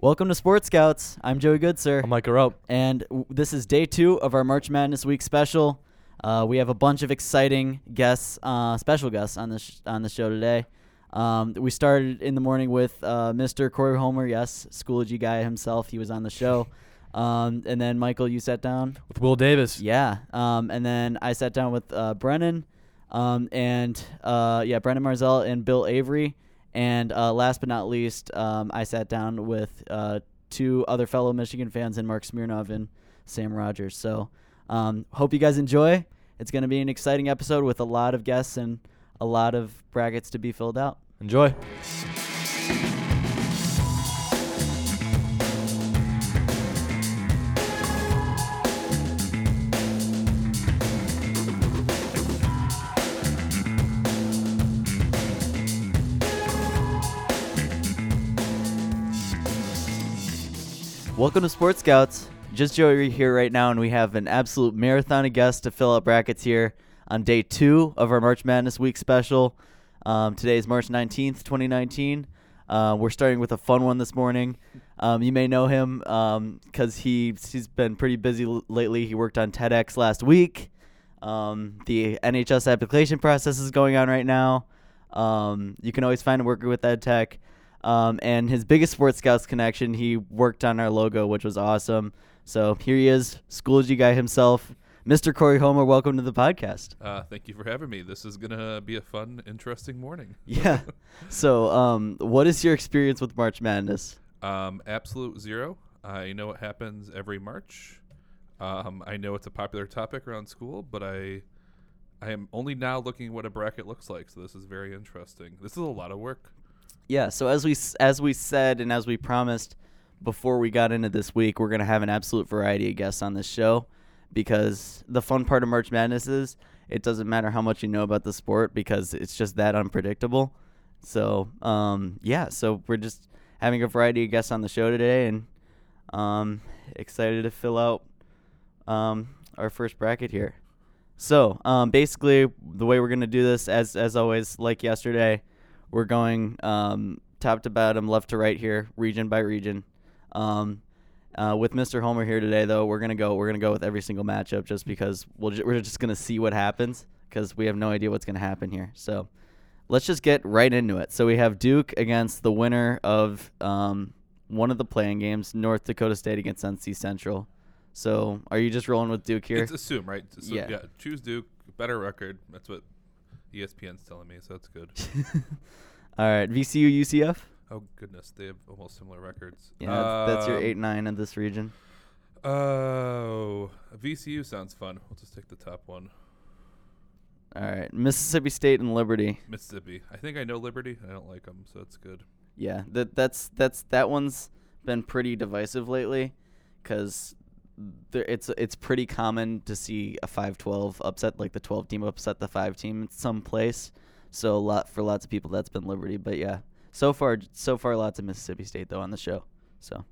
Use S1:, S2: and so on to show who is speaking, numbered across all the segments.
S1: Welcome to Sports Scouts. I'm Joey Goodsir.
S2: I'm Mike Rope.
S1: and w- this is day two of our March Madness Week special. Uh, we have a bunch of exciting guests, uh, special guests on this sh- on the show today. Um, we started in the morning with uh, Mr. Corey Homer, yes, Schoology guy himself. He was on the show, um, and then Michael, you sat down,
S2: with Will Davis.
S1: yeah, um, and then I sat down with uh, Brennan, um, and uh, yeah, Brennan Marzell and Bill Avery, and uh, last but not least, um, I sat down with uh, two other fellow Michigan fans, and Mark Smirnov and Sam Rogers. So, um, hope you guys enjoy. It's going to be an exciting episode with a lot of guests and a lot of brackets to be filled out.
S2: Enjoy.
S1: Welcome to Sports Scouts. Just Joey here right now, and we have an absolute marathon of guests to fill out brackets here on day two of our March Madness Week special. Um, today is March 19th, 2019. Uh, we're starting with a fun one this morning. Um, you may know him because he, he's been pretty busy l- lately. He worked on TEDx last week. Um, the NHS application process is going on right now. Um, you can always find a worker with EdTech. Um, and his biggest Sports Scouts connection, he worked on our logo, which was awesome. So here he is, Schoology guy himself, Mr. Corey Homer. Welcome to the podcast.
S3: Uh, thank you for having me. This is gonna be a fun, interesting morning.
S1: Yeah. So, um, what is your experience with March Madness?
S3: Um, absolute zero. I know it happens every March. Um, I know it's a popular topic around school, but I, I am only now looking what a bracket looks like. So this is very interesting. This is a lot of work.
S1: Yeah, so as we s- as we said and as we promised before we got into this week, we're gonna have an absolute variety of guests on this show because the fun part of March Madness is it doesn't matter how much you know about the sport because it's just that unpredictable. So um, yeah, so we're just having a variety of guests on the show today, and um, excited to fill out um, our first bracket here. So um, basically, the way we're gonna do this, as as always, like yesterday, we're going um, top to bottom, left to right here, region by region. Um, uh, with Mr. Homer here today, though, we're gonna go. We're gonna go with every single matchup, just because we'll ju- we're just gonna see what happens, because we have no idea what's gonna happen here. So let's just get right into it. So we have Duke against the winner of um, one of the playing games, North Dakota State against NC Central. So are you just rolling with Duke here?
S3: It's assume right. So,
S1: Yeah.
S3: yeah. Choose Duke. Better record. That's what E ESPN's telling me. So that's good.
S1: All right, VCU UCF.
S3: oh goodness, they have almost similar records.
S1: Yeah, that's, that's your
S3: Um,
S1: eight nine of this region.
S3: Oh, VCU sounds fun. We'll just take the top one.
S1: All right, Mississippi State and Liberty.
S3: Mississippi. I think I know Liberty. I don't like them, so that's good.
S1: Yeah, that that's that's that one's been pretty divisive lately, because it's it's pretty common to see a five twelve upset, like the twelve team upset the five team in some place. So a lot for lots of people that's been Liberty, but yeah, so far so far lots of Mississippi State though on the show. So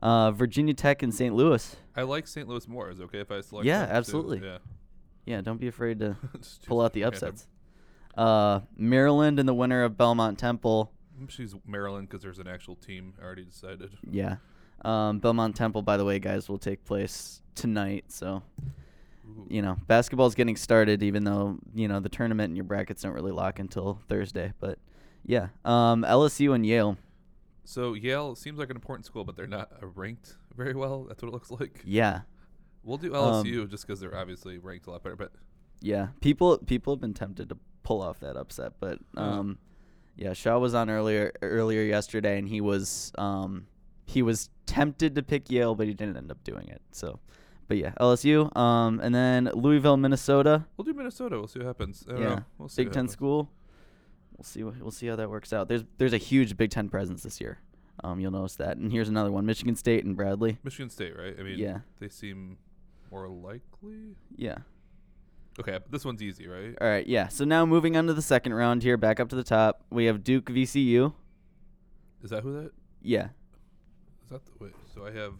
S1: uh, Virginia Tech and St. Louis.
S3: I like St. Louis more. Is it okay if I select?
S1: Yeah,
S3: them too?
S1: absolutely.
S3: Yeah,
S1: Yeah, don't be afraid to
S3: Just
S1: pull
S3: choose
S1: out the
S3: random.
S1: upsets. Uh, Maryland and the winner of Belmont Temple.
S3: Mm, She's Maryland because there's an actual team already decided.
S1: Yeah. Um, Belmont Temple, by the way, guys, will take place tonight. So,
S3: Ooh.
S1: you know, basketball's getting started, even though, you know, the tournament and your brackets don't really lock until Thursday. But yeah, um, LSU and Yale.
S3: So Yale seems like an important school, but they're not uh, ranked very well. That's what it looks like.
S1: Yeah.
S3: We'll do
S1: Um,
S3: LSU just because they're obviously ranked a lot better. But
S1: Yeah. People people have been tempted to pull off that upset, but um, yeah, Shaw was on earlier earlier yesterday and he was um, he was tempted to pick Yale, but he didn't end up doing it. So, but yeah, LSU um, and then Louisville, Minnesota.
S3: we'll do Minnesota. We'll see what happens. I don't
S1: Yeah,
S3: know. We'll see
S1: Big
S3: what
S1: Ten
S3: happens.
S1: school. We'll see. wh- We'll see how that works out. There's there's a huge Big Ten presence this year. Um, you'll notice that. And here's another one: Michigan State and Bradley.
S3: Michigan State, right? I mean,
S1: Yeah.
S3: they seem more likely.
S1: Yeah.
S3: Okay, this one's easy, right?
S1: All right. Yeah. So now moving on to the second round here, back up to the top, we have Duke VCU.
S3: Is that who that?
S1: Yeah.
S3: Is that the wait? So I have.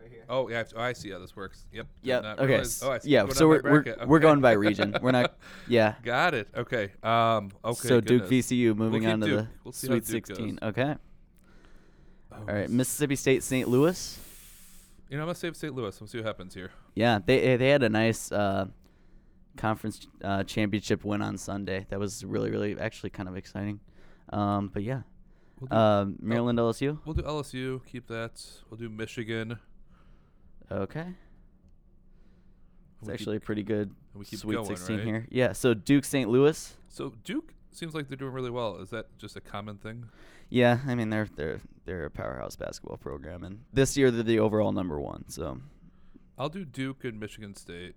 S3: Right here. Oh yeah, I, have to- oh, I see how this works. Yep. did
S1: Yeah.
S3: not
S1: Okay.
S3: realize-
S1: s-
S3: Oh, I see.
S1: yeah.
S3: Going
S1: So
S3: down
S1: we're
S3: by
S1: we're,
S3: bracket.
S1: we're
S3: Okay.
S1: going by region. We're not. Yeah.
S3: Got it. Okay. Um. Okay.
S1: so
S3: goodness.
S1: Duke VCU moving
S3: keep
S1: on to
S3: Duke.
S1: the
S3: We'll see how
S1: Sweet
S3: Duke goes.
S1: 16. Okay. All right, Mississippi State, St. Louis.
S3: Oh, You know, I'm gonna save St. Louis. Let's see what happens here.
S1: Yeah, they they had a nice uh, conference uh, championship win on Sunday. That was really really actually kind of exciting. Um, but yeah,
S3: We'll Oh. do,
S1: um, Maryland LSU.
S3: we'll do LSU. Keep that. We'll do Michigan.
S1: Okay,
S3: We
S1: it's
S3: keep-
S1: actually a pretty good
S3: and we keep
S1: Sweet
S3: going,
S1: 16
S3: right?
S1: here. Yeah, so Duke, St. Louis.
S3: So Duke seems like they're doing really well. Is that just a common thing?
S1: Yeah, I mean they're they're they're a powerhouse basketball program, and this year they're the overall number one. So
S3: I'll do Duke and Michigan State.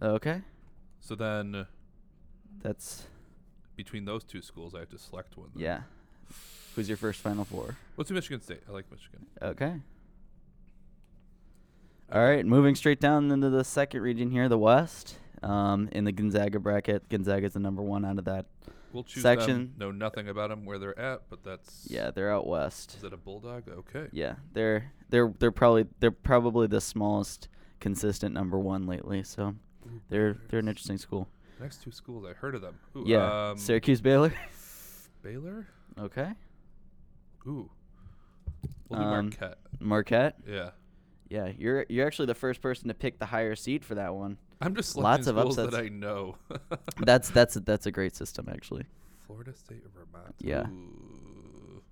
S1: okay,
S3: So then
S1: that's
S3: between those two schools, I have to select one. then.
S1: yeah. Who's your first Final Four?
S3: Let's do Michigan State. I like Michigan.
S1: Okay. All right, moving straight down into the second region here, the West. Um, in the Gonzaga bracket, Gonzaga's the number one out of that.
S3: We'll choose
S1: Section.
S3: Them, know nothing about them, where they're at, but that's
S1: Yeah, they're out west.
S3: Is it a bulldog? Okay.
S1: Yeah, they're they're they're probably they're probably the smallest consistent number one lately. So they're they're an interesting school.
S3: Next two schools, I heard of them. Ooh,
S1: Yeah,
S3: um,
S1: Syracuse, Baylor.
S3: Baylor.
S1: Okay,
S3: Ooh, we'll do
S1: Um,
S3: Marquette.
S1: Marquette.
S3: Yeah,
S1: Yeah, you're you're actually the first person to pick the higher seed for that one.
S3: I'm just
S1: lots
S3: lots of
S1: of
S3: schools that
S1: upsets.
S3: I know.
S1: That's that's that's a great system actually.
S3: Florida State or Vermont.
S1: Yeah.
S3: Ooh.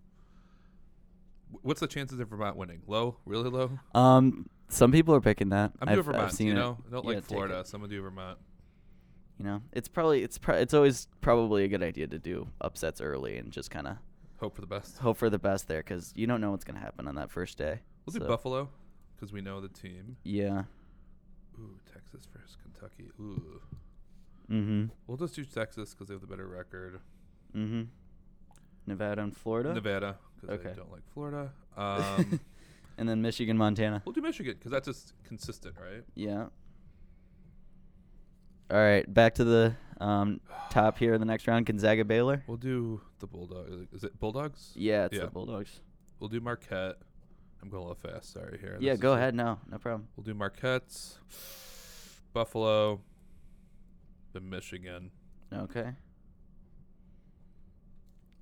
S3: Wh- What's the chances of Vermont winning? Low, really low.
S1: Um, some people are picking that. I've,
S3: I'm doing
S1: I've
S3: Vermont.
S1: seen
S3: you
S1: it.
S3: know, I don't
S1: Yeah,
S3: like
S1: take it.
S3: Florida, so I'm gonna do Vermont.
S1: You know, it's probably it's pro- it's always probably a good idea to do upsets early and just kind of
S3: Hope for the best.
S1: hope for the best there because you don't know what's gonna happen on that first day.
S3: We'll do
S1: So,
S3: Buffalo because we know the team.
S1: Yeah.
S3: Ooh, Texas versus Kentucky. Ooh,
S1: Mm-hmm.
S3: we'll just do Texas because they have the better record.
S1: Mm-hmm. Nevada and Florida,
S3: Nevada because I
S1: Okay.
S3: don't like Florida. Um,
S1: and then Michigan, Montana.
S3: we'll do Michigan because that's just consistent, right?
S1: Yeah. All right, back to the um, top here. The next round, Gonzaga, Baylor.
S3: We'll do the Bulldogs. Is it Bulldogs?
S1: Yeah, it's
S3: Yeah.
S1: the Bulldogs.
S3: We'll do Marquette. I'm going a little fast. Sorry here.
S1: yeah,
S3: This is
S1: go
S3: a-
S1: ahead. No, no problem.
S3: We'll do Marquette's, Buffalo, the Michigan.
S1: Okay.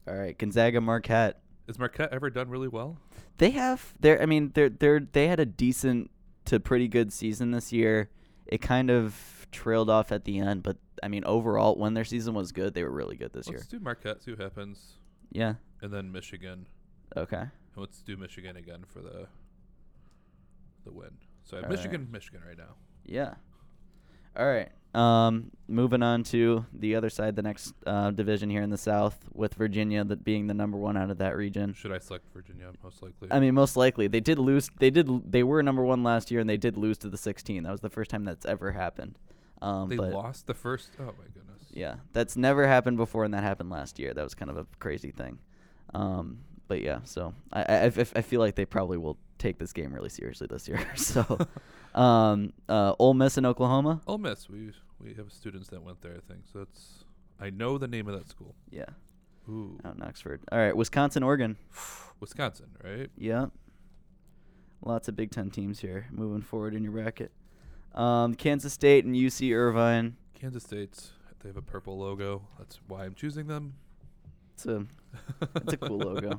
S1: All right, Gonzaga, Marquette.
S3: Is Marquette ever done really well?
S1: They have their I mean they're they're they had a decent to pretty good season this year. It kind of trailed off at the end, but I mean overall when their season was good, they were really good this year.
S3: Let's do Marquette. See what happens,
S1: Yeah.
S3: and then Michigan.
S1: Okay.
S3: And let's do Michigan again for the the win. So I have
S1: All right.
S3: Michigan, Michigan right now.
S1: Yeah. All right. Um moving on to the other side, the next uh, division here in the South with Virginia that being the number 1 out of that region.
S3: Should I select Virginia? Most likely.
S1: I mean, most likely they did lose. They did. l- They were number one last year, and they did lose to the 16. That was the first time that's ever happened. Um,
S3: they
S1: but
S3: lost the first. Oh my goodness.
S1: Yeah, that's never happened before, and that happened last year. That was kind of a crazy thing. Um, but yeah, so I, I, I I feel like they probably will take this game really seriously this year. so, um, uh, Ole Miss in Oklahoma.
S3: Ole Miss. We we have students that went there. I think so. That's I know the name of that school.
S1: Yeah,
S3: Ooh,
S1: out in Oxford. All right, Wisconsin, Oregon.
S3: Wisconsin, right?
S1: Yeah. Lots of Big Ten teams here moving forward in your bracket. Um, Kansas State and UC Irvine.
S3: Kansas State's. They have a purple logo. That's why I'm choosing them.
S1: It's a It's a cool logo.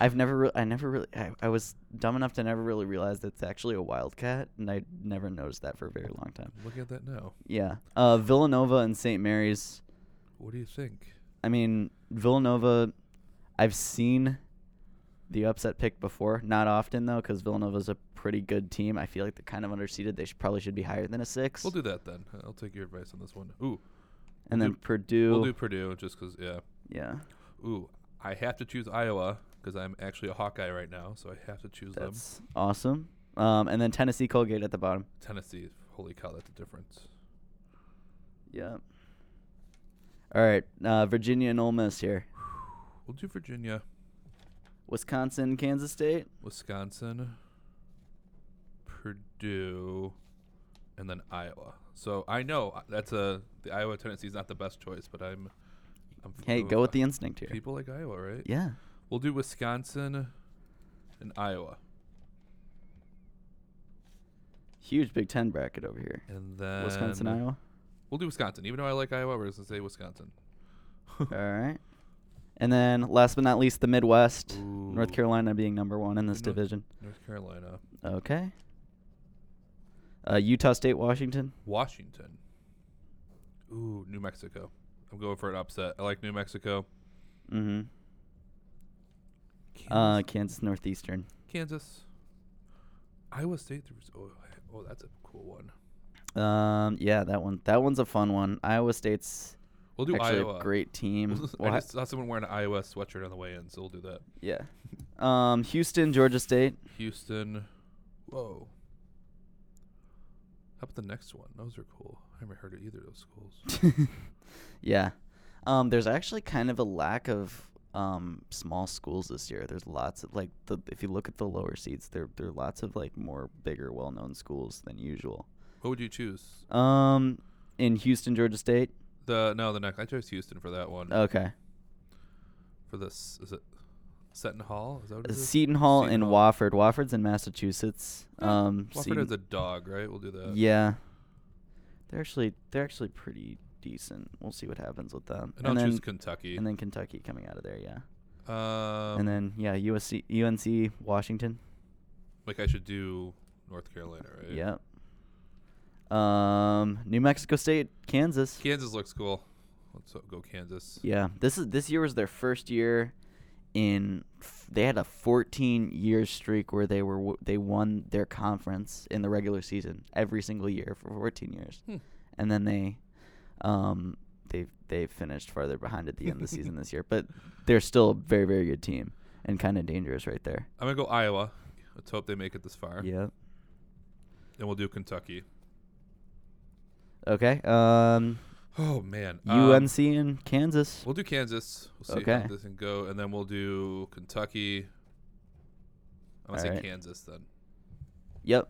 S1: I've never re- I never really I, I was dumb enough to never really realize that it's actually a wildcat and I never noticed that for a very long time.
S3: Look at that now.
S1: Yeah. Uh Villanova and St. Mary's.
S3: What do you think?
S1: I mean, Villanova I've seen the upset pick before, not often though cuz Villanova's a pretty good team. I feel like they're kind of underseeded. They should, probably should be higher than a 6.
S3: We'll do that then. I'll take your advice on this one. Ooh,
S1: and
S3: we'll
S1: then
S3: do-
S1: Purdue.
S3: we'll do Purdue just because. Yeah.
S1: yeah.
S3: Ooh, I have to choose Iowa because I'm actually a Hawkeye right now, so I have to choose them.
S1: That's awesome. Um and then Tennessee Colgate at the bottom.
S3: Tennessee. Holy cow, that's a difference.
S1: Yeah. All right, uh, Virginia and Ole Miss here.
S3: We'll do Virginia,
S1: Wisconsin, Kansas State.
S3: Wisconsin, Purdue, and then Iowa. So I know uh, that's a the Iowa Tennessee is not the best choice, but I'm. I'm f-
S1: Hey,
S3: I'm
S1: go with
S3: f-
S1: the instinct here.
S3: people like Iowa, right?
S1: Yeah.
S3: We'll do Wisconsin and Iowa,
S1: Huge Big Ten bracket over here.
S3: and then
S1: Wisconsin, Iowa.
S3: We'll do Wisconsin, even though I like Iowa. We're just gonna say Wisconsin.
S1: All right. And then last but not least, the Midwest. North
S3: Ooh.
S1: Carolina being number one in this
S3: North-
S1: division.
S3: North Carolina,
S1: Okay. Uh, Utah State, Washington.
S3: Washington. Ooh, New Mexico. I'm going for an upset. I like New Mexico.
S1: Mm-hmm.
S3: Kansas.
S1: Uh, Kansas Northeastern.
S3: Kansas. Iowa State. There was, oh, oh, that's a cool one.
S1: Um, yeah, that one. That one's a fun one. Iowa State's
S3: We'll do
S1: actually
S3: Iowa.
S1: a great team. Well,
S3: I
S1: hi-
S3: just saw someone wearing an Iowa sweatshirt on the way in, so we'll do that.
S1: yeah. Um, Houston, Georgia State.
S3: Houston. Whoa. How about the next one? Those are cool. I haven't heard of either of those schools.
S1: Yeah. Um, there's actually kind of a lack of um, small schools this year. There's lots of like the if you look at the lower seats, there there are lots of like more bigger, well-known schools than usual.
S3: what would you choose?
S1: Um, in Houston, Georgia State.
S3: The no, the next. I chose Houston for that one.
S1: Okay.
S3: for this, is it Seton Hall? Is that what it is?
S1: Seton Hall
S3: Seton
S1: and
S3: Hall.
S1: Wofford. Wofford's in Massachusetts. Um,
S3: Wofford
S1: Seton-
S3: is a uh, dog, right? We'll do that.
S1: yeah. They're actually they're actually pretty decent. We'll see what happens with them.
S3: And, I'll
S1: then
S3: choose Kentucky.
S1: and then Kentucky coming out of there, yeah.
S3: um,
S1: and then yeah, USC, UNC, Washington.
S3: like I should do North Carolina, right?
S1: Yep. Um, New Mexico State, Kansas.
S3: Kansas looks cool. Let's uh, go Kansas.
S1: Yeah, this is this year was their first year in. f- They had a 14 year streak where they were w- they won their conference in the regular season every single year for 14 years,
S3: Hmm.
S1: and then they, um, they they finished farther behind at the end of the season this year. But they're still a very very good team and kind of dangerous right there.
S3: I'm gonna go Iowa. Let's hope they make it this far.
S1: Yeah.
S3: And we'll do Kentucky.
S1: Okay. Um,
S3: Oh man. Um,
S1: UNC and Kansas.
S3: We'll do Kansas. We'll see
S1: Okay.
S3: how this can go, and then we'll do Kentucky. I'm gonna say
S1: Alright.
S3: Kansas then.
S1: Yep.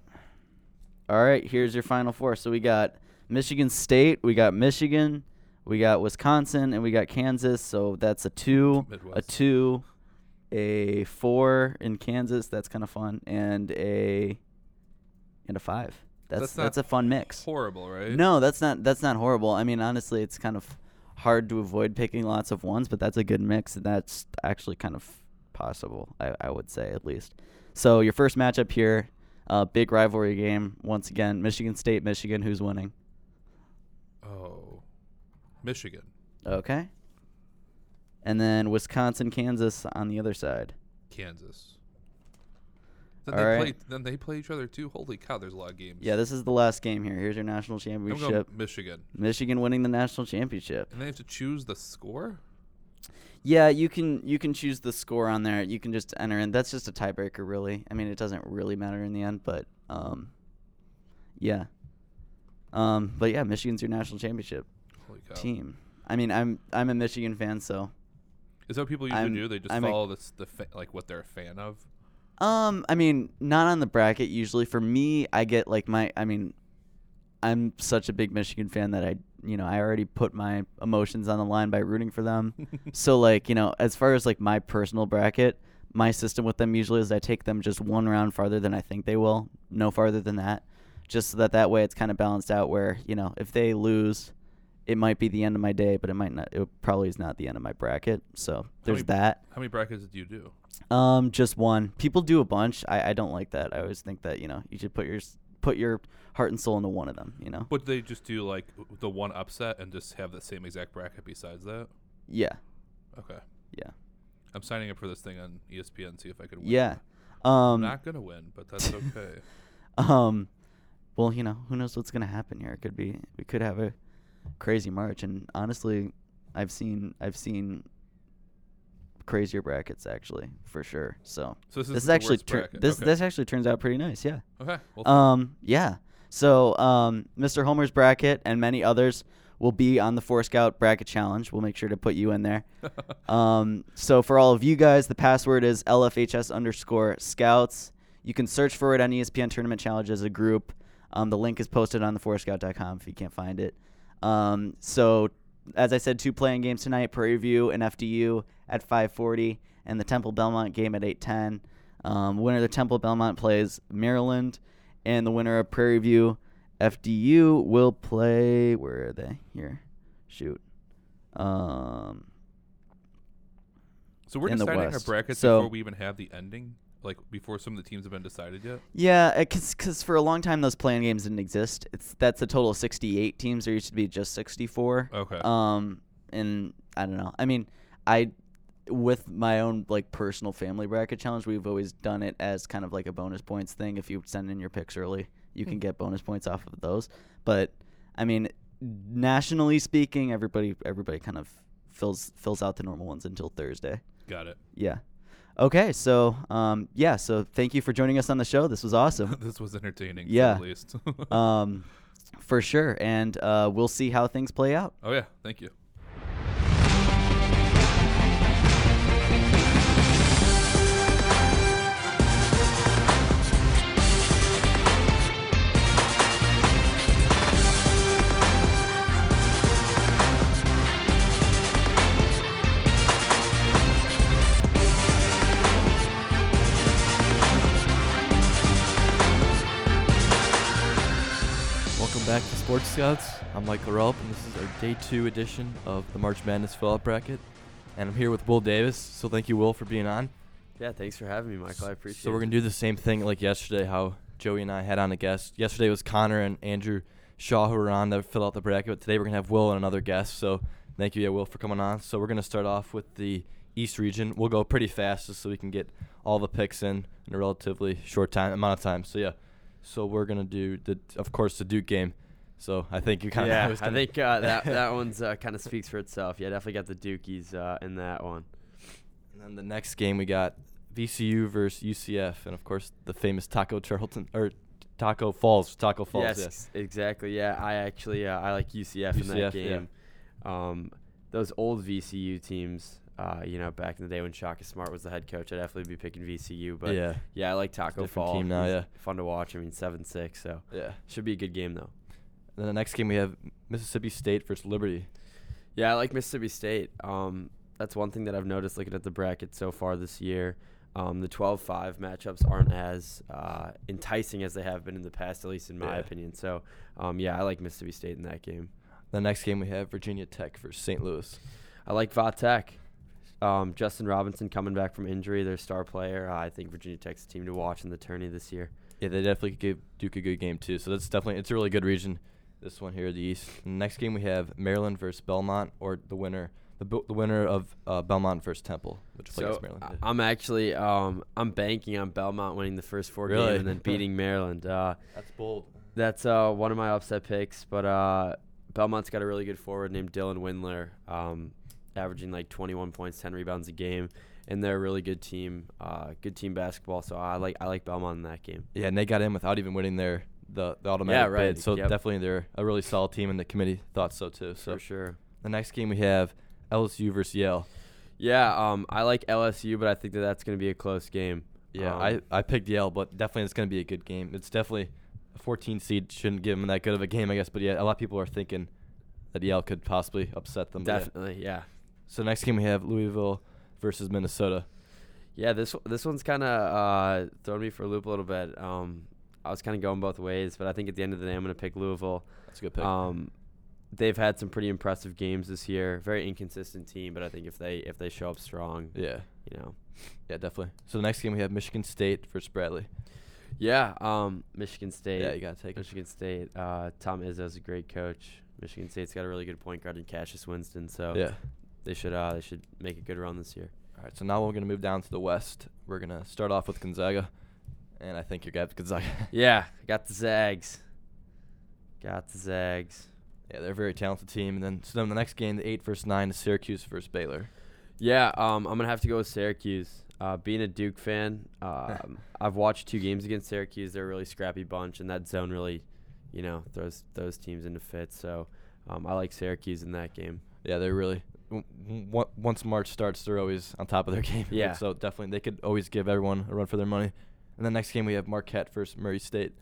S1: All right, here's your final four. So we got Michigan State, we got Michigan, we got Wisconsin, and we got Kansas. So that's a two, a
S3: Midwest.
S1: two, a four in Kansas. That's kind of fun, and a and a five. That's
S3: That's not
S1: that's a fun mix.
S3: Horrible, right?
S1: No, that's not that's not horrible. I mean, honestly, it's kind of hard to avoid picking lots of ones, but that's a good mix, and that's actually kind of possible. I, I would say at least. So your first matchup here, uh, big rivalry game once again. Michigan State, Michigan. Who's winning?
S3: Oh, Michigan.
S1: Okay. And then Wisconsin, Kansas on the other side.
S3: Kansas. Then
S1: All
S3: they
S1: right.
S3: play. Then they play each other too. Holy cow! There's a lot of games.
S1: Yeah, this is the last game here. Here's your national
S3: I'm
S1: championship.
S3: going Michigan,
S1: Michigan winning the national championship.
S3: and they have to choose the score.
S1: Yeah, you can you can choose the score on there. You can just enter in. That's just a tiebreaker, really. I mean, it doesn't really matter in the end, but um, yeah. Um, but yeah, Michigan's your national championship
S3: Holy cow!
S1: team. I mean, I'm I'm a Michigan fan, so
S3: Is that what people usually
S1: I'm-
S3: do? They just
S1: I'm a-
S3: follow this the fa- like what they're a fan of.
S1: Um, I mean, not on the bracket usually. For me, I get like my I mean, I'm such a big Michigan fan that I, you know, I already put my emotions on the line by rooting for them. so like, you know, as far as like my personal bracket, my system with them usually is I take them just one round farther than I think they will, no farther than that, just so that that way it's kind of balanced out where, you know, if they lose, it might be the end of my day, but it might not it probably is not the end of my bracket. So, there's
S3: many-
S1: that.
S3: How many brackets do you do?
S1: Um, just one. People do a bunch. I, I don't like that. I always think that you know you should put your s- put your heart and soul into one of them. You know.
S3: Would they just do like w- the one upset and just have the same exact bracket besides that?
S1: Yeah.
S3: Okay.
S1: Yeah.
S3: I'm signing up for this thing on E ESPN. See if I could win.
S1: Yeah.
S3: I'm
S1: Um.
S3: not gonna win, but that's okay.
S1: Um. Well, you know who knows what's gonna happen here. It could be we could have a crazy March, and honestly, I've seen I've seen crazier brackets actually for sure. So
S3: So this is
S1: this is
S3: the
S1: actually
S3: worst
S1: tur-
S3: bracket.
S1: this
S3: Okay.
S1: this actually turns out pretty nice. Yeah.
S3: okay. Well,
S1: Um, yeah. So, um, Mr. Homer's bracket and many others will be on the Four Scout bracket challenge. We'll make sure to put you in there. um, so for all of you guys, the password is LFHS underscore scouts. You can search for it on E ESPN Tournament Challenge as a group. Um, the link is posted on theforescout.com if you can't find it. Um, so, as I said, two playing games tonight: Prairie View and FDU at 5:40, and the Temple Belmont game at 8:10. Um, winner of the Temple Belmont plays Maryland, and the winner of Prairie View FDU will play. Where are they? Here, shoot. Um,
S3: So we're
S1: in the
S3: deciding our
S1: West.
S3: brackets
S1: So-
S3: before we even have the ending, like before some of the teams have been decided yet.
S1: Yeah, because for a long time those playing games didn't exist. It's that's a total of 68 teams. There used to be just 64.
S3: Okay.
S1: Um, and I don't know. I mean, I with my own like personal family bracket challenge, we've always done it as kind of like a bonus points thing. If you send in your picks early, you can get bonus points off of those. But I mean, nationally speaking, everybody everybody kind of fills fills out the normal ones until Thursday.
S3: Got it.
S1: Yeah. Okay, so um, yeah, so thank you for joining us on the show. This was awesome,
S3: this was entertaining.
S1: Yeah.
S3: At least.
S1: um, for sure, and uh, we'll see how things play out.
S3: oh yeah. Thank you.
S2: Welcome back to Sports Scouts. I'm Michael Rupp, and this is our day two edition of the March Madness fill out bracket. And I'm here with Will Davis, so thank you, Will, for being on.
S4: Yeah, thanks for having me, Michael. I appreciate it.
S2: So we're gonna do the same thing like yesterday, how Joey and I had on a guest. Yesterday was Connor and Andrew Shaw who were on to fill out the bracket, but today we're gonna have Will and another guest. So thank you, yeah, Will, for coming on. So we're gonna start off with the East region. We'll go pretty fast just so we can get all the picks in in a relatively short time amount of time. So yeah, so we're gonna do the of course the Duke game. So I think you kind of
S4: yeah, I think uh, that that one's uh, kind of speaks for itself. Yeah, definitely got the Dukies uh, in that one.
S2: And then the next game we got VCU versus UCF, and of course the famous Taco Charlton or Taco Falls, Taco Falls.
S4: yes,
S2: yeah.
S4: ex- exactly. Yeah, I actually uh, I like UCF, in that
S2: UCF, yeah.
S4: game. Um, those old VCU teams, uh, you know, back in the day when Shaka Smart was the head coach, I'd definitely be picking VCU. But yeah,
S2: yeah.
S4: I like Taco
S2: different
S4: Fall.
S2: team now,
S4: He's
S2: yeah.
S4: fun to watch. I mean, seven six, so
S2: Yeah.
S4: should be a good game though.
S2: Then the next game we have Mississippi State versus Liberty.
S4: Yeah, I like Mississippi State. Um, that's one thing that I've noticed looking at the bracket so far this year. Um, the 12-5 matchups aren't as uh, enticing as they have been in the past, at least in my
S2: Yeah.
S4: opinion. So, um, yeah, I like Mississippi State in that game.
S2: The next game we have Virginia Tech versus St. Louis.
S4: I like Vatek. Um, Justin Robinson coming back from injury, their star player. I think Virginia Tech's a team to watch in the tourney this year.
S2: Yeah, they definitely could give Duke a good game too. So that's definitely it's a really good region. This one here, the East. And next game we have Maryland versus Belmont, or the winner, the, bu- the winner of uh, Belmont versus Temple, which plays
S4: So
S2: Maryland.
S4: I-
S2: yeah.
S4: I'm actually um, I'm banking on Belmont winning the first four
S2: Really?
S4: games and then beating Maryland. Uh,
S2: That's bold.
S4: That's uh, one of my upset picks, but uh, Belmont's got a really good forward named Dylan Windler, um, averaging like 21 points, 10 rebounds a game, and they're a really good team, uh, good team basketball. So I like I like Belmont in that game.
S2: Yeah, and they got in without even winning their the, the automatic
S4: right,
S2: bid. So
S4: yep.
S2: definitely they're a really solid team, and the committee thought so too. So
S4: For sure.
S2: the next game we have LSU versus Yale.
S4: Yeah, um, I like LSU, but I think that that's going to be a close game.
S2: Yeah,
S4: Um,
S2: I, I picked Yale, but definitely it's going to be a good game. It's definitely a 14 seed shouldn't give them that good of a game, I guess. But yeah, a lot of people are thinking that Yale could possibly upset them. but yeah.
S4: definitely, yeah.
S2: So next game we have Louisville versus Minnesota.
S4: Yeah, this this one's kind of uh, thrown me for a loop a little bit. Um, I was kind of going both ways, but I think at the end of the day, I'm going to pick Louisville.
S2: That's a good pick.
S4: Um, they've had some pretty impressive games this year. Very inconsistent team, but I think if they if they show up strong,
S2: yeah,
S4: you know,
S2: yeah, definitely. So the next game we have Michigan State versus Bradley.
S4: yeah. Um, Michigan State.
S2: Yeah, you gotta take it.
S4: Michigan State. Uh, Tom Izzo's a great coach. Michigan State's got a really good point guard in Cassius Winston, so
S2: Yeah.
S4: they should uh, they should make a good run this year.
S2: All right, so now we're gonna move down to the West. We're gonna start off with Gonzaga, and I think you're gonna have Gonzaga.
S4: Yeah, got the Zags. Got the Zags.
S2: yeah, they're a very talented team. And then so then the next game, the eight versus nine, is Syracuse versus Baylor.
S4: Yeah, um, I'm gonna have to go with Syracuse. Uh, being a Duke fan, um, I've watched two games against Syracuse. They're a really scrappy bunch, and that zone really, you know, throws those teams into fits. So um, I like Syracuse in that game.
S2: Yeah, they're really. w- w- on- Once March starts, they're always on top of their game.
S4: Yeah.
S2: So definitely, they could always give everyone a run for their money. And the next game, we have Marquette versus Murray State.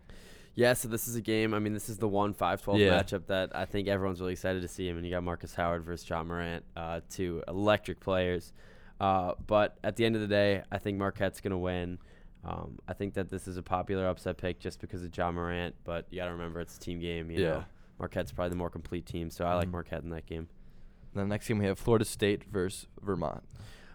S4: Yeah, so this is a game. I mean, this is the one 5-12
S2: Yeah.
S4: matchup that I think everyone's really excited to see. I mean, you got Marcus Howard versus John Morant, uh, two electric players. Uh, but at the end of the day, I think Marquette's going to win. Um, I think that this is a popular upset pick just because of John Morant, but you got to remember it's a team game. You
S2: Yeah.
S4: know, Marquette's probably the more complete team, so I like
S2: Mhm.
S4: Marquette in that game.
S2: And the next game, we have Florida State versus Vermont.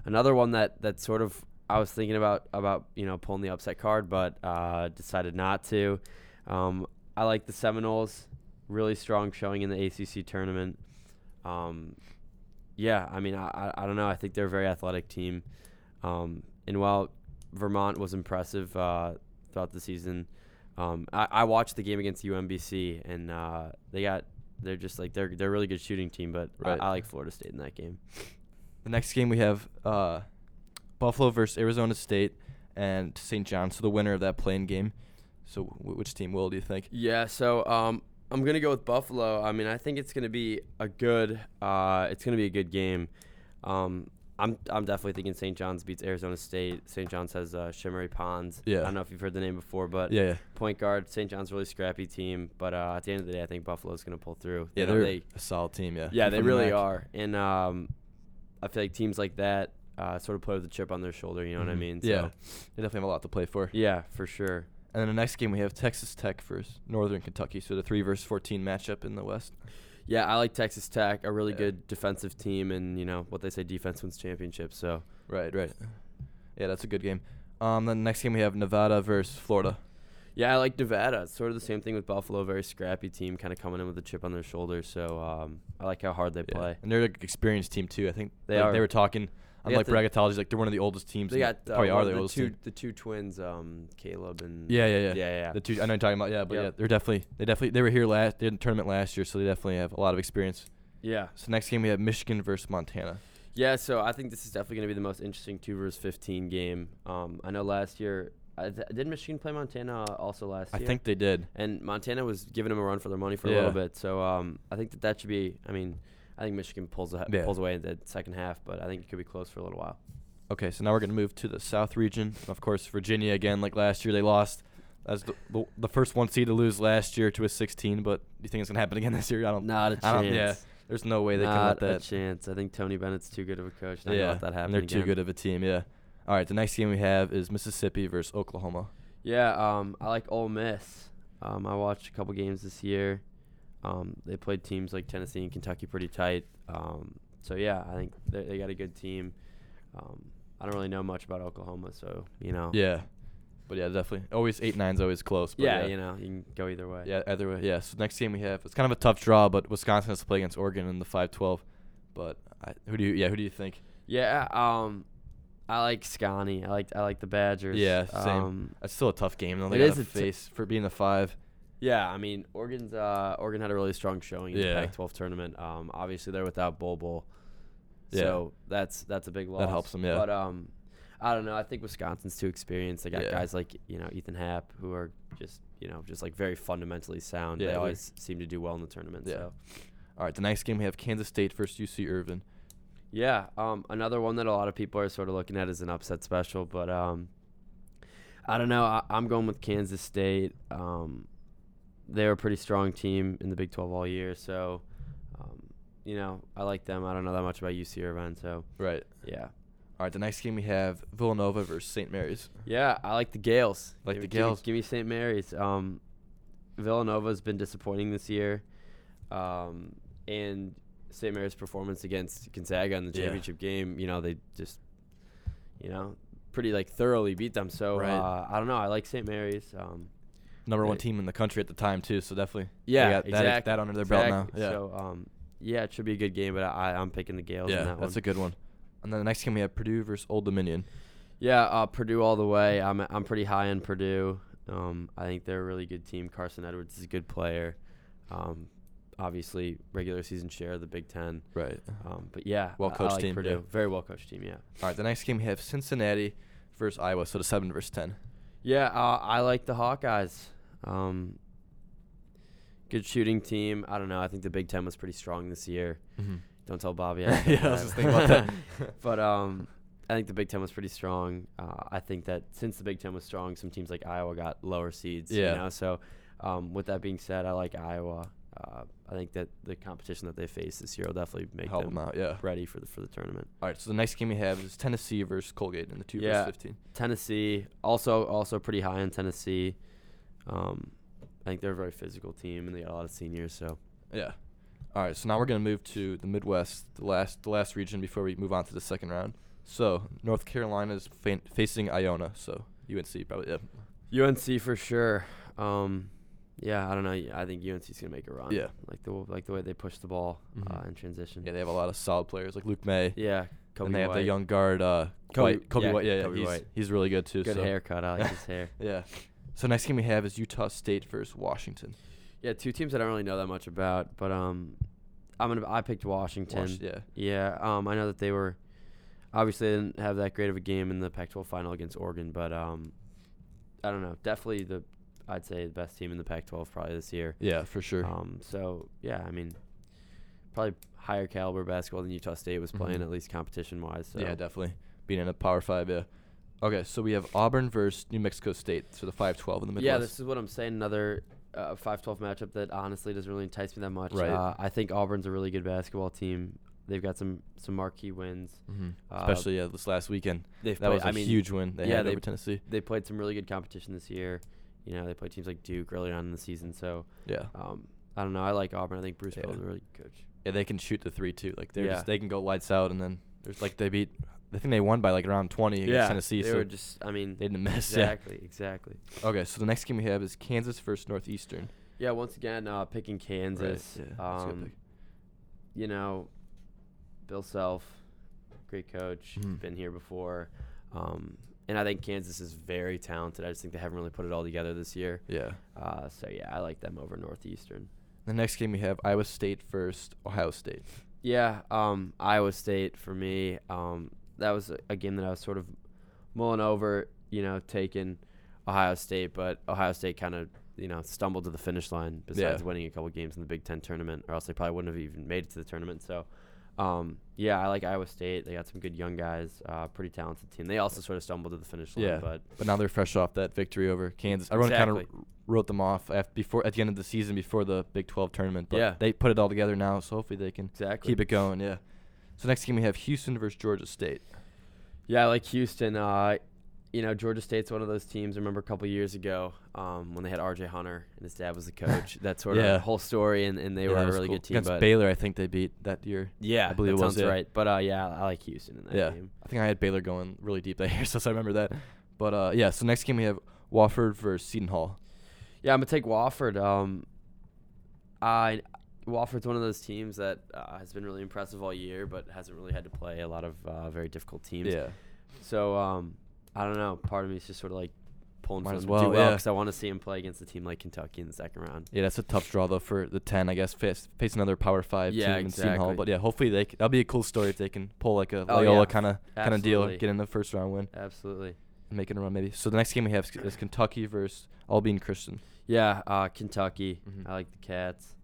S4: Another one that that sort of I was thinking about about you know pulling the upset card, but uh, decided not to. Um, I like the Seminoles, really strong showing in the ACC tournament. Um, yeah, I mean I, I I don't know. I think they're a very athletic team, um, and while Vermont was impressive uh, throughout the season. Um, I, I watched the game against UMBC, and uh, they got they're just like they're they're a really good shooting team, but
S2: Right.
S4: I, I like Florida State in that game.
S2: The next game we have uh, Buffalo versus Arizona State and St. John. So the winner of that playing game. So w- which team will do you think?
S4: Yeah, so um, I'm gonna go with Buffalo. I mean, I think it's gonna be a good uh, it's gonna be a good game. Um, I'm I'm definitely thinking St. John's beats Arizona State. St. John's has uh, Shimmery Ponds.
S2: Yeah.
S4: I don't know if you've heard the name before, but
S2: Yeah, yeah.
S4: point guard St. John's really scrappy team. But uh, at the end of the day, I think Buffalo's gonna pull through.
S2: Yeah,
S4: You know,
S2: they're
S4: they-
S2: a solid team. Yeah.
S4: Yeah, they
S2: From the
S4: really
S2: MAC.
S4: are. And um, I feel like teams like that uh, sort of play with a chip on their shoulder. You know what I
S2: Mhm.
S4: mean?
S2: Yeah,
S4: So,
S2: they definitely have a lot to play for.
S4: yeah, for sure.
S2: And then the next game we have Texas Tech versus Northern Kentucky. So the three versus fourteen matchup in the West.
S4: Yeah, I like Texas Tech, a really
S2: Yeah.
S4: good defensive team, and you know what they say, defense wins championships. So
S2: Right, right. Yeah, that's a good game. Um, then the next game we have Nevada versus Florida.
S4: yeah, I like Nevada. It's sort of the same thing with Buffalo, very scrappy team, kind of coming in with a chip on their shoulder. So um, I like how hard they
S2: Yeah.
S4: play.
S2: And they're an experienced team too. I think
S4: They
S2: like, They
S4: are.
S2: were talking.
S4: They
S2: on
S4: got
S2: like
S4: the-
S2: bracketology, like they're one of the oldest teams.
S4: They
S2: in-
S4: got uh,
S2: probably
S4: one
S2: are
S4: of
S2: the,
S4: the
S2: oldest
S4: two
S2: team.
S4: the two twins, um, Caleb and
S2: Yeah, yeah, yeah.
S4: yeah, yeah.
S2: The two I know you're talking about, yeah, but
S4: Yep.
S2: yeah, they're definitely they definitely they were here last they had a tournament last year, so they definitely have a lot of experience.
S4: yeah.
S2: So next game we have Michigan versus Montana.
S4: Yeah, so I think this is definitely going to be the most interesting two versus fifteen game. Um, I know last year, I th- did Michigan play Montana uh, also last
S2: I
S4: year?
S2: think they did.
S4: and Montana was giving them a run for their money for a
S2: Yeah.
S4: little bit. So um, I think that that should be. I mean, I think Michigan pulls a,
S2: Yeah.
S4: pulls away in the second half, but I think it could be close for a little while.
S2: Okay, so now we're gonna move to the South region. Of course, Virginia again, like last year, they lost. That's the, the, the first one seed to lose last year to a 16. But do you think it's gonna happen again this year? I don't.
S4: Not a
S2: I don't- yeah, there's no way they can
S4: Not
S2: let
S4: a
S2: that.
S4: chance. I think Tony Bennett's too good of a coach. Not
S2: yeah,
S4: yeah, let that happen.
S2: and they're too
S4: again.
S2: good of a team. Yeah. All right, the next game we have is Mississippi versus Oklahoma.
S4: Yeah, um, I like Ole Miss. Um, I watched a couple games this year. Um, they played teams like Tennessee and Kentucky pretty tight. Um, so yeah, I think they, they got a good team. Um, I don't really know much about Oklahoma, so you know.
S2: Yeah, but yeah, definitely always eight nine's always close. But
S4: Yeah, you know, you can go either way.
S2: Yeah, either way. Yeah. So next game we have it's kind of a tough draw, but Wisconsin has to play against Oregon in the 5-12. But I, who do you? Yeah, who do you think?
S4: Yeah, um, I like Scani. I like I like the Badgers.
S2: Yeah, same.
S4: Um,
S2: That's still a tough game though. They
S4: It
S2: gotta
S4: is a t-
S2: face for being the five.
S4: yeah, I mean Oregon's uh Oregon had a really strong showing in
S2: Yeah.
S4: the Pac-12 tournament. Um, obviously they're without Bull Bull,
S2: Yeah.
S4: so that's that's a big loss.
S2: helps them, yeah.
S4: But um, I don't know. I think Wisconsin's too experienced. They got
S2: Yeah.
S4: guys like you know Ethan Happ who are just you know just like very fundamentally sound.
S2: Yeah,
S4: they
S2: they're-
S4: always seem to do well in the tournament.
S2: Yeah.
S4: So
S2: All right. The next game we have Kansas State versus UC Irvin.
S4: Yeah, um, another one that a lot of people are sort of looking at as an upset special, but um, I don't know. I, I'm going with Kansas State. Um, they're a pretty strong team in the Big 12 all year, so um, you know I like them. I don't know that much about UC Irvine, so
S2: Right.
S4: yeah,
S2: All right. The next game we have Villanova versus St. Mary's.
S4: yeah, I like the Gales.
S2: Like
S4: Give
S2: the
S4: me- give me-
S2: Gales.
S4: Give me St. Mary's. Um, Villanova's been disappointing this year, um, and St. Mary's performance against Gonzaga in the
S2: Yeah.
S4: championship game, you know, they just, you know, pretty like thoroughly beat them. So
S2: Right.
S4: uh, I don't know. I like St. Mary's. Um,
S2: Number one
S4: They-
S2: team in the country at the time too. So definitely. they
S4: yeah,
S2: got that,
S4: exact-
S2: that under their belt
S4: exact-
S2: now. Yeah.
S4: So um, yeah, it should be a good game, but I, I'm picking the Gales
S2: yeah.
S4: in that
S2: that's
S4: one.
S2: a good one. And then the next game we have Purdue versus Old Dominion.
S4: yeah, uh, Purdue all the way. I'm I'm pretty high in Purdue. Um, I think they're a really good team. Carson Edwards is a good player. Um, obviously, regular season share of the Big Ten.
S2: Right.
S4: Um, but yeah, I-
S2: Well-coached
S4: I like
S2: team, yeah.
S4: Purdue, very well coached team. Yeah,
S2: All right. The next game we have Cincinnati versus Iowa. So the seven versus ten.
S4: yeah. Uh, I like the Hawkeyes. Um, good shooting team. I don't know. I think the Big Ten was pretty strong this year.
S2: Mm-hmm.
S4: Don't tell Bobby. I said
S2: yeah, I was
S4: that.
S2: just thinking about that.
S4: but um, I think the Big Ten was pretty strong. Uh, I think that since the Big Ten was strong, some teams like Iowa got lower seeds.
S2: Yeah.
S4: You know? So, um, with that being said, I like Iowa. Uh, I think that the competition that they face this year will definitely make
S2: Help
S4: them
S2: them out, yeah.
S4: ready for the for the tournament.
S2: All right, so the next game we have is Tennessee versus Colgate in the two
S4: Yeah.
S2: versus fifteen.
S4: Tennessee also also pretty high in Tennessee. Um, I think they're a very physical team and they got a lot of seniors. So
S2: Yeah. All right, so now we're gonna move to the Midwest, the last the last region before we move on to the second round. So North Carolina is fa- facing Iona. So UNC probably. Yeah.
S4: UNC for sure. Um, yeah, I don't know. I think UNC's gonna make a run.
S2: Yeah.
S4: like the like the way they push the ball
S2: Mhm.
S4: uh, in transition.
S2: Yeah, they have a lot of solid players like Luke May.
S4: yeah. Kobe
S2: and they have the
S4: White.
S2: young guard, uh,
S4: Kobe-
S2: White. Kobe
S4: yeah,
S2: White. Yeah, yeah.
S4: Kobe
S2: he's,
S4: White.
S2: he's really good too.
S4: good
S2: so.
S4: haircut. I like his hair.
S2: Yeah. So next game we have is Utah State versus Washington.
S4: Yeah, two teams I don't really know that much about, but um, I'm gonna I picked Washington.
S2: Wash- yeah.
S4: Yeah, um, I know that they were obviously they didn't have that great of a game in the Pac-12 final against Oregon, but um, I don't know. Definitely the I'd say the best team in the Pac-12 probably this year.
S2: Yeah, for sure.
S4: Um, so yeah, I mean, probably higher caliber basketball than Utah State was playing
S2: Mhm.
S4: at least competition wise. So
S2: Yeah, definitely. Being in a Power Five, yeah. Okay, so we have Auburn versus New Mexico State, so the five twelve in the Midwest.
S4: Yeah, this is what I'm saying. Another uh, 5-12 matchup that honestly doesn't really entice me that much.
S2: Right.
S4: Uh, I think Auburn's a really good basketball team. They've got some some marquee wins.
S2: Mhm.
S4: Uh,
S2: especially yeah, this last weekend.
S4: They've
S2: That was a
S4: I mean,
S2: huge win they
S4: yeah,
S2: had
S4: they-
S2: over Tennessee.
S4: They played some really good competition this year. You know, they played teams like Duke earlier on in the season. So
S2: Yeah,
S4: um, I don't know. I like Auburn. I think Bruce
S2: Yeah.
S4: Pearl's a really good coach.
S2: yeah, they can shoot the three too. Like they're
S4: Yeah.
S2: just, they can go lights out, and then there's like they beat. I think they won by like around twenty against Tennessee,
S4: they
S2: so
S4: were just. I mean,
S2: they didn't miss.
S4: exactly, exactly.
S2: Yeah. Okay, so the next game we have is Kansas versus Northeastern.
S4: Yeah, once again, uh, picking Kansas.
S2: yeah, that's a good
S4: um,
S2: pick.
S4: You know, Bill Self, great coach,
S2: Mhm.
S4: been here before. Um, and I think Kansas is very talented. I just think they haven't really put it all together this year.
S2: Yeah.
S4: Uh, so, yeah, I like them over Northeastern.
S2: The next game we have Iowa State versus Ohio State.
S4: Yeah, um, Iowa State for me. Um, that was a- a game that I was sort of mulling over, you know, taking Ohio State, but Ohio State kind of, you know, stumbled to the finish line besides
S2: Yeah.
S4: winning a couple games in the Big Ten tournament, or else they probably wouldn't have even made it to the tournament. So, um, yeah, I like Iowa State. They got some good young guys, uh, pretty talented team. They also sort of stumbled to the finish line,
S2: Yeah.
S4: but
S2: But now they're fresh off that victory over Kansas. Everyone kind
S4: Exactly.
S2: of wrote them off after, before at the end of the season before the Big 12 tournament. But
S4: Yeah.
S2: they put it all together now, so hopefully they can
S4: exactly.
S2: keep it going. Yeah. So next game we have Houston versus Georgia State.
S4: Yeah, I like Houston. Uh, you know, Georgia State's one of those teams. I remember a couple years ago um, when they had R.J. Hunter and his dad was the coach. that sort
S2: Yeah.
S4: of whole story, and, and they
S2: Yeah,
S4: were
S2: that
S4: a
S2: was
S4: really
S2: cool.
S4: good team.
S2: Against
S4: But
S2: Baylor, I think they beat that year.
S4: yeah,
S2: I believe
S4: that
S2: it was,
S4: sounds
S2: yeah.
S4: right. But uh, yeah, I like Houston in that
S2: Yeah.
S4: game.
S2: I think I had Baylor going really deep that year, so I remember that. But uh, yeah, so next game we have Wofford versus Seton Hall.
S4: Yeah, I'm gonna take Wofford. Um, I Wofford's one of those teams that uh, has been really impressive all year, but hasn't really had to play a lot of uh, very difficult teams.
S2: Yeah.
S4: So um, I don't know. Part of me is just sort of like pulling
S2: Might
S4: for
S2: as
S4: them to
S2: well,
S4: do well
S2: yeah.
S4: because I want to see him play against a team like Kentucky in the second round.
S2: Yeah, that's a tough draw though for the ten, I guess. Face, face another Power Five
S4: Yeah,
S2: team in Seton Hall,
S4: exactly.
S2: but yeah, hopefully they c- that'll be a cool story if they can pull like a
S4: Oh,
S2: Loyola
S4: yeah.
S2: kind of kind of deal,
S4: Absolutely.
S2: get in the first round win,
S4: Absolutely.
S2: and make it a run maybe. So the next game we have is- is Kentucky versus Albany Christian.
S4: Yeah, uh, Kentucky.
S2: Mhm.
S4: I like the Cats.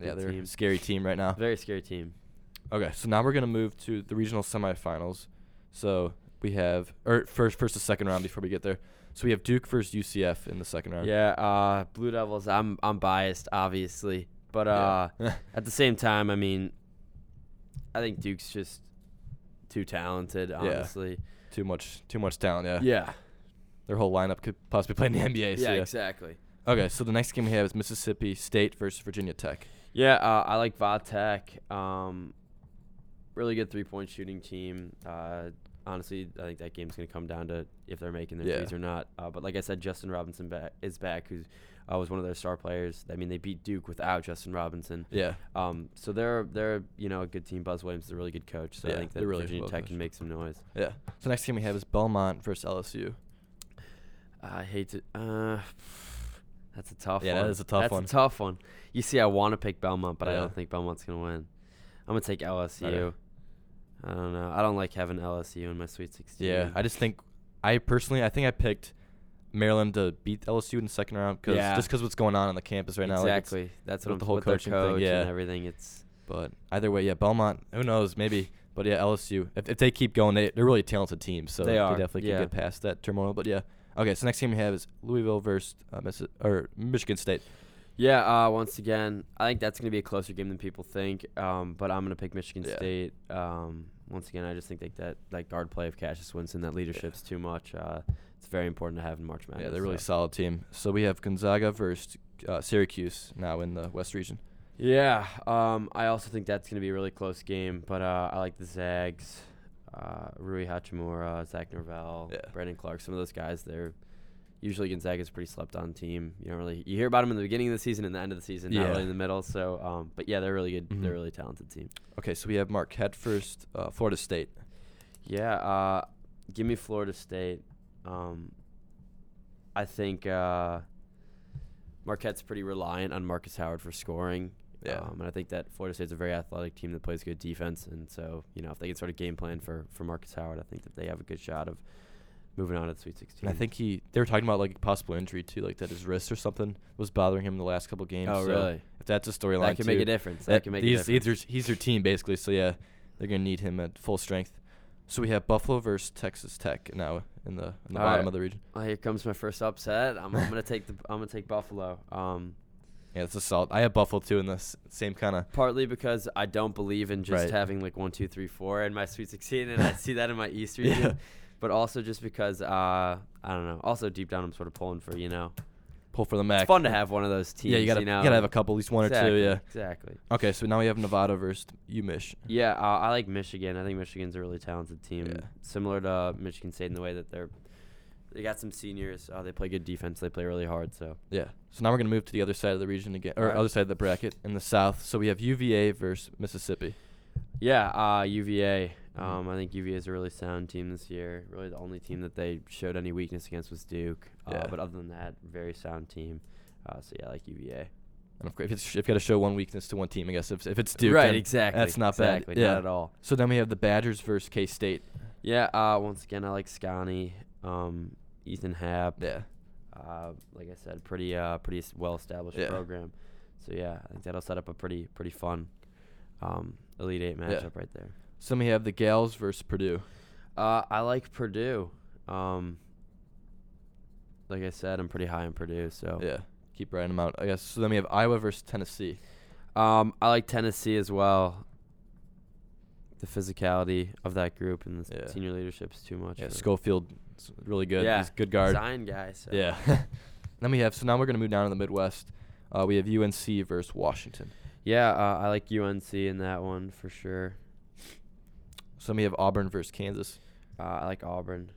S2: Yeah,
S4: Good
S2: they're
S4: team.
S2: a scary team right now.
S4: Very scary team.
S2: Okay, so now we're gonna move to the regional semifinals. So we have or first first to second round before we get there. So we have Duke versus UCF in the second round.
S4: Yeah, uh, Blue Devils. I'm I'm biased, obviously, but uh,
S2: Yeah.
S4: at the same time, I mean, I think Duke's just too talented. Honestly.
S2: too much too much talent. Yeah.
S4: Yeah.
S2: their whole lineup could possibly play in the NBA. so yeah.
S4: Exactly.
S2: Okay, so the next game we have is Mississippi State versus Virginia Tech.
S4: Yeah, uh, I like Vatek. Um, really good three point shooting team. Uh, honestly, I think that game's going to come down to if they're making their
S2: Yeah.
S4: threes or not. Uh, but like I said, Justin Robinson back, is back, who uh, was one of their star players. I mean, they beat Duke without Justin Robinson.
S2: Yeah.
S4: Um, so they're they're you know a good team. Buzz Williams is a really good coach. So
S2: Yeah,
S4: I think that
S2: they're really
S4: Virginia
S2: well
S4: Tech
S2: coached.
S4: can make some noise.
S2: Yeah. So next game we have is Belmont versus LSU.
S4: Ah, I hate to. Uh, that's a tough
S2: Yeah,
S4: one.
S2: that is a tough
S4: that's
S2: one.
S4: a tough one. You see, I want to pick Belmont, but I
S2: Yeah.
S4: don't think Belmont's going to win. I'm going to take LSU. I don't know. I don't like having LSU in my Sweet 16.
S2: Yeah, I just think I personally I think I picked Maryland to beat LSU in the second round because
S4: Yeah.
S2: just because what's going on on the campus right now. like, it's-
S4: exactly. that's what
S2: with
S4: I'm,
S2: the whole
S4: with their
S2: coaching thing,
S4: coach
S2: yeah.
S4: and everything. It's
S2: but either way, yeah, Belmont. Who knows? Maybe. But yeah, LSU. If, if they keep going, they, they're really a talented team, so
S4: They are,
S2: definitely
S4: yeah.
S2: can get past that turmoil. But yeah. Okay, so next game we have is Louisville versus uh, Missi- or Michigan State.
S4: yeah. Uh, once again, I think that's going to be a closer game than people think. Um, but I'm going to pick Michigan
S2: Yeah.
S4: State. Um, once again, I just think that that, that guard play of Cassius Winston, that leadership's too much. Uh, it's very important to have in March Madness.
S2: Yeah, they're a really
S4: so.
S2: solid team. So we have Gonzaga versus uh, Syracuse now in the West region.
S4: Yeah, um, I also think that's going to be a really close game, but uh, I like the Zags. uh, Rui Hachimura, Zach Norvell,
S2: Yeah.
S4: Brandon Clark, some of those guys. They're usually Gonzaga's a pretty slept on team. You don't really you hear about them in the beginning of the season and the end of the season, not
S2: Yeah.
S4: really in the middle. So, um, but yeah, they're really good. They're
S2: Mhm.
S4: a really talented team.
S2: Okay, so we have Marquette first, uh, Florida State.
S4: Yeah, uh, give me Florida State. Um, I think uh, Marquette's pretty reliant on Marcus Howard for scoring.
S2: Yeah.
S4: Um, and I think that Florida State's a very athletic team that plays good defense. And so, you know, if they can sort of game plan for, for Marcus Howard, I think that they have a good shot of moving on to the Sweet 16.
S2: And I think he they were talking about like possible injury too, like that his wrist or something was bothering him the last couple games.
S4: Oh,
S2: so
S4: really?
S2: If that's a storyline,
S4: That can make
S2: too,
S4: a difference. That,
S2: that-
S4: can make
S2: he's,
S4: a difference.
S2: He's their, he's their team basically. So yeah, they're gonna need him at full strength. So we have Buffalo versus Texas Tech now in the in the
S4: All
S2: bottom
S4: right.
S2: of the region.
S4: Oh, here comes my first upset. I'm, I'm gonna take the I'm gonna take Buffalo. Um,
S2: Yeah, it's a solid. I have Buffalo too in the s- same kind of.
S4: Partly because I don't believe in just
S2: Right.
S4: having like one, two, three, four in my Sweet 16, and I see that in my East region.
S2: Yeah.
S4: But also just because uh, I don't know. Also deep down, I'm sort of pulling for you know.
S2: Pull for the Mac.
S4: It's fun to have one of those teams.
S2: yeah, you gotta
S4: know?
S2: gotta have a couple, at least one or
S4: Exactly,
S2: two. Yeah.
S4: Exactly.
S2: Okay, so now we have Nevada versus UMich.
S4: Yeah, uh, I like Michigan. I think Michigan's a really talented team,
S2: Yeah.
S4: similar to Michigan State in the way that they're they got some seniors. Uh, they play good defense. They play really hard. So
S2: Yeah. So now we're gonna move to the other side of the region again, or
S4: Alright.
S2: other side of the bracket in the South. So we have UVA versus Mississippi.
S4: Yeah, uh, UVA.
S2: Mhm.
S4: Um, I think UVA is a really sound team this year. Really, the only team that they showed any weakness against was Duke. Uh,
S2: Yeah.
S4: But other than that, very sound team. Uh, so yeah, I like UVA.
S2: And of course, if, it's, if you got to show one weakness to one team, I guess if, if it's Duke,
S4: right?
S2: then
S4: Exactly.
S2: That's not
S4: exactly,
S2: bad. Yeah.
S4: Not at all.
S2: So then we have the Badgers versus K State.
S4: Yeah. Uh, once again, I like Scani, um, Ethan Happ.
S2: Yeah.
S4: Uh, like I said, pretty uh, pretty well established
S2: Yeah.
S4: program. So yeah, I think that'll set up a pretty pretty fun um, Elite Eight matchup right there.
S2: So then we have the Gals versus Purdue.
S4: Uh, I like Purdue. Um, like I said, I'm pretty high on Purdue. So
S2: Yeah. Keep writing them out, I guess. So then we have Iowa versus Tennessee.
S4: um, I like Tennessee as well. The physicality of that group and the s-
S2: Yeah.
S4: senior leadership is too much.
S2: Yeah,
S4: for-
S2: Schofield's really good.
S4: Yeah,
S2: He's a good guard.
S4: Zion guy. So.
S2: Yeah. then we have. So now we're gonna move down to the Midwest. Uh, we have UNC versus Washington.
S4: Yeah, uh, I like UNC in that one for sure.
S2: So then we have Auburn versus Kansas,
S4: Uh, I like Auburn.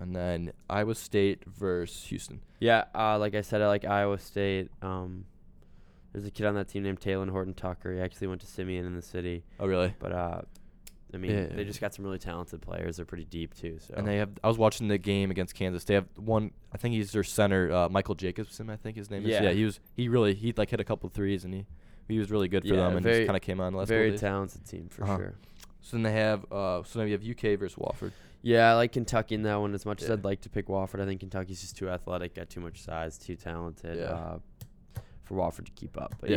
S2: and then Iowa State versus Houston.
S4: Yeah, uh, like I said, I like Iowa State. Um, there's a kid on that team named Taylor Horton Tucker. He actually went to Simeon in the city.
S2: Oh really?
S4: But uh, I mean,
S2: Yeah.
S4: they just got some really talented players. They're pretty deep too. So
S2: And they have. I was watching the game against Kansas. They have one. I think he's their center, uh, Michael Jacobson. I think his name
S4: Yeah.
S2: is. Yeah. He was. He really. He like hit a couple threes, and he he was really good for
S4: Yeah,
S2: them, and
S4: very-
S2: just kind of came on the last. couple
S4: very
S2: days.
S4: talented team for
S2: Uh-huh.
S4: sure.
S2: So then they have. Uh, so then we have UK versus Wofford.
S4: Yeah, I like Kentucky in that one. As much as
S2: Yeah.
S4: I'd like to pick Wofford, I think Kentucky's just too athletic, got too much size, too talented
S2: Yeah.
S4: uh, for Wofford to keep up. But
S2: Yeah.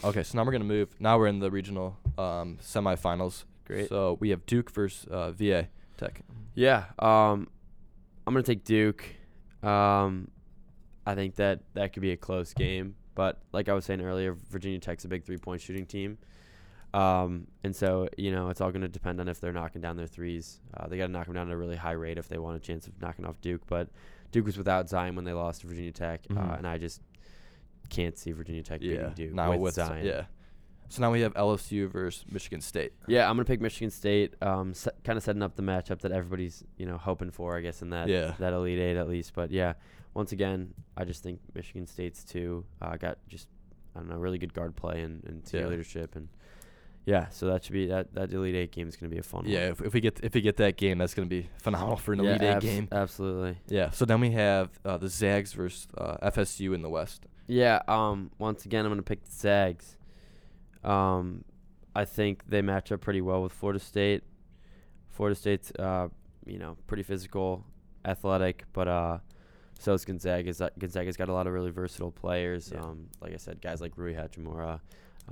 S4: yeah,
S2: Okay, so now we're gonna move. Now we're in the regional um, semifinals.
S4: Great.
S2: So we have Duke versus uh, VA Tech.
S4: yeah. um, I'm gonna take Duke. Um, I think that that could be a close game. But like I was saying earlier, Virginia Tech's a big three-point shooting team. Um, and so you know it's all going to depend on if they're knocking down their threes. Uh, they got to knock them down at a really high rate if they want a chance of knocking off Duke. But Duke was without Zion when they lost to Virginia Tech, uh,
S2: Mhm.
S4: and I just can't see Virginia Tech beating Duke
S2: Now
S4: with,
S2: with,
S4: Zion.
S2: Yeah. So now we have LSU versus Michigan State.
S4: Yeah, I'm gonna pick Michigan State. Um, s kind of setting up the matchup that everybody's you know hoping for, I guess, in that
S2: Yeah.
S4: that Elite Eight at least. But yeah, once again, I just think Michigan State's too uh, got just I don't know really good guard play and and senior
S2: Yeah.
S4: leadership and yeah, so that should be that that Elite Eight game is gonna be a fun
S2: Yeah.
S4: one.
S2: If, if we get if we get that game, that's gonna be phenomenal for an elite eight
S4: abs-
S2: game.
S4: absolutely.
S2: Yeah. So then we have uh, the Zags versus uh, FSU in the West.
S4: Yeah. Um. Once again, I'm gonna pick the Zags. Um, I think they match up pretty well with Florida State. Florida State's uh, you know, pretty physical, athletic, but uh, so is Gonzaga. Gonza- Gonzaga's got a lot of really versatile players.
S2: Yeah.
S4: Um, like I said, guys like Rui Hachimura.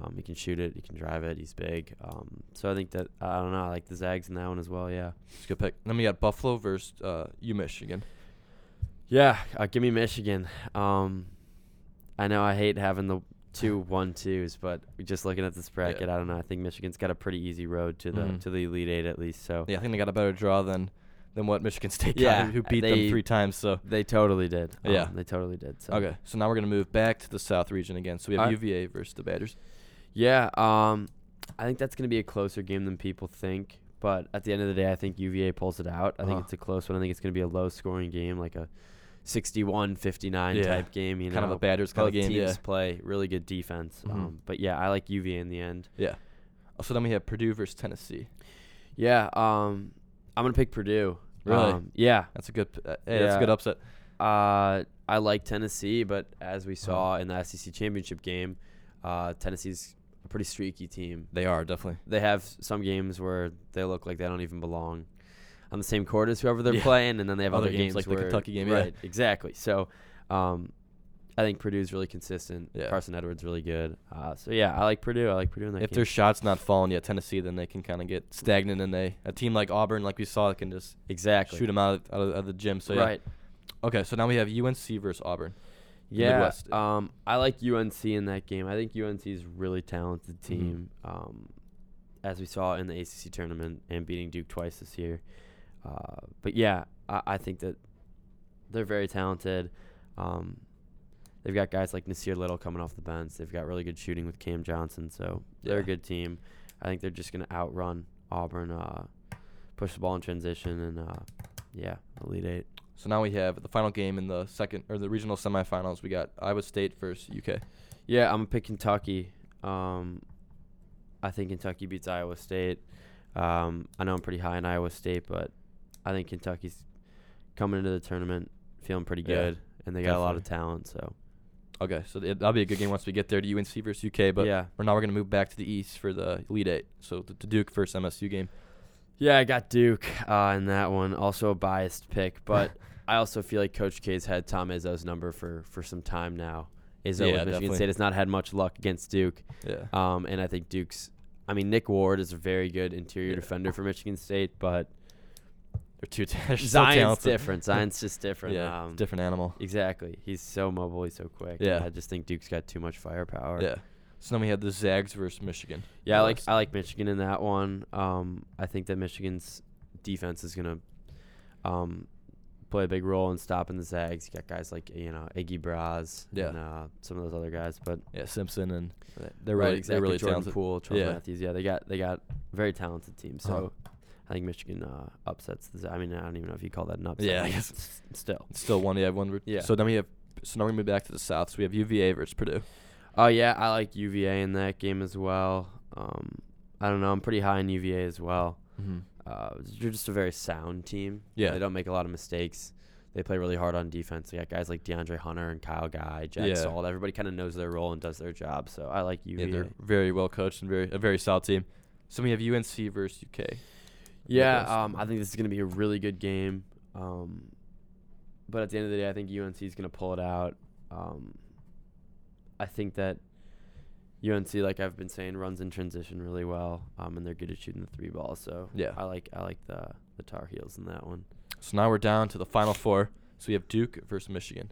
S4: Um, he can shoot it. He can drive it. He's big. Um, so I think that I don't know. I like the Zags in that one as well. Yeah.
S2: It's a good pick. Then we got Buffalo versus uh, UMich again.
S4: Yeah, uh, give me Michigan. Um, I know I hate having the two one twos, but just looking at this bracket, I don't know. I think Michigan's got a pretty easy road to the
S2: Mhm.
S4: to the Elite Eight at least. So
S2: Yeah, I think they got a better draw than than what Michigan State
S4: Yeah,
S2: got, who beat
S4: they-
S2: them three times. So
S4: they totally did. Um,
S2: Yeah.
S4: they totally did. So
S2: okay, so now we're gonna move back to the South region again. So we have
S4: Alright.
S2: UVA versus the Badgers.
S4: yeah. Um, I think that's going to be a closer game than people think. But at the end of the day, I think UVA pulls it out. I
S2: Uh-huh.
S4: think it's a close one. I think it's going to be a low scoring game, like a 61 59
S2: Yeah.
S4: type game. You
S2: kind of
S4: know?
S2: a Badgers kind
S4: Both
S2: of game.
S4: teams
S2: Yeah.
S4: play really good defense.
S2: Mhm.
S4: Um, but yeah, I like UVA in the end.
S2: Yeah. So then we have Purdue versus Tennessee.
S4: Yeah, um, I'm going to pick Purdue.
S2: Really?
S4: Um, yeah.
S2: That's a good. Uh, hey, that's a
S4: Yeah.
S2: good upset.
S4: Uh, I like Tennessee, but as we saw
S2: Uh-huh.
S4: in the SEC championship game, uh, Tennessee's a pretty streaky team.
S2: They are definitely.
S4: They have s- some games where they look like they don't even belong on the same court as whoever they're
S2: Yeah.
S4: playing, and then they have
S2: Other
S4: other,
S2: games
S4: games,
S2: like the
S4: where,
S2: Kentucky game, yeah.
S4: Right, exactly. So, um, I think Purdue's really consistent.
S2: Yeah.
S4: Carson Edwards really good. Uh, so yeah, I like Purdue. I like Purdue in that
S2: If
S4: game.
S2: their shots not falling yet, Tennessee, then they can kind of get stagnant, and they a team like Auburn, like we saw, can just
S4: exactly
S2: shoot them out of, out, of, out of the gym. So yeah.
S4: right.
S2: Okay, so now we have UNC versus Auburn.
S4: Yeah,
S2: Midwest.
S4: um, I like UNC in that game. I think UNC is a really
S2: Mm-hmm.
S4: talented team. Um, as we saw in the ACC tournament and beating Duke twice this year. Uh, but yeah, I, I think that they're very talented. Um, they've got guys like Nasir Little coming off the bench. They've got really good shooting with Cam Johnson, so they're
S2: Yeah.
S4: a good team. I think they're just gonna outrun Auburn, uh, push the ball in transition, and uh, yeah, Elite Eight.
S2: So now we have the final game in the second or the regional semifinals. We got Iowa State versus UK.
S4: Yeah, I'm gonna pick Kentucky. Um, I think Kentucky beats Iowa State. Um, I know I'm pretty high in Iowa State, but I think Kentucky's coming into the tournament feeling pretty
S2: Yeah,
S4: good, and they got a lot of talent. So
S2: Okay, so th- that'll be a good game once we get there to UNC versus UK. But
S4: yeah,
S2: we're now we're gonna move back to the East for the lead eight. So the, the Duke versus MSU game.
S4: yeah, I got Duke uh, in that one. Also a biased pick, but I also feel like Coach K's had Tom Izzo's number for for some time now. Izzo
S2: Yeah,
S4: with Michigan
S2: definitely.
S4: State has not had much luck against Duke.
S2: Yeah.
S4: Um, and I think Duke's. I mean, Nick Ward is a very good interior
S2: Yeah.
S4: defender for Michigan State, but
S2: They're two t- they're so
S4: Zion's
S2: talented.
S4: different. Zion's just different.
S2: Yeah,
S4: um,
S2: different animal.
S4: Exactly. He's so mobile. He's so quick.
S2: Yeah.
S4: I just think Duke's got too much firepower.
S2: Yeah. So then we have the Zags versus Michigan.
S4: Yeah, I like
S2: West.
S4: I like Michigan in that one. Um, I think that Michigan's defense is gonna um, play a big role in stopping the Zags. You got guys like you know Iggy Braz
S2: Yeah.
S4: and uh, some of those other guys, but
S2: Yeah, Simpson and they're really they're really
S4: Jordan
S2: talented.
S4: Poole, Charles
S2: Yeah.
S4: Matthews. Yeah, they got they got very talented team. So
S2: Uh-huh.
S4: I think Michigan uh, upsets. The, Z- I mean, I don't even know if you call that an upset.
S2: Yeah, I
S4: but
S2: guess.
S4: s- Still.
S2: Still one. Yeah, one. re-
S4: Yeah.
S2: So then we have. So now we're gonna move back to the South. So we have UVA versus Purdue.
S4: Oh yeah, I like UVA in that game as well. Um, I don't know. I'm pretty high in UVA as well.
S2: Mm-hmm.
S4: Uh, they're just a very sound team.
S2: Yeah.
S4: They don't make a lot of mistakes. They play really hard on defense. They got guys like DeAndre Hunter and Kyle Guy, Jack
S2: Yeah.
S4: Salt. Everybody kind of knows their role and does their job. So I like
S2: Yeah,
S4: UVA.
S2: they're very well coached and very a very solid team. So we have UNC versus UK.
S4: Yeah,
S2: Midwest.
S4: um, I think this is going to be a really good game. Um, but at the end of the day, I think UNC is going to pull it out. Um, I think that UNC, like I've been saying, runs in transition really well, um, and they're good at shooting the three ball. So
S2: Yeah.
S4: I like I like the the Tar Heels in that one.
S2: So now we're down to the final four. So we have Duke versus Michigan.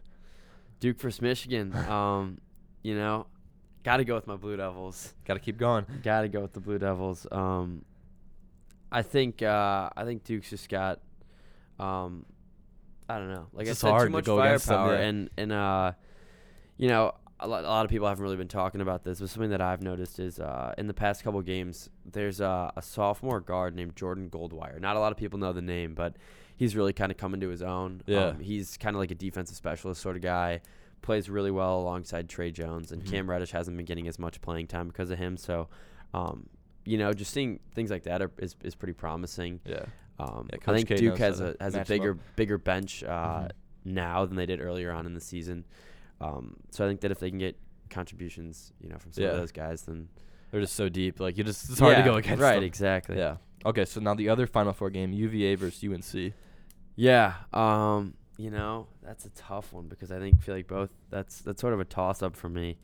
S4: Duke versus Michigan. Um, you know, got to go with my Blue Devils.
S2: Got to keep going.
S4: Got to go with the Blue Devils. Um, I think uh, I think Duke's just got, um, I don't know, like
S2: It's
S4: I
S2: just
S4: said,
S2: hard
S4: too
S2: to
S4: much
S2: go against them,
S4: firepower,
S2: yeah.
S4: and and uh, you know, a lot, a lot of people haven't really been talking about this, but something that I've noticed is uh, in the past couple games, there's uh, a sophomore guard named Jordan Goldwire. Not a lot of people know the name, but he's really kind of coming to his own.
S2: Yeah.
S4: Um, he's kind of like a defensive specialist sort of guy. Plays really well alongside Trey Jones, and
S2: Mhm.
S4: Cam Reddish hasn't been getting as much playing time because of him. So, um, you know, just seeing things like that are, is is pretty promising.
S2: Yeah.
S4: Um,
S2: Yeah,
S4: I
S2: Coach
S4: think
S2: K
S4: Duke
S2: knows how
S4: has
S2: to
S4: a has a
S2: match 'em
S4: bigger bigger bench uh,
S2: Mhm.
S4: now than they did earlier on in the season. Um, so I think that if they can get contributions, you know, from some
S2: Yeah.
S4: of those guys, then
S2: They're just so deep. Like you just it's hard
S4: Yeah,
S2: to go against.
S4: Right,
S2: them.
S4: exactly.
S2: Yeah. Okay. So now the other final four game, UVA versus UNC.
S4: Yeah. Um, you know, that's a tough one because I think feel like both that's that's sort of a toss up for me.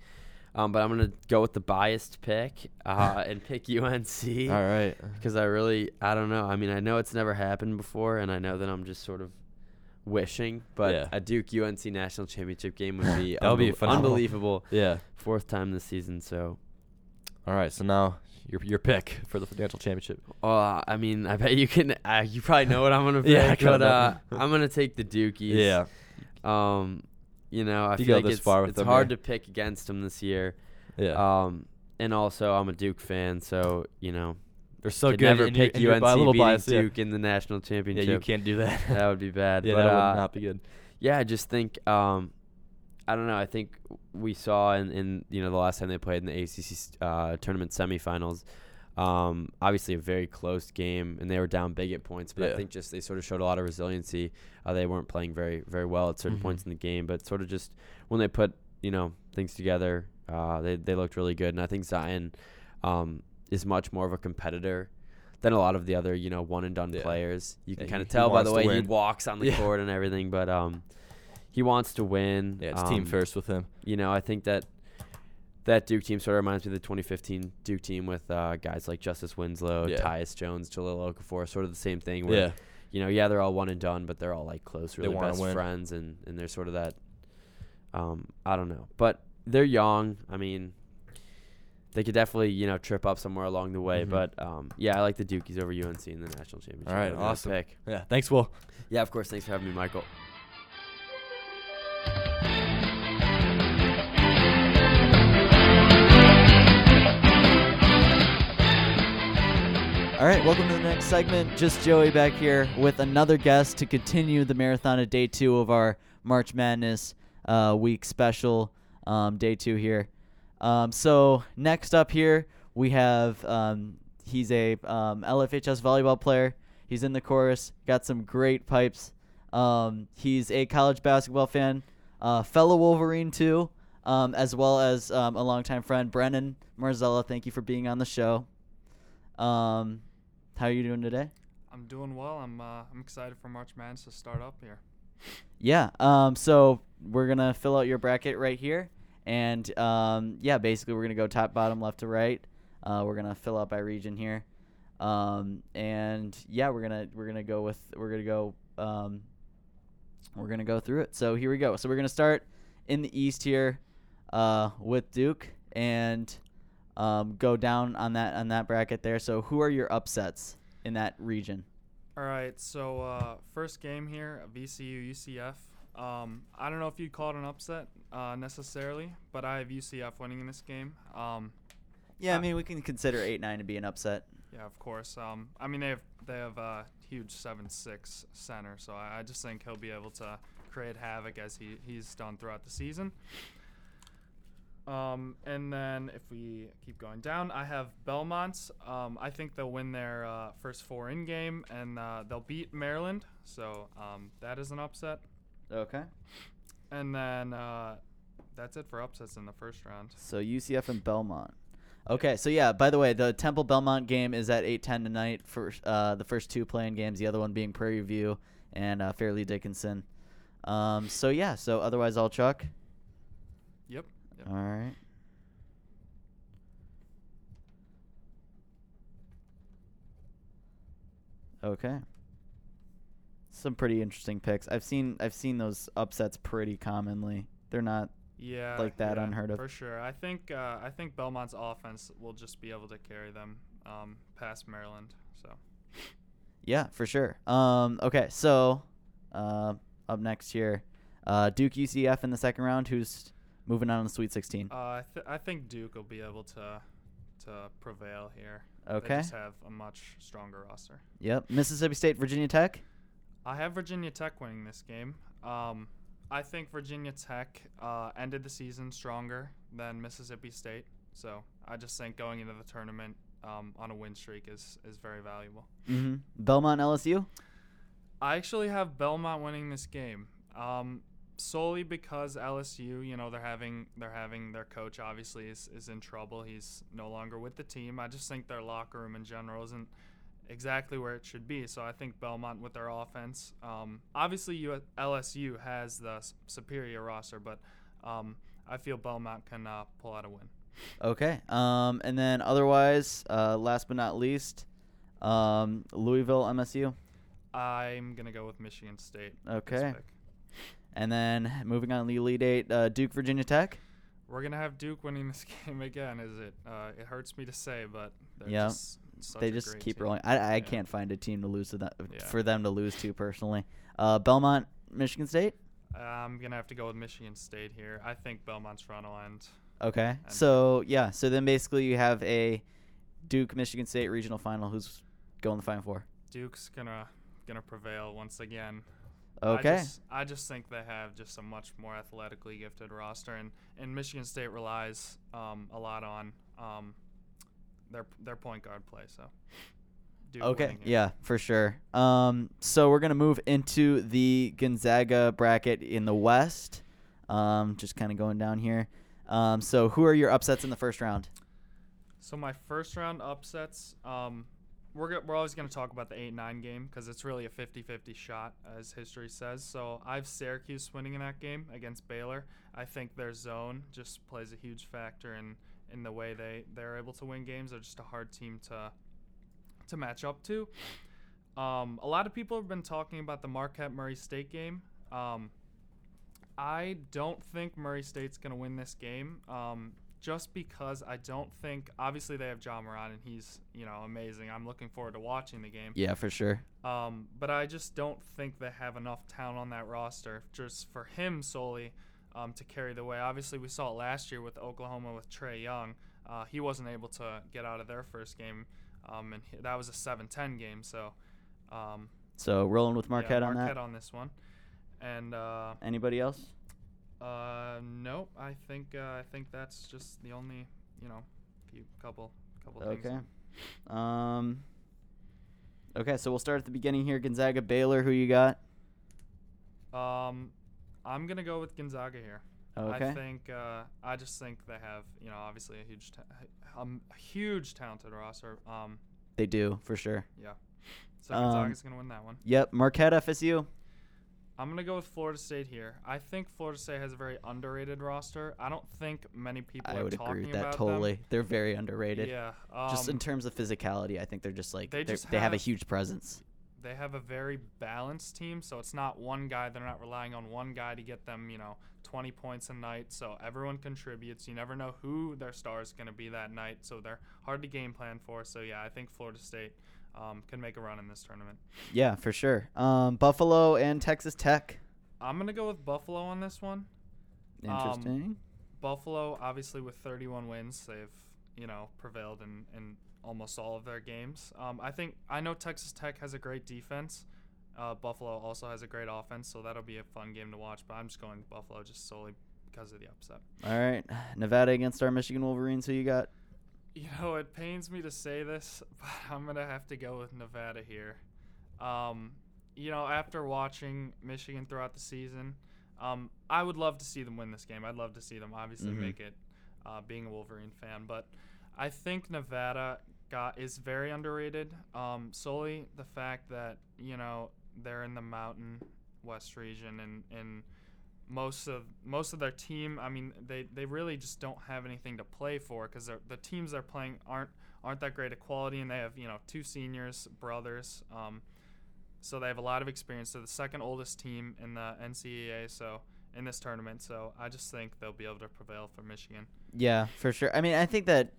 S4: Um, but I'm gonna go with the biased pick uh, and pick UNC.
S2: All right.
S4: because I really I don't know. I mean, I know it's never happened before, and I know that I'm just sort of wishing, but
S2: Yeah.
S4: a Duke UNC national championship game would be
S2: That would be
S4: unbel-
S2: phenomenal.
S4: unbelievable.
S2: Yeah.
S4: Fourth time this season, so
S2: All right. So now your your pick for the national championship.
S4: uh, I mean, I bet you can. Uh, you probably know what I'm gonna pick,
S2: Yeah, I kinda
S4: but uh,
S2: know.
S4: I'm gonna take the Dukies.
S2: Yeah.
S4: Um, you know, I
S2: You
S4: feel
S2: go
S4: like
S2: this
S4: it's,
S2: far with
S4: it's
S2: them,
S4: hard
S2: yeah.
S4: to pick against them this year.
S2: Yeah.
S4: Um, and also I'm a Duke fan, so you know
S2: They're so
S4: could
S2: good.
S4: never
S2: and you-
S4: pick
S2: and you're
S4: UNC
S2: bi- a little
S4: beating
S2: biased, yeah.
S4: Duke in the national
S2: Yeah,
S4: championship.
S2: you can't do that.
S4: That would be bad.
S2: yeah,
S4: but,
S2: that
S4: uh,
S2: would not be good.
S4: Yeah, I just think um, I don't know. I think we saw in, in you know the last time they played in the ACC uh, tournament semifinals, um, obviously a very close game, and they were down big at points. But I
S2: Yeah.
S4: think just they sort of showed a lot of resiliency. Uh, they weren't playing very very well at certain
S2: Mhm.
S4: points in the game, but sort of just when they put you know things together, uh, they they looked really good. And I think Zion um, is much more of a competitor. Than a lot of the other, you know, one and done
S2: Yeah.
S4: players. You can
S2: Yeah,
S4: kind of
S2: he- he
S4: tell by
S2: wants
S4: the
S2: to
S4: way he
S2: win.
S4: walks on the
S2: Yeah.
S4: court and everything. But um, he wants to win.
S2: Yeah, it's team
S4: Um,
S2: first with him.
S4: You know, I think that that Duke team sort of reminds me of the 2015 Duke team with uh, guys like Justice Winslow,
S2: Yeah.
S4: Tyus Jones, Jalil Okafor, sort of the same thing. Where
S2: Yeah,
S4: you know, yeah, they're all one and done, but they're all like close,
S2: They
S4: really
S2: wanna
S4: best
S2: win.
S4: friends, and and they're sort of that. Um, I don't know, but they're young. I mean, they could definitely you know trip up somewhere along the way,
S2: Mhm.
S4: but um, yeah, I like the Dukies over UNC in the national championship.
S2: All right,
S4: That was my
S2: awesome.
S4: pick.
S2: yeah. Thanks, Will.
S4: Yeah, of course. Thanks for having me, Michael.
S1: All right, welcome to the next segment. Just Joey back here with another guest to continue the marathon of day two of our March Madness uh, week special, um, day two here. Um, so next up here we have um, he's a um, LFHS volleyball player. He's in the chorus, got some great pipes. Um, he's a college basketball fan, uh, fellow Wolverine too, um, as well as um, a longtime friend Brennan Marzella. Thank you for being on the show. Um, how are you doing today?
S5: I'm doing well. I'm uh, I'm excited for March Madness to start up here.
S1: Yeah. Um, so we're gonna fill out your bracket right here, and um, yeah, basically we're gonna go top, bottom, left to right. Uh, we're gonna fill out by region here, um, and yeah, we're gonna we're gonna go with we're gonna go um, we're gonna go through it. So here we go. So we're gonna start in the East here uh, with Duke and um, go down on that on that bracket there. So who are your upsets in that region?
S5: All right. So uh, first game here, VCU UCF. Um, I don't know if you'd call it an upset uh, necessarily, but I have UCF winning in this game. Um,
S1: Yeah, I
S5: Uh,
S1: mean we can consider eight nine to be an upset.
S5: yeah, of course. Um, I mean they have they have a huge seven six center, so I, I just think he'll be able to create havoc as he, he's done throughout the season. Um, and then if we keep going down, I have Belmont. Um, I think they'll win their uh, first four in game and uh, they'll beat Maryland. So um, that is an upset.
S1: Okay.
S5: And then uh, that's it for upsets in the first round.
S1: So UCF and Belmont. Okay, so yeah. By the way, the Temple Belmont game is at eight ten tonight. For uh, the first two playing games, the other one being Prairie View and uh, Fairleigh Dickinson. Um, so yeah. So otherwise, all Chuck.
S5: Yep. yep.
S1: All right. Okay. Some pretty interesting picks. I've seen I've seen those upsets pretty commonly. They're not
S5: Yeah,
S1: like that
S5: yeah,
S1: unheard of.
S5: for sure. I think uh, I think Belmont's offense will just be able to carry them um, past Maryland. So
S1: Yeah, for sure. Um, okay, so uh, up next here, uh, Duke UCF in the second round. Who's moving on to the Sweet 16?
S5: uh, I, th- I think Duke will be able to to prevail here.
S1: Okay.
S5: they just have a much stronger roster.
S1: Yep, Mississippi State, Virginia Tech.
S5: I have Virginia Tech winning this game. Um, I think Virginia Tech uh, ended the season stronger than Mississippi State. So I just think going into the tournament um, on a win streak is is very valuable.
S1: hmm Belmont, LSU.
S5: I actually have Belmont winning this game. Um, solely because LSU, you know, they're having they're having their coach obviously is, is in trouble. He's no longer with the team. I just think their locker room in general isn't exactly where it should be. So I think Belmont with their offense, um, obviously U- LSU has the s- superior roster, but um, I feel Belmont can uh, pull out a win.
S1: Okay. Um, and then otherwise, uh, last but not least, um, Louisville, MSU.
S5: I'm gonna go with Michigan State. this
S1: Okay.
S5: pick.
S1: And then moving on to the Elite Eight, uh, Duke, Virginia Tech.
S5: We're gonna have Duke winning this game again. Is it? Uh, it hurts me to say, but they're
S1: Yeah.
S5: just such
S1: they
S5: a
S1: just
S5: great
S1: keep
S5: team.
S1: rolling. I, I
S5: Yeah.
S1: can't find a team to lose to that
S5: Yeah.
S1: for them to lose to personally. Uh, Belmont, Michigan State.
S5: I'm gonna have to go with Michigan State here. I think Belmont's front end
S1: Okay.
S5: And-
S1: So yeah. So then basically you have a Duke Michigan State regional final. Who's going to the final four?
S5: Duke's gonna gonna prevail once again. I
S1: Okay.
S5: just, I just think they have just a much more athletically gifted roster, and, and Michigan State relies um, a lot on um, their their point guard play. So, Duke
S1: Okay.
S5: winning it.
S1: Yeah, for sure. Um, so we're gonna move into the Gonzaga bracket in the West. Um, just kind of going down here. Um, so who are your upsets in the first round?
S5: So my first round upsets. Um, we're go- we're always going to talk about the eight nine game because it's really a 50-50 shot, as history says. So I've Syracuse winning in that game against Baylor. I think their zone just plays a huge factor in in the way they they're able to win games. They're just a hard team to to match up to. Um, a lot of people have been talking about the Marquette Murray State game. Um, I don't think Murray State's going to win this game. Um, just because I don't think, obviously, they have John Moran and he's, you know, amazing. I'm looking forward to watching the game.
S1: Yeah, for sure.
S5: Um, but I just don't think they have enough talent on that roster just for him solely um, to carry the way. Obviously, we saw it last year with Oklahoma with Trey Young. Uh, he wasn't able to get out of their first game, um, and he- that was a 7 10 game. So, um,
S1: So rolling with
S5: yeah,
S1: Marquette, on
S5: Marquette
S1: that.
S5: on this one. And uh,
S1: Anybody else?
S5: uh, nope. I think uh, I think that's just the only you know, few couple couple things.
S1: Okay. Um. Okay, so we'll start at the beginning here. Gonzaga, Baylor. Who you got?
S5: Um, I'm gonna go with Gonzaga here.
S1: Okay.
S5: I think uh, I just think they have you know obviously a huge ta- um a huge talented roster. Um,
S1: They do for sure.
S5: yeah. So
S1: Um,
S5: Gonzaga's gonna win that one.
S1: Yep. Marquette, FSU.
S5: I'm gonna go with Florida State here. I think Florida State has a very underrated roster. I don't think many people
S1: I
S5: are
S1: would
S5: talking
S1: agree with that
S5: about them.
S1: totally. They're very underrated.
S5: Yeah. Um,
S1: just in terms of physicality, I think they're just like
S5: they
S1: they
S5: just
S1: they have a
S5: have-
S1: huge presence.
S5: they have a very balanced team, so it's not one guy. They're not relying on one guy to get them, you know, 20 points a night. So everyone contributes. You never know who their star is going to be that night, so they're hard to game plan for. So yeah, I think Florida State um, can make a run in this tournament.
S1: Yeah, for sure. Um, Buffalo and Texas Tech.
S5: I'm gonna go with Buffalo on this one. Um,
S1: Interesting.
S5: Buffalo, obviously, with 31 wins, they've you know prevailed in, in almost all of their games. Um, I think I know Texas Tech has a great defense. Uh, Buffalo also has a great offense, so that'll be a fun game to watch. But I'm just going Buffalo just solely because of the upset.
S1: All right, Nevada against our Michigan Wolverines. Who you got?
S5: You know, it pains me to say this, but I'm gonna have to go with Nevada here. Um, you know, after watching Michigan throughout the season, um, I would love to see them win this game. I'd love to see them obviously
S1: Mhm.
S5: make it, uh, being a Wolverine fan. But I think Nevada got is very underrated. Um, solely the fact that you know they're in the Mountain West region and and most of most of their team. I mean, they, they really just don't have anything to play for because the teams they're playing aren't aren't that great at quality, and they have you know two seniors, brothers, um, so they have a lot of experience. They're the second oldest team in the NCAA, so in this tournament. So I just think they'll be able to prevail for Michigan.
S1: Yeah, for sure. I mean, I think that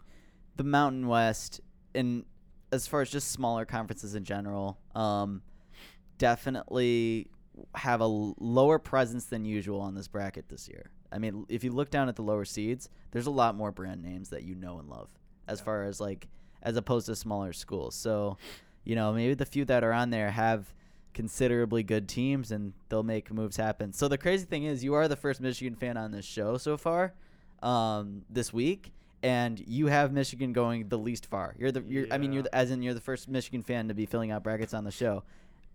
S1: the Mountain West, and as far as just smaller conferences in general, um, definitely have a l- lower presence than usual on this bracket this year. I mean, if you look down at the lower seeds, there's a lot more brand names that you know and love, as
S5: Yeah.
S1: far as like as opposed to smaller schools. So, you know, maybe the few that are on there have considerably good teams and they'll make moves happen. So the crazy thing is, you are the first Michigan fan on this show so far um, this week, and you have Michigan going the least far. You're the, you're, I mean, you're
S5: Yeah.
S1: the, as in you're the first Michigan fan to be filling out brackets on the show.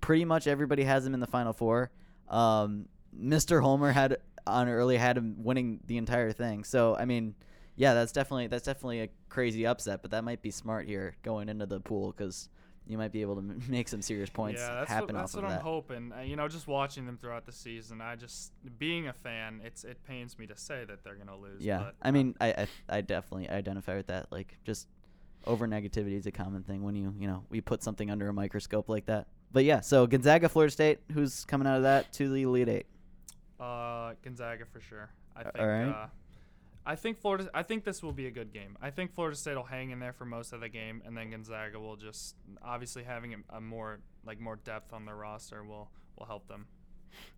S1: Pretty much everybody has him in the Final Four. Um, Mr. Homer had on early had him winning the entire thing. So I mean, yeah, that's definitely that's definitely a crazy upset, but that might be smart here going into the pool because you might be able to m- make some serious points
S5: yeah, that's
S1: happen
S5: what, that's
S1: off
S5: what
S1: of
S5: I'm
S1: that.
S5: hoping. Uh, you know, just watching them throughout the season, I just being a fan, it's it pains me to say that they're gonna lose.
S1: Yeah,
S5: but,
S1: I
S5: uh,
S1: mean, I, I I definitely identify with that. Like, just over negativity is a common thing when you you know we put something under a microscope like that. But yeah, so Gonzaga, Florida State, who's coming out of that to the Elite Eight?
S5: Uh, Gonzaga for sure. I
S1: A-
S5: think.
S1: alright.
S5: Uh, I think Florida. I think this will be a good game. I think Florida State will hang in there for most of the game, and then Gonzaga will just obviously having a, a more like more depth on their roster will will help them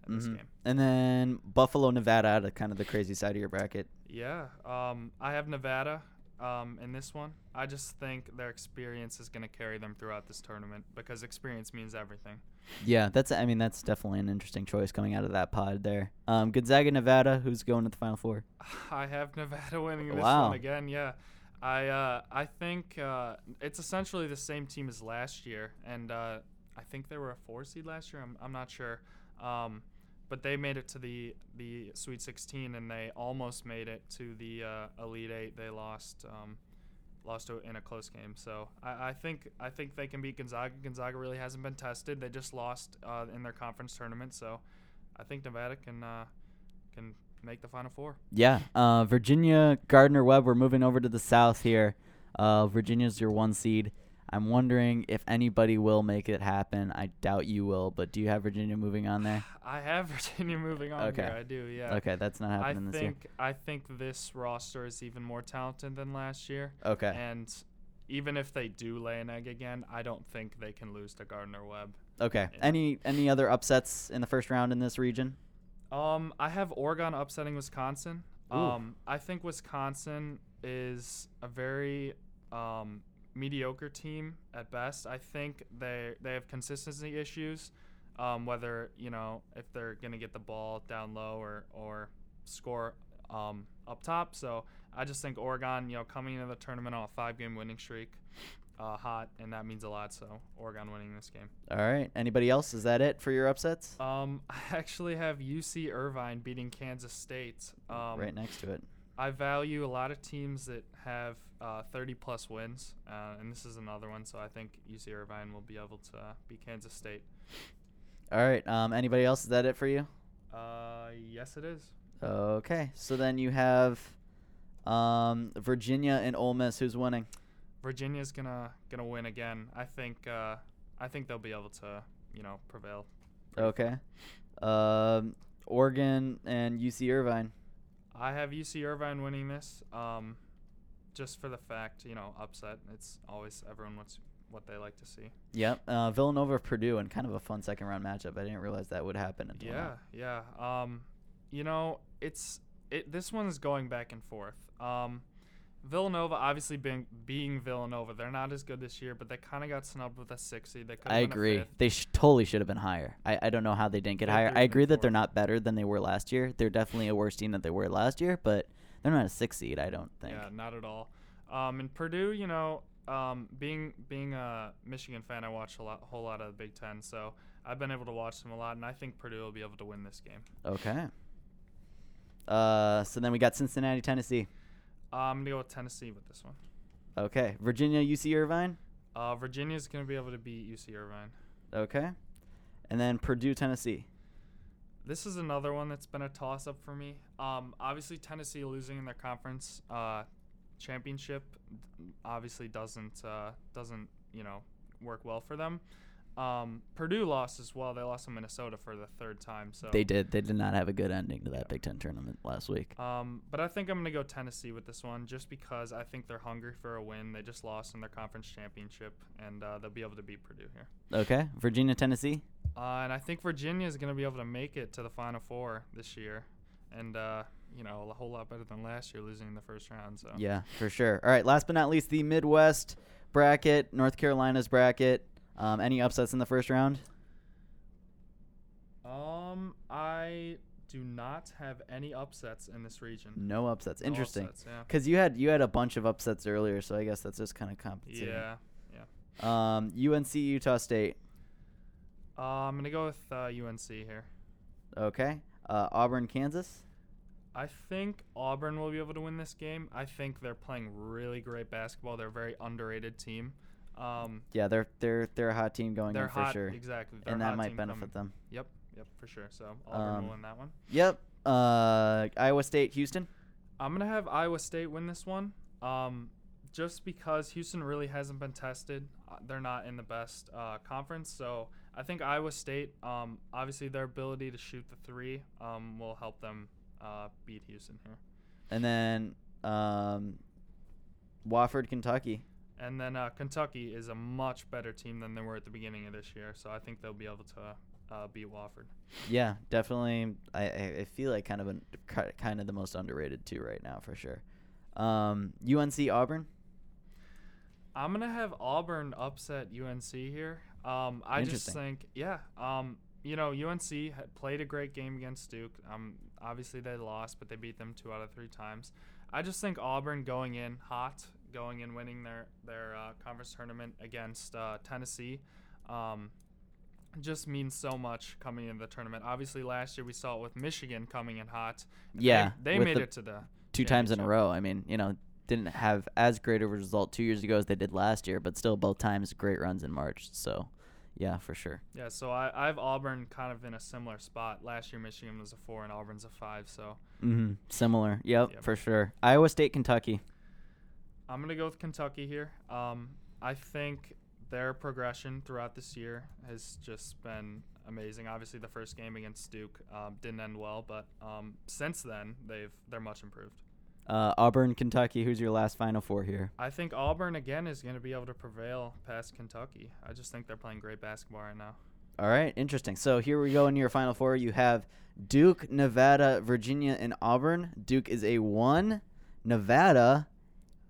S5: in this
S1: Mhm.
S5: game.
S1: And then Buffalo, Nevada, out of kind of the crazy side of your bracket.
S5: Yeah, um, I have Nevada um, in this one. I just think their experience is going to carry them throughout this tournament because experience means everything.
S1: Yeah, that's. I mean, that's definitely an interesting choice coming out of that pod there. Um, Gonzaga, Nevada. Who's going to the Final Four?
S5: I have Nevada winning this
S1: Wow.
S5: one again. Yeah, I uh, I think uh, it's essentially the same team as last year, and uh, I think they were a four seed last year. I'm, I'm not sure, um, but they made it to the the Sweet 16, and they almost made it to the uh, Elite Eight. They lost. Um, Lost to, in a close game, so I, I think I think they can beat Gonzaga. Gonzaga really hasn't been tested. They just lost uh, in their conference tournament, so I think Nevada can uh, can make the Final Four.
S1: Yeah, uh, Virginia, Gardner Webb. We're moving over to the South here. Uh, Virginia's your one seed. I'm wondering if anybody will make it happen. I doubt you will, but do you have Virginia moving on there?
S5: I have Virginia moving on
S1: Okay.
S5: here. I do, yeah.
S1: Okay, that's not
S5: I
S1: happening
S5: think
S1: this year.
S5: I think this roster is even more talented than last year.
S1: Okay.
S5: And even if they do lay an egg again, I don't think they can lose to Gardner Webb.
S1: Okay.
S5: Yeah.
S1: Any any other upsets in the first round in this region?
S5: Um, I have Oregon upsetting Wisconsin.
S1: Ooh.
S5: Um, I think Wisconsin is a very um, mediocre team at best. I think they they have consistency issues, um, whether you know if they're gonna get the ball down low or or score um, up top. So I just think Oregon, you know, coming into the tournament on a five game winning streak, uh, hot, and that means a lot. So Oregon winning this game.
S1: All right. Anybody else? Is that it for your upsets?
S5: Um, I actually have UC Irvine beating Kansas State. Um,
S1: right next to it.
S5: I value a lot of teams that have uh, 30 plus wins, uh, and this is another one. So I think UC Irvine will be able to uh, beat Kansas State.
S1: All right. Um, anybody else? Is that it for you?
S5: Uh, yes, it is.
S1: Okay. So then you have um, Virginia and Ole Miss. Who's winning?
S5: Virginia's gonna gonna win again. I think uh, I think they'll be able to you know prevail.
S1: Okay. Um, Oregon and UC Irvine.
S5: I have UC Irvine winning this, um, just for the fact you know upset. It's always everyone wants what they like to see.
S1: Yep. Uh, Villanova, Purdue, and kind of a fun second round matchup. I didn't realize that would happen. Until now.
S5: Yeah, yeah. Um, you know, it's it. This one's going back and forth. Um, Villanova, obviously being being Villanova, they're not as good this year, but they kind of got snubbed with a sixty. They could've
S1: I
S5: been a
S1: agree.
S5: fifth.
S1: They sh- totally should have been higher. I, I don't know how they didn't get
S5: They're
S1: higher.
S5: third
S1: I
S5: and
S1: agree that they're
S5: fourth.
S1: not better than they were last year. They're definitely a worse team than they were last year, but they're not a six seed. I don't think.
S5: Yeah, not at all. Um, and Purdue, you know, um, being being a Michigan fan, I watch a lot, whole lot of the Big Ten, so I've been able to watch them a lot, and I think Purdue will be able to win this game.
S1: Okay. Uh, so then we got Cincinnati, Tennessee.
S5: Uh, I'm gonna go with Tennessee with this one.
S1: Okay. Virginia, UC Irvine.
S5: Uh, Virginia's gonna be able to beat UC Irvine.
S1: Okay. And then Purdue, Tennessee.
S5: This is another one that's been a toss up for me. Um, obviously, Tennessee losing in their conference uh, championship obviously doesn't uh, doesn't you know work well for them. Um, Purdue lost as well. They lost to Minnesota for the third time. So
S1: They did. They did not have a good ending to that Big Ten tournament last week.
S5: Um, but I think I'm gonna go Tennessee with this one, just because I think they're hungry for a win. They just lost in their conference championship, and uh, they'll be able to beat Purdue here.
S1: Okay. Virginia, Tennessee.
S5: Uh, and I think Virginia is going to be able to make it to the Final Four this year, and uh, you know a whole lot better than last year losing in the first round. So
S1: Yeah, for sure. All right. Last but not least, the Midwest bracket, North Carolina's bracket. Um, any upsets in the first round?
S5: Um, I do not have any upsets in this region.
S1: No upsets.
S5: No
S1: Interesting.
S5: upsets, yeah.
S1: Because you had you had a bunch of upsets earlier, so I guess that's just kind of compensating.
S5: Yeah. Yeah.
S1: Um, UNC, Utah State.
S5: Uh, I'm gonna go with uh, UNC here.
S1: Okay. Uh, Auburn, Kansas.
S5: I think Auburn will be able to win this game. I think they're playing really great basketball. They're a very underrated team. Um,
S1: Yeah, they're they're they're a hot team going
S5: they're
S1: in for
S5: hot.
S1: sure,
S5: Exactly. They're
S1: and
S5: a
S1: that
S5: hot
S1: might
S5: team
S1: benefit
S5: coming.
S1: them.
S5: Yep. Yep. For sure. So Auburn
S1: Um,
S5: will win that one.
S1: Yep. Uh, Iowa State, Houston.
S5: I'm gonna have Iowa State win this one, um, just because Houston really hasn't been tested. Uh, They're not in the best uh, conference, so I think Iowa State. Um, obviously, their ability to shoot the three um, will help them uh, beat Houston here.
S1: And then um, Wofford, Kentucky.
S5: And then uh, Kentucky is a much better team than they were at the beginning of this year, so I think they'll be able to uh, beat Wofford.
S1: Yeah, definitely. I, I I feel like kind of an, ki- kind of the most underrated too right now for sure. Um, UNC Auburn.
S5: I'm gonna have Auburn upset UNC here. Um, I just
S1: Interesting.
S5: think, yeah, um, you know, UNC had played a great game against Duke. Um, obviously they lost, but they beat them two out of three times. I just think Auburn going in hot, going in winning their their uh, conference tournament against uh, Tennessee, um, just means so much coming into the tournament. Obviously, last year we saw it with Michigan coming in hot. They-
S1: Yeah,
S5: they,
S1: with
S5: made
S1: the
S5: it to the
S1: two times in a
S5: championship.
S1: row. I mean, you know, didn't have as great of a result two years ago as they did last year, but still both times great runs in March. So, yeah, for sure.
S5: Yeah, so I, I have Auburn kind of in a similar spot. Last year, Michigan was a four and Auburn's a five. So
S1: Mm-hmm. Similar. Yep,
S5: Yep.
S1: for sure. Iowa State, Kentucky.
S5: I'm going to go with Kentucky here. Um, I think their progression throughout this year has just been amazing. Obviously, the first game against Duke um, didn't end well, but um, since then, they've, they're much improved.
S1: Uh, Auburn, Kentucky. Who's your last Final Four here?
S5: I think Auburn, again, is going to be able to prevail past Kentucky. I just think they're playing great basketball right now.
S1: All right, interesting. So here we go into your final four. You have Duke, Nevada, Virginia, and Auburn. Duke is a one. Nevada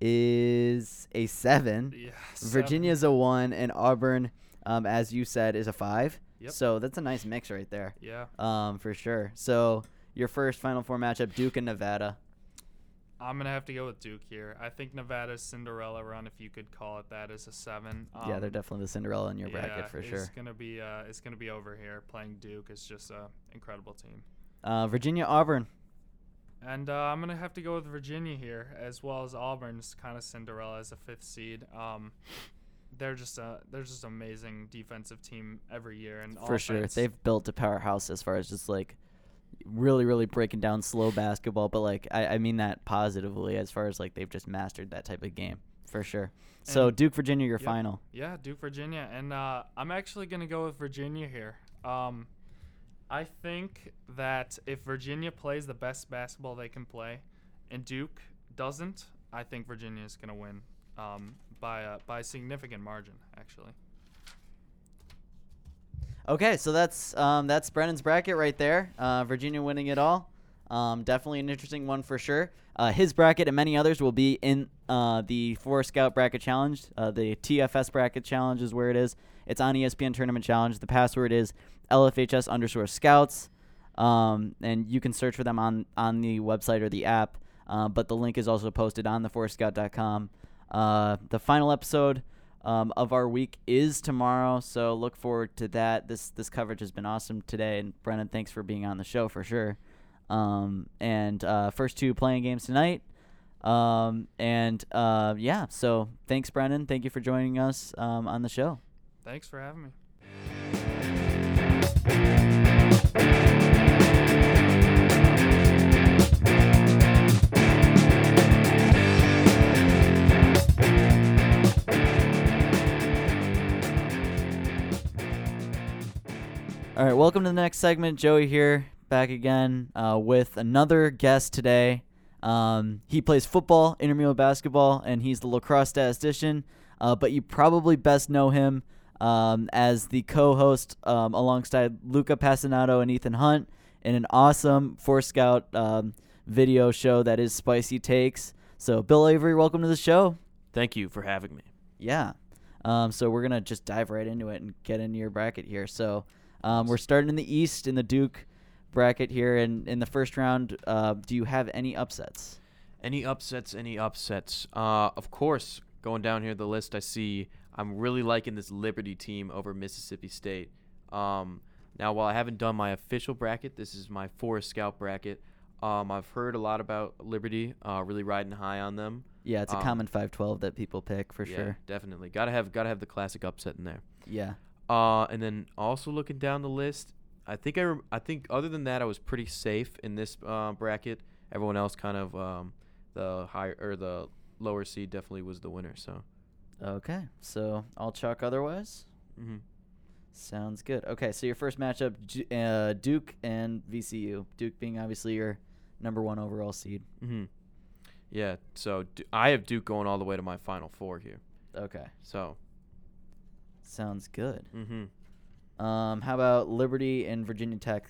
S1: is a seven.
S5: Yeah,
S1: Virginia
S5: seven.
S1: is a one, and Auburn, um, as you said, is a five.
S5: Yep.
S1: So that's a nice mix right there,
S5: Yeah.
S1: um, for sure. So your first final four matchup: Duke and Nevada.
S5: I'm gonna have to go with Duke here. I think Nevada's Cinderella run, if you could call it that, is a seven. Um,
S1: yeah, they're definitely the Cinderella in your
S5: yeah,
S1: bracket for
S5: It's
S1: sure.
S5: gonna be uh, it's gonna be over here. Playing Duke is just a incredible team,
S1: Uh, Virginia, Auburn.
S5: and uh, I'm gonna have to go with Virginia here as well as Auburn's kind of Cinderella as a fifth seed. Um, they're just a they're just amazing defensive team every year and
S1: for sure.
S5: offense.
S1: They've built a powerhouse as far as just like really, really breaking down slow basketball. But like, I, I mean that positively as far as like they've just mastered that type of game for sure. So
S5: And-
S1: Duke, Virginia, your
S5: yep.
S1: final.
S5: Yeah, Duke, Virginia, and uh, I'm actually gonna go with Virginia here. Um, I think that if Virginia plays the best basketball they can play, and Duke doesn't, I think Virginia is gonna win um, by a by a significant margin. Actually,
S1: Okay, so that's um, that's Brennan's bracket right there. Uh, Virginia winning it all. Um, definitely an interesting one for sure. Uh, his bracket and many others will be in uh, the Four Scout Bracket Challenge. Uh, the TFS Bracket Challenge is where it is. It's on E ESPN Tournament Challenge. The password is LFHS underscore Scouts, um, and you can search for them on on the website or the app. Uh, but the link is also posted on thefourscout.com. Uh, the final episode um, of our week is tomorrow, so look forward to that. This this coverage has been awesome today, and Brennan, thanks for being on the show for sure. Um, and uh, first two playing games tonight. Um, and uh, yeah, so thanks, Brennan. Thank you for joining us um, on the show.
S5: thanks for having me.
S1: All right, welcome to the next segment. Joey here, back again uh, with another guest today. Um, he plays football, intramural basketball, and he's the lacrosse statistician. Uh, but you probably best know him um, as the co-host um, alongside Luca Passanato and Ethan Hunt in an awesome Four Scout um, video show that is Spicy Takes. So, Bill Avery, welcome to the show.
S6: Thank you for having me.
S1: Yeah. Um, so we're gonna just dive right into it and get into your bracket here. So um, we're starting in the East in the Duke bracket here, and in the first round, uh, do you have any upsets?
S6: Any upsets? Any upsets? Uh, of course, going down here the list, I see I'm really liking this Liberty team over Mississippi State. Um, now, while I haven't done my official bracket, this is my Forest Scout bracket. Um, I've heard a lot about Liberty, uh, really riding high on them.
S1: Yeah, it's a
S6: Um,
S1: common five-twelve that people pick for
S6: Yeah,
S1: sure.
S6: Definitely, gotta have gotta have the classic upset in there.
S1: Yeah.
S6: Uh, and then also looking down the list, I think I, rem- I think other than that, I was pretty safe in this uh, bracket. Everyone else kind of um, the higher or the lower seed definitely was the winner. So,
S1: Okay. So I'll chalk otherwise.
S6: mm-hmm.
S1: Sounds good. Okay, so your first matchup, Ju- uh, Duke and VCU. Duke being obviously your number one overall seed.
S6: Mm-hmm. yeah. So Du- I have Duke going all the way to my final four here.
S1: Okay.
S6: So,
S1: Sounds good.
S6: mm-hmm.
S1: Um, how about Liberty and Virginia Tech?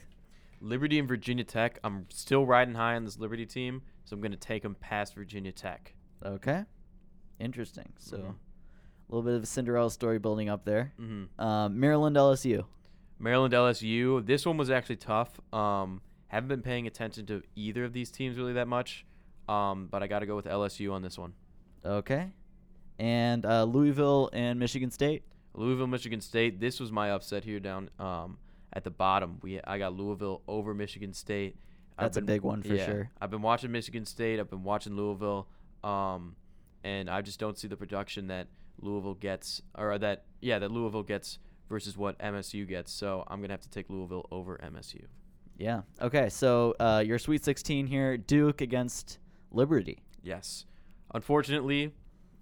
S6: Liberty and Virginia Tech. I'm still riding high on this Liberty team, so I'm going to take them past Virginia Tech.
S1: Okay, interesting. So,
S6: Mhm.
S1: a little bit of a Cinderella story building up there.
S6: Mm-hmm.
S1: Um, Maryland LSU.
S6: Maryland LSU. This one was actually tough. Um, haven't been paying attention to either of these teams really that much, um, but I got to go with LSU on this one.
S1: Okay, and uh, Louisville and Michigan State.
S6: Louisville, Michigan State. This was my upset here down um, at the bottom. We I got Louisville over Michigan State. I've
S1: That's a big one for
S6: yeah,
S1: sure.
S6: I've been watching Michigan State. I've been watching Louisville, um, and I just don't see the production that Louisville gets, or that yeah, that Louisville gets versus what MSU gets. So I'm gonna have to take Louisville over MSU.
S1: Yeah. Okay. So uh, your Sweet 16 here, Duke against Liberty.
S6: Yes. Unfortunately,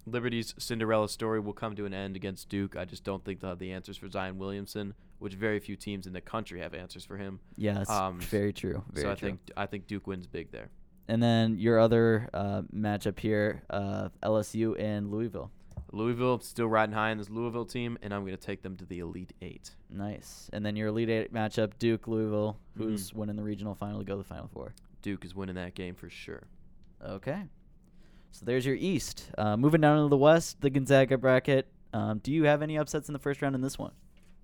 S6: Liberty's Cinderella story will come to an end against Duke. I just don't think they'll have the answers for Zion Williamson, which very few teams in the country have answers for him.
S1: Yeah, that's
S6: Um, s-
S1: very true. Very
S6: so I
S1: true.
S6: think I think Duke wins big there.
S1: and then your other uh, matchup here, uh, LSU and Louisville.
S6: Louisville still riding high in this Louisville team, and I'm going to take them to the Elite Eight.
S1: Nice. And then your Elite Eight matchup, Duke, Louisville,
S6: Mhm.
S1: who's winning the regional final to go to the Final Four.
S6: Duke is winning that game for sure.
S1: Okay. So there's your East. Uh, moving down to the West, the Gonzaga bracket. Um, do you have any upsets in the first round in this one?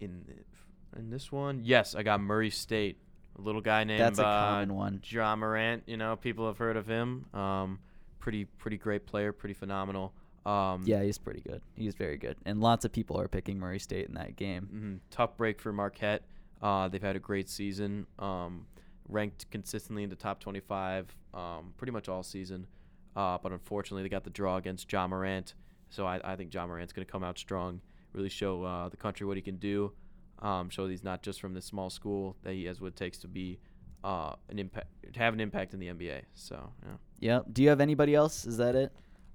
S6: In the- in this one, yes, I got Murray State, a little guy named
S1: That's a
S6: uh,
S1: common one.
S6: John Morant. You know, people have heard of him. Um, pretty pretty great player, pretty phenomenal. Um,
S1: Yeah, he's pretty good. He's very good. And lots of people are picking Murray State in that game.
S6: hmm Tough break for Marquette. Uh, they've had a great season, um, ranked consistently in the top 25 um, pretty much all season. Uh, but unfortunately, they got the draw against John Morant. So I, I think John Morant's going to come out strong, really show uh, the country what he can do, um, show that he's not just from this small school, that he has what it takes to be uh, an impact, to have an impact in the NBA. So, yeah.
S1: Yep. Do you have anybody else? Is that it?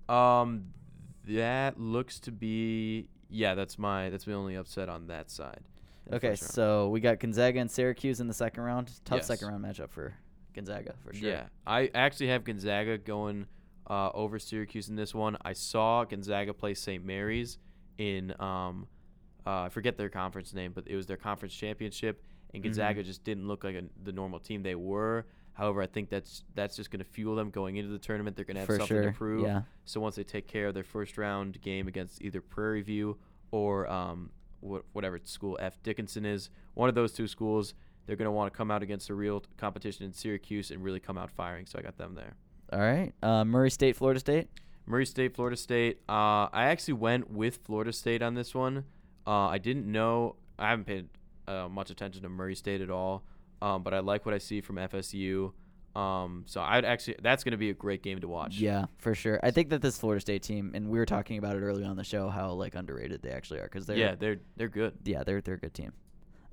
S6: Um, that looks to be yeah. That's my that's my only upset on that side. in the
S1: Okay,
S6: first round.
S1: so we got Gonzaga and Syracuse in the second round. Tough
S6: Yes.
S1: second round matchup for Gonzaga for sure.
S6: Yeah, I actually have Gonzaga going uh, over Syracuse in this one. I saw Gonzaga play St. Mary's in um, uh, I forget their conference name, but it was their conference championship,
S1: Mm-hmm.
S6: and Gonzaga just didn't look like a, the normal team they were. However, I think that's that's just going to fuel them going into the tournament. They're going to have
S1: for
S6: something
S1: sure.
S6: to prove.
S1: Yeah.
S6: So once they take care of their first round game against either Prairie View or um, wh- whatever school F Dickinson is, one of those two schools, they're going to want to come out against the real t- competition in Syracuse and really come out firing. So I got them there.
S1: All right. Uh, Murray State, Florida State.
S6: Murray State, Florida State. Uh, I actually went with Florida State on this one. Uh, I didn't know. I haven't paid uh, much attention to Murray State at all, um, but I like what I see from FSU. Um, so I'd actually that's going to be a great game to watch.
S1: Yeah, for sure. I think that this Florida State team, and we were talking about it earlier on the show, how like underrated they actually are because they're
S6: yeah, they're they're good.
S1: yeah they're they're a good team.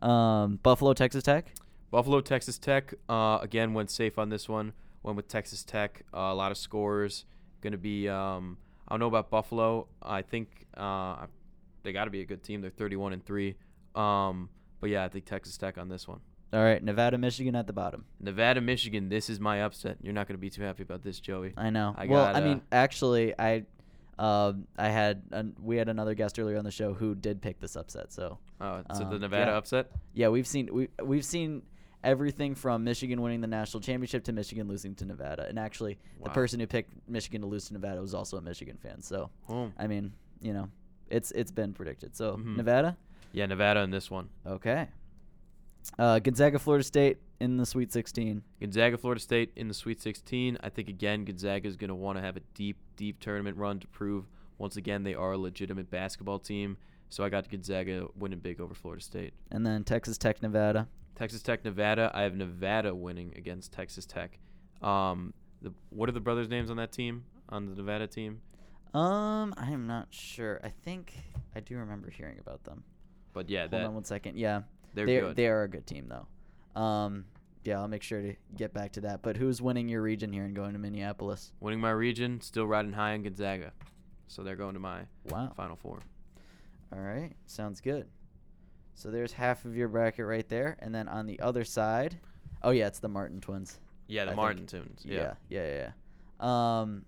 S1: Um, Buffalo, Texas Tech.
S6: Buffalo, Texas Tech. Uh, again, went safe on this one. Went with Texas Tech. Uh, a lot of scores. Going to be. Um, I don't know about Buffalo. I think uh, they got to be a good team. They're 31 and three. Um, but yeah, I think Texas Tech on this one.
S1: All right, Nevada, Michigan at the bottom.
S6: Nevada, Michigan. This is my upset. You're not going to be too happy about this, Joey.
S1: I know.
S6: I
S1: well,
S6: got,
S1: I
S6: uh,
S1: mean, actually, I um, I had an, we had another guest earlier on the show who did pick this upset. So
S6: Uh, so
S1: Um,
S6: the Nevada
S1: yeah.
S6: upset.
S1: yeah, we've seen we we've seen everything from Michigan winning the national championship to Michigan losing to Nevada. And actually, the
S6: Wow.
S1: person who picked Michigan to lose to Nevada was also a Michigan fan. So
S6: Hmm.
S1: I mean, you know, it's it's been predicted. So
S6: Mhm.
S1: Nevada,
S6: Yeah, Nevada in this one.
S1: okay. Uh, Gonzaga, Florida State in the Sweet 16.
S6: Gonzaga, Florida State in the Sweet 16. I think again Gonzaga is going to want to have a deep, deep tournament run to prove once again they are a legitimate basketball team. So I got Gonzaga winning big over Florida State.
S1: And then Texas Tech, Nevada.
S6: Texas Tech, Nevada. I have Nevada winning against Texas Tech. Um, the, what are the brothers' names on that team? On the Nevada team,
S1: Um, I am not sure. I think I do remember hearing about them.
S6: but yeah,
S1: Hold on
S6: that
S1: one second. Yeah,
S6: they're
S1: they
S6: good.
S1: they are a good team though. Um, yeah, I'll make sure to get back to that. But who's winning your region here and going to Minneapolis?
S6: winning my region, still riding high on Gonzaga, so they're going to my
S1: Wow.
S6: Final Four.
S1: All right, sounds good. So there's half of your bracket right there, and then on the other side, oh yeah, it's the Martin twins.
S6: Yeah, the
S1: I think-
S6: Martin tunes. Yeah.
S1: yeah, yeah, yeah. yeah. Um,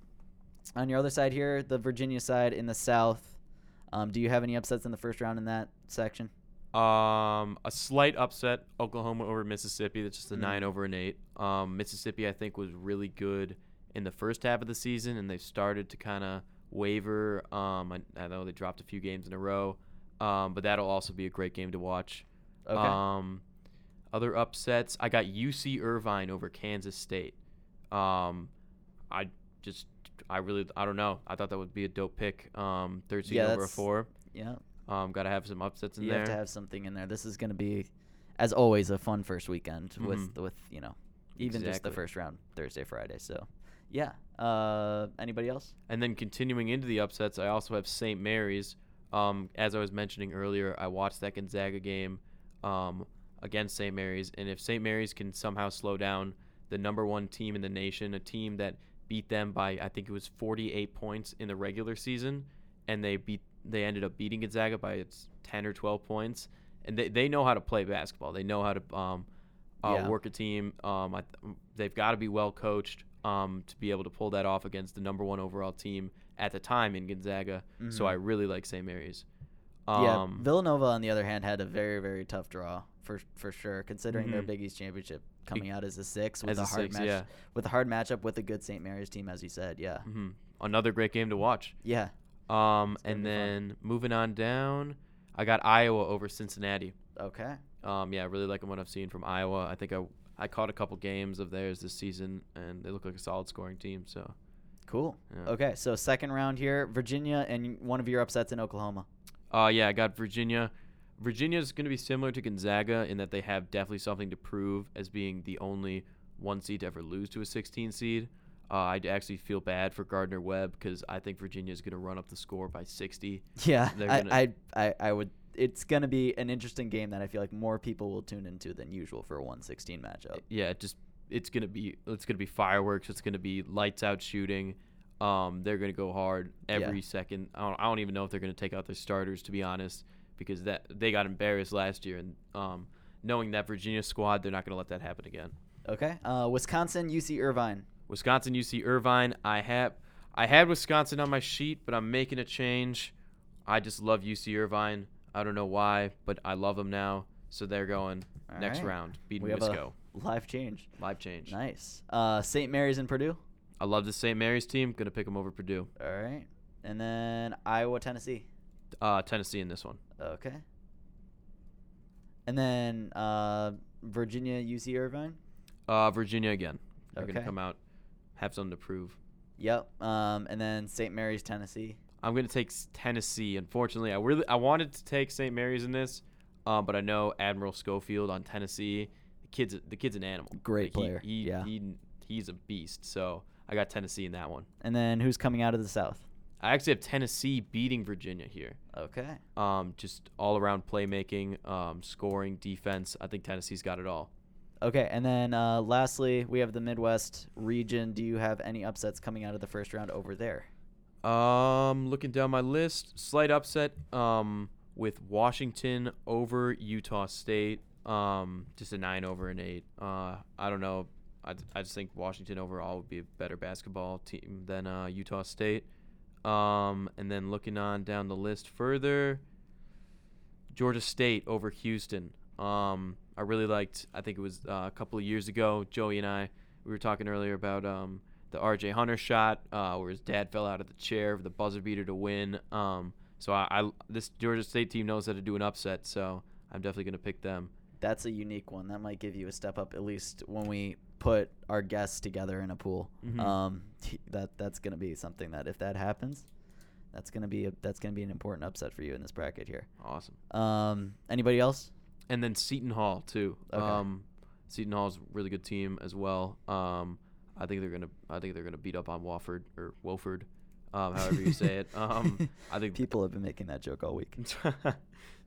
S1: on your other side here, the Virginia side in the South. Um, do you have any upsets in the first round in that section?
S6: Um, a slight upset, Oklahoma over Mississippi. That's just a
S1: Mm.
S6: nine over an eight. Um, Mississippi, I think, was really good in the first half of the season, and they started to kind of waver. Um, I, I know they dropped a few games in a row, um, but that'll also be a great game to watch.
S1: Okay.
S6: Um, other upsets, I got UC Irvine over Kansas State. Um, I just, I really, I don't know. I thought that would be a dope pick. Um, thirteen
S1: Yeah,
S6: over a
S1: that's-
S6: four.
S1: yeah.
S6: Um, gotta have some upsets in
S1: You
S6: there.
S1: have to have something in there. This is going to be, as always, a fun first weekend with with you know, even just the
S6: Mm-hmm. Exactly.
S1: first round Thursday Friday. So, yeah. Uh, anybody else?
S6: And then continuing into the upsets, I also have St. Mary's. Um, as I was mentioning earlier, I watched that Gonzaga game um, against St. Mary's, and if St. Mary's can somehow slow down the number one team in the nation, a team that beat them by I think it was 48 points in the regular season, and they beat they ended up beating Gonzaga by it's 10 or 12 points, and they, they know how to play basketball. They know how to um, uh,
S1: Yeah.
S6: work a team. Um, I th- they've got to be well coached um, to be able to pull that off against the number one overall team at the time in Gonzaga. So
S1: Mhm.
S6: I really like St. Mary's.
S1: yeah.
S6: Um,
S1: Villanova, on the other hand, had a very very tough draw for for sure, considering their
S6: Mhm.
S1: Big East championship coming out as a six with
S6: as
S1: a
S6: a
S1: hard
S6: six,
S1: match
S6: yeah.
S1: with a hard matchup with a good St. Mary's team, as you said. Yeah.
S6: mhm. Another great game to watch.
S1: Yeah.
S6: Um,
S1: It's gonna be
S6: and
S1: fun.
S6: then moving on down, I got Iowa over Cincinnati.
S1: Okay.
S6: Um, yeah, really liking what I've seen from Iowa. I think I I caught a couple games of theirs this season, and they look like a solid scoring team. So
S1: Cool.
S6: yeah.
S1: Okay. So second round here, Virginia and one of your upsets in Oklahoma.
S6: Uh, yeah, I got Virginia. Virginia's going to be similar to Gonzaga in that they have definitely something to prove as being the only one seed to ever lose to a 16 seed. Uh, I actually feel bad for Gardner Webb because I think Virginia's going to run up the score by 60.
S1: Yeah,
S6: They're
S1: I,
S6: gonna-
S1: I, I, I would. It's gonna be an interesting game that I feel like more people will tune into than usual for a 116 matchup.
S6: Yeah, it just it's going to be it's going to be fireworks. It's going to be lights out shooting. Um, they're going to go hard every second. I don't, I don't even know if they're going to take out their starters to be honest because that they got embarrassed last year and um, knowing that Virginia squad, they're not going to let that happen again.
S1: Okay, uh, Wisconsin, UC Irvine.
S6: Wisconsin, UC Irvine. I have I had Wisconsin on my sheet, but I'm making a change. I just love UC Irvine. I don't know why, but I love them now. So they're going
S1: All
S6: next
S1: right.
S6: round. Beating
S1: we have
S6: Wisco.
S1: a live change.
S6: Live change.
S1: Nice. Uh, St. Mary's and Purdue.
S6: I love the St. Mary's team. Gonna pick them over Purdue.
S1: All right, and then Iowa, Tennessee.
S6: Uh, Tennessee in this one.
S1: Okay, and then uh, Virginia, UC Irvine.
S6: Uh, Virginia again. They're
S1: Okay.
S6: gonna come out, have something to prove.
S1: Yep. Um, and then St. Mary's, Tennessee.
S6: I'm gonna take s- Tennessee. Unfortunately, I really I wanted to take St. Mary's in this, um, but I know Admiral Schofield on Tennessee. The kid's the kid's an animal.
S1: Great
S6: Like,
S1: player,
S6: He, he,
S1: yeah.
S6: he, he's a beast. So I got Tennessee in that one.
S1: And then who's coming out of the South?
S6: I actually have Tennessee beating Virginia here.
S1: Okay.
S6: Um, just all around playmaking, um, scoring, defense. I think Tennessee's got it all.
S1: Okay, and then uh, lastly, we have the Midwest region. Do you have any upsets coming out of the first round over there?
S6: Um, looking down my list, slight upset. Um, with Washington over Utah State. Um, just a nine over an eight. Uh, I don't know. I, I just think Washington overall would be a better basketball team than uh, Utah State. Um, and then looking on down the list further, Georgia State over Houston. Um, I really liked. I think it was uh, a couple of years ago. Joey and I we were talking earlier about um, the R.J. Hunter shot uh, where his dad fell out of the chair for the buzzer beater to win. Um, so I, I this Georgia State team knows how to do an upset. So I'm definitely gonna pick them.
S1: That's a unique one. That might give you a step up, at least when we put our guests together in a pool.
S6: Mhm.
S1: Um, that that's gonna be something that if that happens, that's gonna be a, that's gonna be an important upset for you in this bracket here.
S6: Awesome.
S1: Um, anybody else?
S6: and then Seton Hall too.
S1: Okay.
S6: Um, Seton Hall's a really good team as well. Um, I think they're gonna I think they're gonna beat up on Wofford or Wilford, um, however you say it. Um, I think
S1: people have been making that joke all week.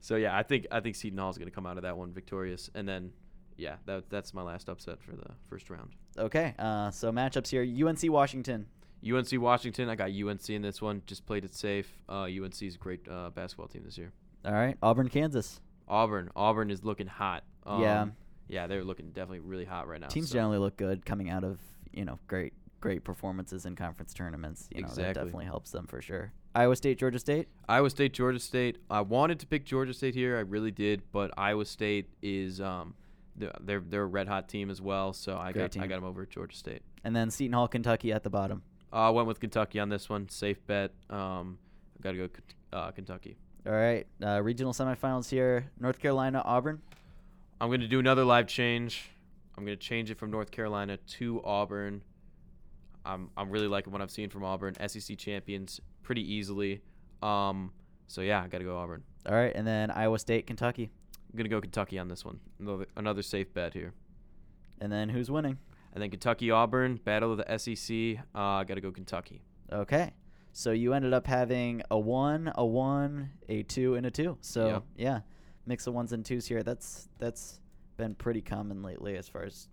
S6: so yeah, I think I think Seton Hall's gonna come out of that one victorious, and then yeah, that that's my last upset for the first round.
S1: Okay, uh, so matchups here: UNC Washington.
S6: UNC Washington, I got UNC in this one. Just played it safe. Uh, UNC is a great uh, basketball team this year.
S1: All right, Auburn, Kansas.
S6: Auburn, Auburn is looking hot. Um,
S1: yeah.
S6: yeah, they're looking definitely really hot right now.
S1: Teams
S6: so.
S1: generally look good coming out of you know great great performances in conference tournaments. You know that
S6: Exactly.
S1: definitely helps them for sure. Iowa State, Georgia State.
S6: Iowa State, Georgia State. I wanted to pick Georgia State here. I really did, but Iowa State is um, they're they're, they're a red hot team as well. So I
S1: Great
S6: got I
S1: team.
S6: got them over at Georgia State.
S1: And then Seton Hall, Kentucky at the bottom.
S6: Uh, I went with Kentucky on this one. Safe bet. Um, I gotta go Kent- uh, Kentucky.
S1: All right. Uh, regional semifinals here North Carolina, Auburn.
S6: I'm gonna do another live change. I'm gonna change it from North Carolina to Auburn. I'm I'm really liking what I've seen from Auburn. SEC champions pretty easily. Um, so yeah, I gotta go Auburn.
S1: All right. And then Iowa State, Kentucky.
S6: I'm gonna go Kentucky on this one. Another another safe bet here.
S1: And then who's winning?
S6: And then Kentucky Auburn, battle of the SEC. Uh, I got to go Kentucky.
S1: Okay. So you ended up having a one, a one, a two, and a two. So
S6: Yep.
S1: yeah, mix of ones and twos here. That's that's been pretty common lately as far as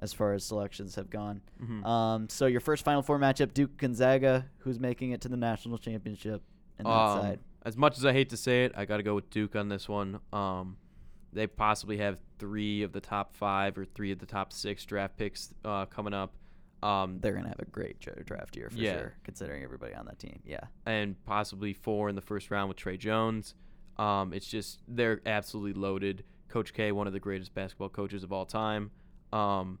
S1: as far as selections have gone.
S6: Mhm.
S1: Um, so your first Final Four matchup, Duke Gonzaga, who's making it to the national championship, and that
S6: Um,
S1: side.
S6: As much as I hate to say it, I got to go with Duke on this one. Um, they possibly have three of the top five or three of the top six draft picks uh, coming up, um,
S1: They're gonna have a great dra- draft year for
S6: Yeah.
S1: sure, considering everybody on that team. Yeah.
S6: and possibly four in the first round with Trey Jones. Um, it's just they're absolutely loaded. Coach K, one of the greatest basketball coaches of all time, um,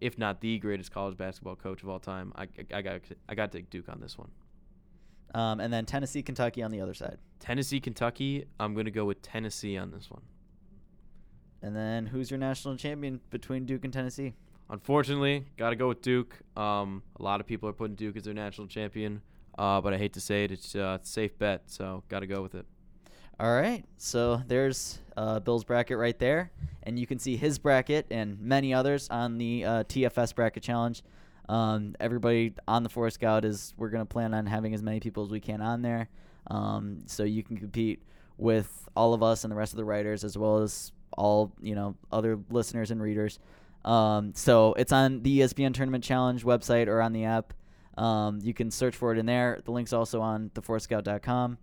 S6: if not the greatest college basketball coach of all time. I, I, got I got to take Duke on this one.
S1: Um, and then Tennessee, Kentucky on the other side.
S6: Tennessee, Kentucky. I'm going to go with Tennessee on this one.
S1: And then who's your national champion between Duke and Tennessee?
S6: Unfortunately, got to go with Duke. Um, a lot of people are putting Duke as their national champion, uh, but I hate to say it, it's uh, it's a safe bet, so got to go with it.
S1: All right. So there's uh, Bill's bracket right there. And you can see his bracket and many others on the uh, TFS bracket challenge. Um, everybody on the Forest Scout is, we're going to plan on having as many people as we can on there. Um, so you can compete with all of us and the rest of the writers, as well as all, you know, other listeners and readers. Um, so it's on the E ESPN Tournament Challenge website or on the app. Um, you can search for it in there. The link's also on theforescout.com.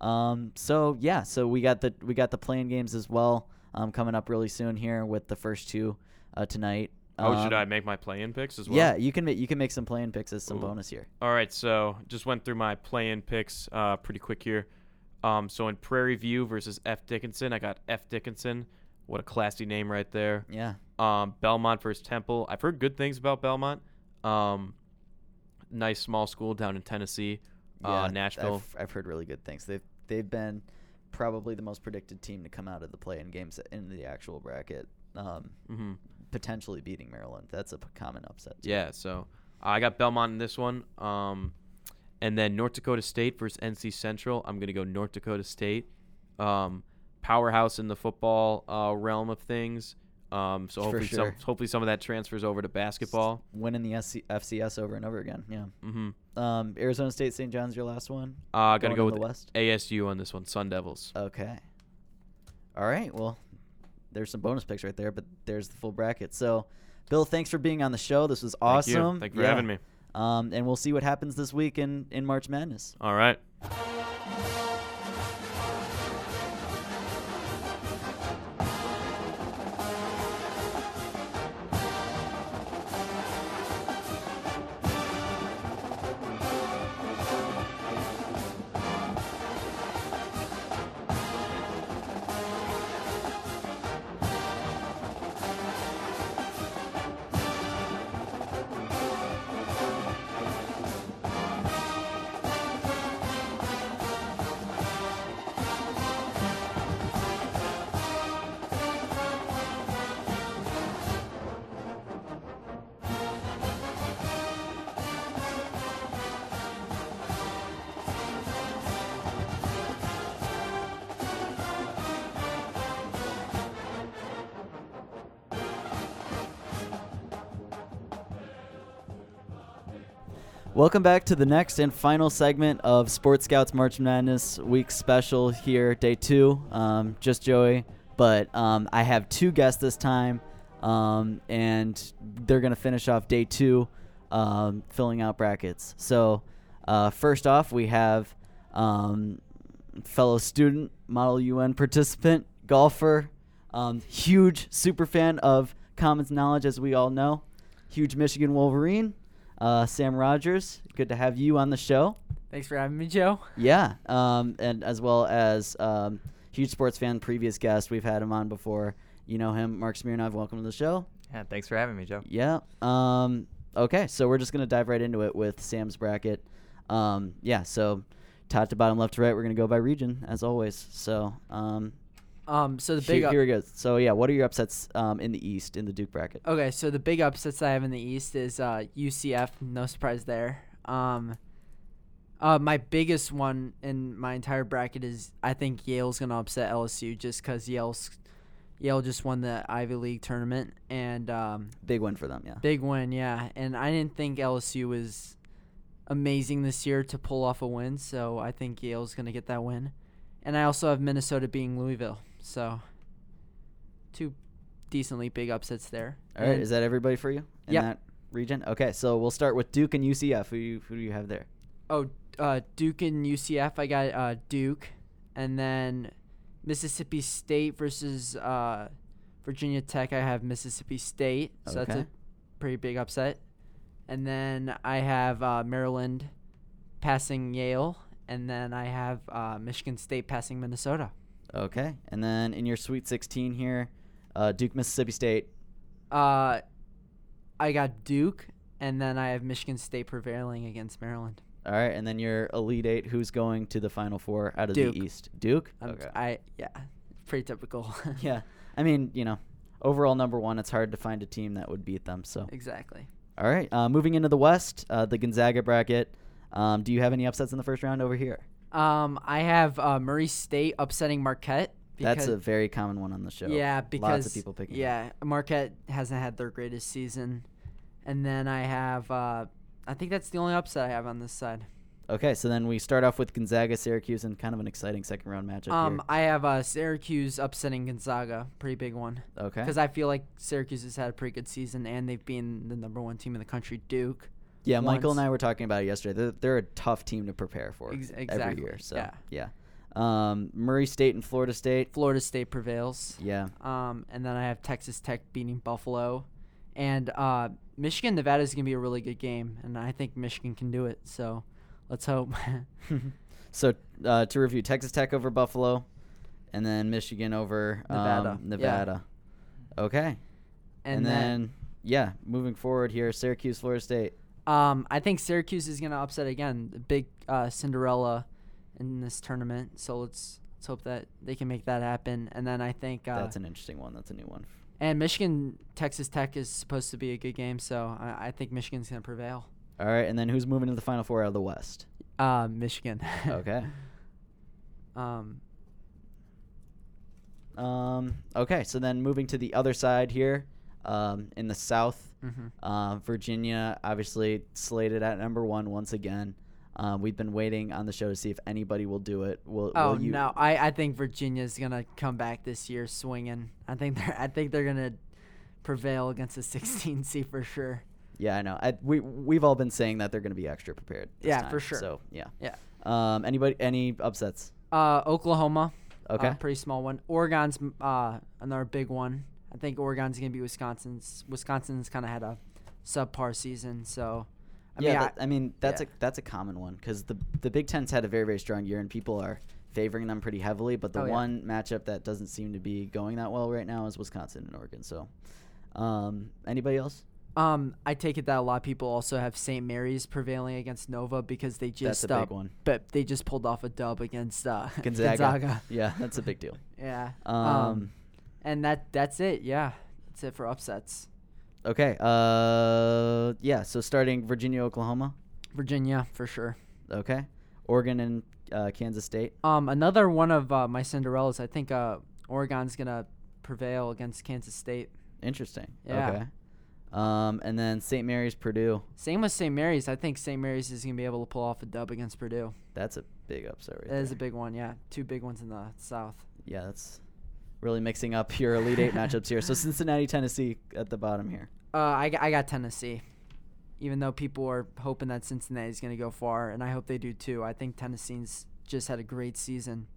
S1: Um, so yeah, so we got the we got the playing games as well um, coming up really soon here with the first two uh, tonight.
S6: Oh, should
S1: Um,
S6: I make my play-in picks as well?
S1: Yeah, you can make you can make some playing picks as some
S6: Ooh.
S1: bonus here.
S6: All right, so just went through my play-in picks uh, pretty quick here. Um, so in Prairie View versus F. Dickinson, I got F. Dickinson. What a classy name right there.
S1: Yeah,
S6: Um, Belmont versus Temple. I've heard good things about Belmont. Um, nice small school down in Tennessee.
S1: Yeah,
S6: uh, Nashville.
S1: I've, I've heard really good things. They've they've been probably the most predicted team to come out of the play-in games in the actual bracket. Um,
S6: hmm
S1: potentially beating Maryland. That's a p- common upset. too.
S6: Yeah, so I got Belmont in this one. Um, and then North Dakota State versus NC Central. I'm going to go North Dakota State. Um, powerhouse in the football uh, realm of things. Um, so
S1: For
S6: hopefully,
S1: sure.
S6: some, hopefully some of that transfers over to basketball.
S1: winning the SC- FCS over and over again. Yeah.
S6: Mm-hmm.
S1: Um, Arizona State, St. John's, your last one.
S6: Uh, got to
S1: Going
S6: go
S1: in
S6: with
S1: the West? Uh.
S6: ASU on this one, Sun Devils.
S1: Okay. All right. Well, there's some bonus picks right there, but there's the full bracket. So, Bill, thanks for being on the show. This was
S6: Thank you.
S1: awesome.
S6: Thank you for having me.
S1: Um, and we'll see what happens this week in, in March Madness.
S6: All right.
S1: Welcome back to the next and final segment of Sports Scouts March Madness Week Special here, day two. Um, just Joey, but um, I have two guests this time, um, and they're going to finish off day two um, filling out brackets. So, uh, first off, we have um, fellow student, Model UN participant, golfer, um, huge super fan of Commons Knowledge, as we all know, huge Michigan Wolverine, uh, Sam Rogers. Good to have you on the show.
S7: Thanks for having me, Joe.
S1: Yeah, um, and as well as um, huge sports fan, previous guest we've had him on before. You know him, Mark Smirnov. Welcome to the show.
S7: Yeah, thanks for having me, Joe.
S1: Yeah. Um, okay, so we're just gonna dive right into it with Sam's bracket. Um, yeah. So top to bottom, left to right, we're gonna go by region as always. So um,
S7: Um, so the
S1: here-
S7: big up-
S1: here we go. So yeah, what are your upsets um, in the East in the Duke bracket?
S7: Okay, so the big upsets I have in the East is uh, UCF. No surprise there. Um, uh, my biggest one in my entire bracket is I think Yale's gonna upset LSU just because Yale's Yale just won the Ivy League tournament and um,
S1: Big win for them. Yeah.
S7: big win, yeah. And I didn't think LSU was amazing this year to pull off a win, so I think Yale's gonna get that win. And I also have Minnesota beating Louisville, so two decently big upsets there.
S1: All right.
S7: And-
S1: Is that everybody for you in
S7: Yep.
S1: that region? Okay. So we'll start with Duke and UCF. Who you, who do you have there?
S7: Oh, uh, Duke and UCF. I got uh, Duke, and then Mississippi State versus uh, Virginia Tech. I have Mississippi State, so that's a
S1: Okay.
S7: pretty big upset. And then I have uh, Maryland passing Yale, and then I have uh, Michigan State passing Minnesota.
S1: Okay. And then in your Sweet 16 here, uh, Duke, Mississippi State.
S7: Uh, I got Duke, and then I have Michigan State prevailing against Maryland.
S1: All right. And then your Elite Eight. Who's going to the Final Four out of
S7: Duke.
S1: the East? Duke.
S7: I'm, I yeah, pretty typical.
S1: yeah. I mean, you know, overall number one, it's hard to find a team that would beat them. So,
S7: exactly.
S1: all right. Uh, moving into the West, uh, the Gonzaga bracket. Um, do you have any upsets in the first round over here?
S7: Um, I have uh, Murray State upsetting Marquette.
S1: That's a very common one on the show.
S7: yeah because
S1: lots of people picking. them.
S7: yeah Marquette hasn't had their greatest season, and then I have uh, I think that's the only upset I have on this side.
S1: Okay, so then we start off with Gonzaga, Syracuse, and kind of an exciting second round matchup
S7: Um, I have uh, Syracuse upsetting Gonzaga, pretty big one
S1: here. Okay.
S7: because I feel like Syracuse has had a pretty good season and they've been the number one team in the country. Duke.
S1: Yeah, Michael and
S7: once-
S1: I were talking about it yesterday. They're, they're a tough team to prepare for
S7: Ex-
S1: every
S7: exactly,
S1: year. So
S7: yeah.
S1: yeah, Um, Murray State and Florida State.
S7: Florida State prevails.
S1: Yeah.
S7: Um, and then I have Texas Tech beating Buffalo, and uh, Michigan Nevada is gonna be a really good game, and I think Michigan can do it. So, let's hope.
S1: So uh, to review, Texas Tech over Buffalo, and then Michigan over um,
S7: Nevada, yeah.
S1: Nevada. Okay. And, then, yeah, moving forward here, Syracuse, Florida State.
S7: um, I think Syracuse is gonna upset again, the big uh, Cinderella in this tournament. So let's let's hope that they can make that happen. And then I think uh,
S1: That's an interesting one. That's a new one.
S7: and Michigan Texas Tech is supposed to be a good game, so I, I think Michigan's gonna prevail.
S1: All right, and then who's moving to the Final Four out of the West?
S7: Uh, Michigan.
S1: Okay.
S7: um,
S1: Um, okay, so then moving to the other side here, um, in the South,
S7: mhm.
S1: uh, Virginia obviously slated at number one once again. Um, we've been waiting on the show to see if anybody will do it. Will,
S7: Oh
S1: will you?
S7: no, I, I think Virginia's gonna come back this year swinging. I think they're I think they're gonna prevail against the 16 seed for sure.
S1: Yeah, I know. I, we we've all been saying that they're going to be extra prepared. this
S7: Yeah,
S1: time,
S7: for sure.
S1: So yeah.
S7: Yeah.
S1: Um. Anybody? Any upsets?
S7: Uh, Oklahoma,
S1: Okay.
S7: uh, pretty small one. Oregon's m- uh another big one. I think Oregon's gonna be Wisconsin's. Wisconsin's kind of had a subpar season, so I
S1: yeah.
S7: mean,
S1: that- I mean that's
S7: yeah.
S1: a that's a common one because the the Big Ten's had a very very strong year and people are favoring them pretty heavily. But the
S7: Oh, yeah.
S1: one matchup that doesn't seem to be going that well right now is Wisconsin and Oregon. So, um, anybody else?
S7: I, um, I take it that a lot of people also have St. Mary's prevailing against Nova because they just
S1: that's a big
S7: uh,
S1: one.
S7: but they just pulled off a dub against uh,
S1: Gonzaga.
S7: Gonzaga.
S1: Yeah, that's a big deal.
S7: Yeah.
S1: Um,
S7: and that that's it. Yeah, that's it for upsets.
S1: Okay. Uh. Yeah. So starting Virginia, Oklahoma.
S7: Virginia for sure.
S1: Okay. Oregon and uh, Kansas State.
S7: Um, another one of uh, my Cinderellas. I think uh, Oregon's gonna prevail against Kansas State.
S1: Interesting.
S7: Yeah.
S1: Okay. Um, and then St. Mary's Purdue.
S7: Same with St. Mary's. I think St. Mary's is gonna be able to pull off a dub against Purdue.
S1: That's a big upset right
S7: That is a
S1: there.
S7: big one. Yeah, two big ones in the South.
S1: Yeah, that's really mixing up your Elite Eight matchups here. So Cincinnati, Tennessee at the bottom here.
S7: Uh, I g- I got Tennessee. Even though people are hoping that Cincinnati's gonna go far, and I hope they do too. I think Tennessee's just had a great season.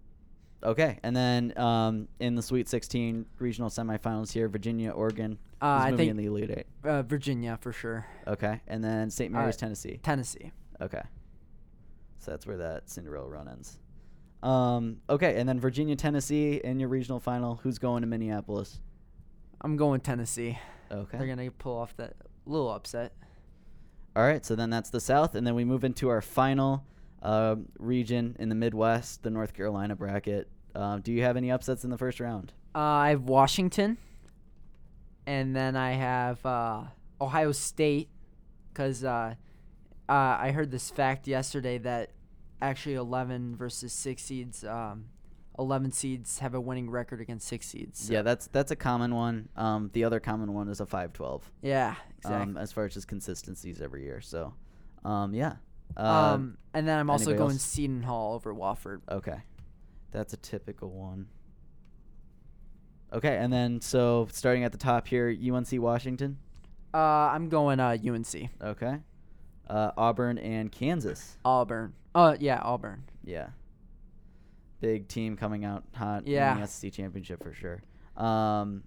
S1: Okay. And then um, in the Sweet 16 regional semifinals here, Virginia, Oregon.
S7: Uh,
S1: who's
S7: I
S1: moving
S7: think
S1: in the Elite Eight.
S7: uh, Virginia for sure.
S1: Okay. And then St.
S7: All
S1: Mary's,
S7: right.
S1: Tennessee.
S7: Tennessee.
S1: Okay. So that's where that Cinderella run ends. Um, okay, and then Virginia, Tennessee in your regional final. Who's going to Minneapolis?
S7: I'm going Tennessee.
S1: Okay.
S7: They're gonna pull off that little upset.
S1: All right, so then that's the South, and then we move into our final uh, region in the Midwest, the North Carolina bracket. Um, do you have any upsets in the first round?
S7: Uh, I have Washington, and then I have uh, Ohio State, because uh, uh, I heard this fact yesterday that actually 11 versus six seeds, um, 11 seeds have a winning record against six seeds. so-
S1: Yeah, that's that's a common one. Um, the other common one is a five twelve.
S7: yeah, exactly.
S1: Um, as far as just consistencies every year. So, um, yeah. Uh,
S7: Um, and then I'm also
S1: anybody
S7: going
S1: else?
S7: Seton Hall over Wofford.
S1: Okay. That's a typical one. Okay, and then so starting at the top here, UNC Washington.
S7: Uh, I'm going uh, UNC,
S1: Okay. Uh, Auburn and Kansas.
S7: Auburn. Uh, yeah, Auburn.
S1: Yeah. Big team coming out hot
S7: Yeah.
S1: in the SEC championship for sure. Um,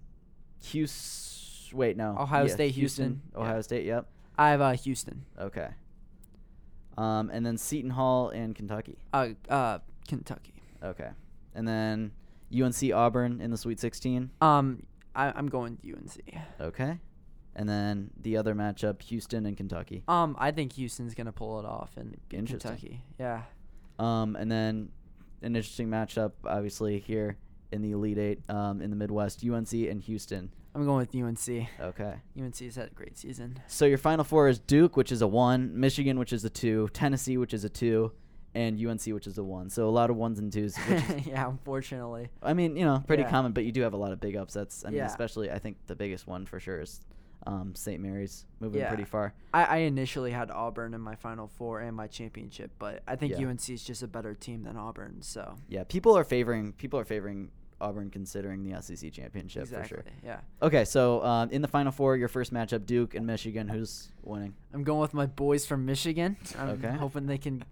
S1: Houston. Wait, no.
S7: Ohio State, Houston.
S1: Ohio
S7: Yeah.
S1: State. Yep.
S7: I have uh, Houston.
S1: Okay. Um, and then Seton Hall and Kentucky.
S7: Uh, uh, Kentucky.
S1: Okay. And then UNC Auburn in the Sweet 16.
S7: Um, I, I'm going UNC.
S1: Okay. And then the other matchup, Houston and Kentucky.
S7: Um, I think Houston's gonna pull it off and beat
S1: Interesting.
S7: Kentucky. Yeah.
S1: Um, and then an interesting matchup, obviously here in the Elite Eight, um, in the Midwest, UNC and Houston.
S7: I'm going with UNC.
S1: Okay.
S7: UNC's had a great season.
S1: So your final four is Duke, which is a one, Michigan, which is a two, Tennessee, which is a two, and UNC, which is a one. So a lot of ones and twos. Which is,
S7: yeah, unfortunately.
S1: I mean, you know, pretty
S7: Yeah.
S1: common, but you do have a lot of big upsets. I mean,
S7: Yeah.
S1: especially I think the biggest one for sure is um, St. Mary's moving
S7: Yeah.
S1: pretty far.
S7: I, I initially had Auburn in my Final Four and my championship, but I think
S1: Yeah.
S7: UNC is just a better team than Auburn. So
S1: Yeah, people are favoring people are favoring Auburn considering the SEC championship
S7: exactly.
S1: for sure.
S7: Yeah.
S1: Okay, so um, in the final four, your first matchup, Duke and Michigan. Who's winning?
S7: I'm going with my boys from Michigan. I'm
S1: Okay.
S7: hoping they can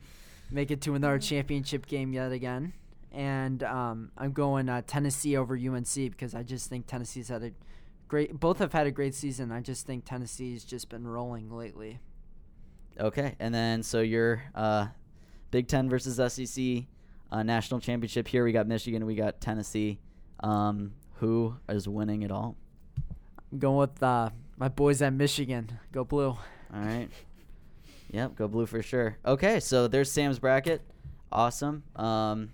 S7: make it to another championship game yet again. And um, I'm going uh, Tennessee over UNC because I just think Tennessee's had a great. Both have had a great season. I just think Tennessee's just been rolling lately.
S1: Okay, and then so your uh, Big Ten versus SEC uh, national championship. Here we got Michigan, we got Tennessee. Um, who is winning it all?
S7: I'm going with uh, my boys at Michigan. Go blue.
S1: All right. Yep, go blue for sure. Okay, so there's Sam's bracket. Awesome. Um,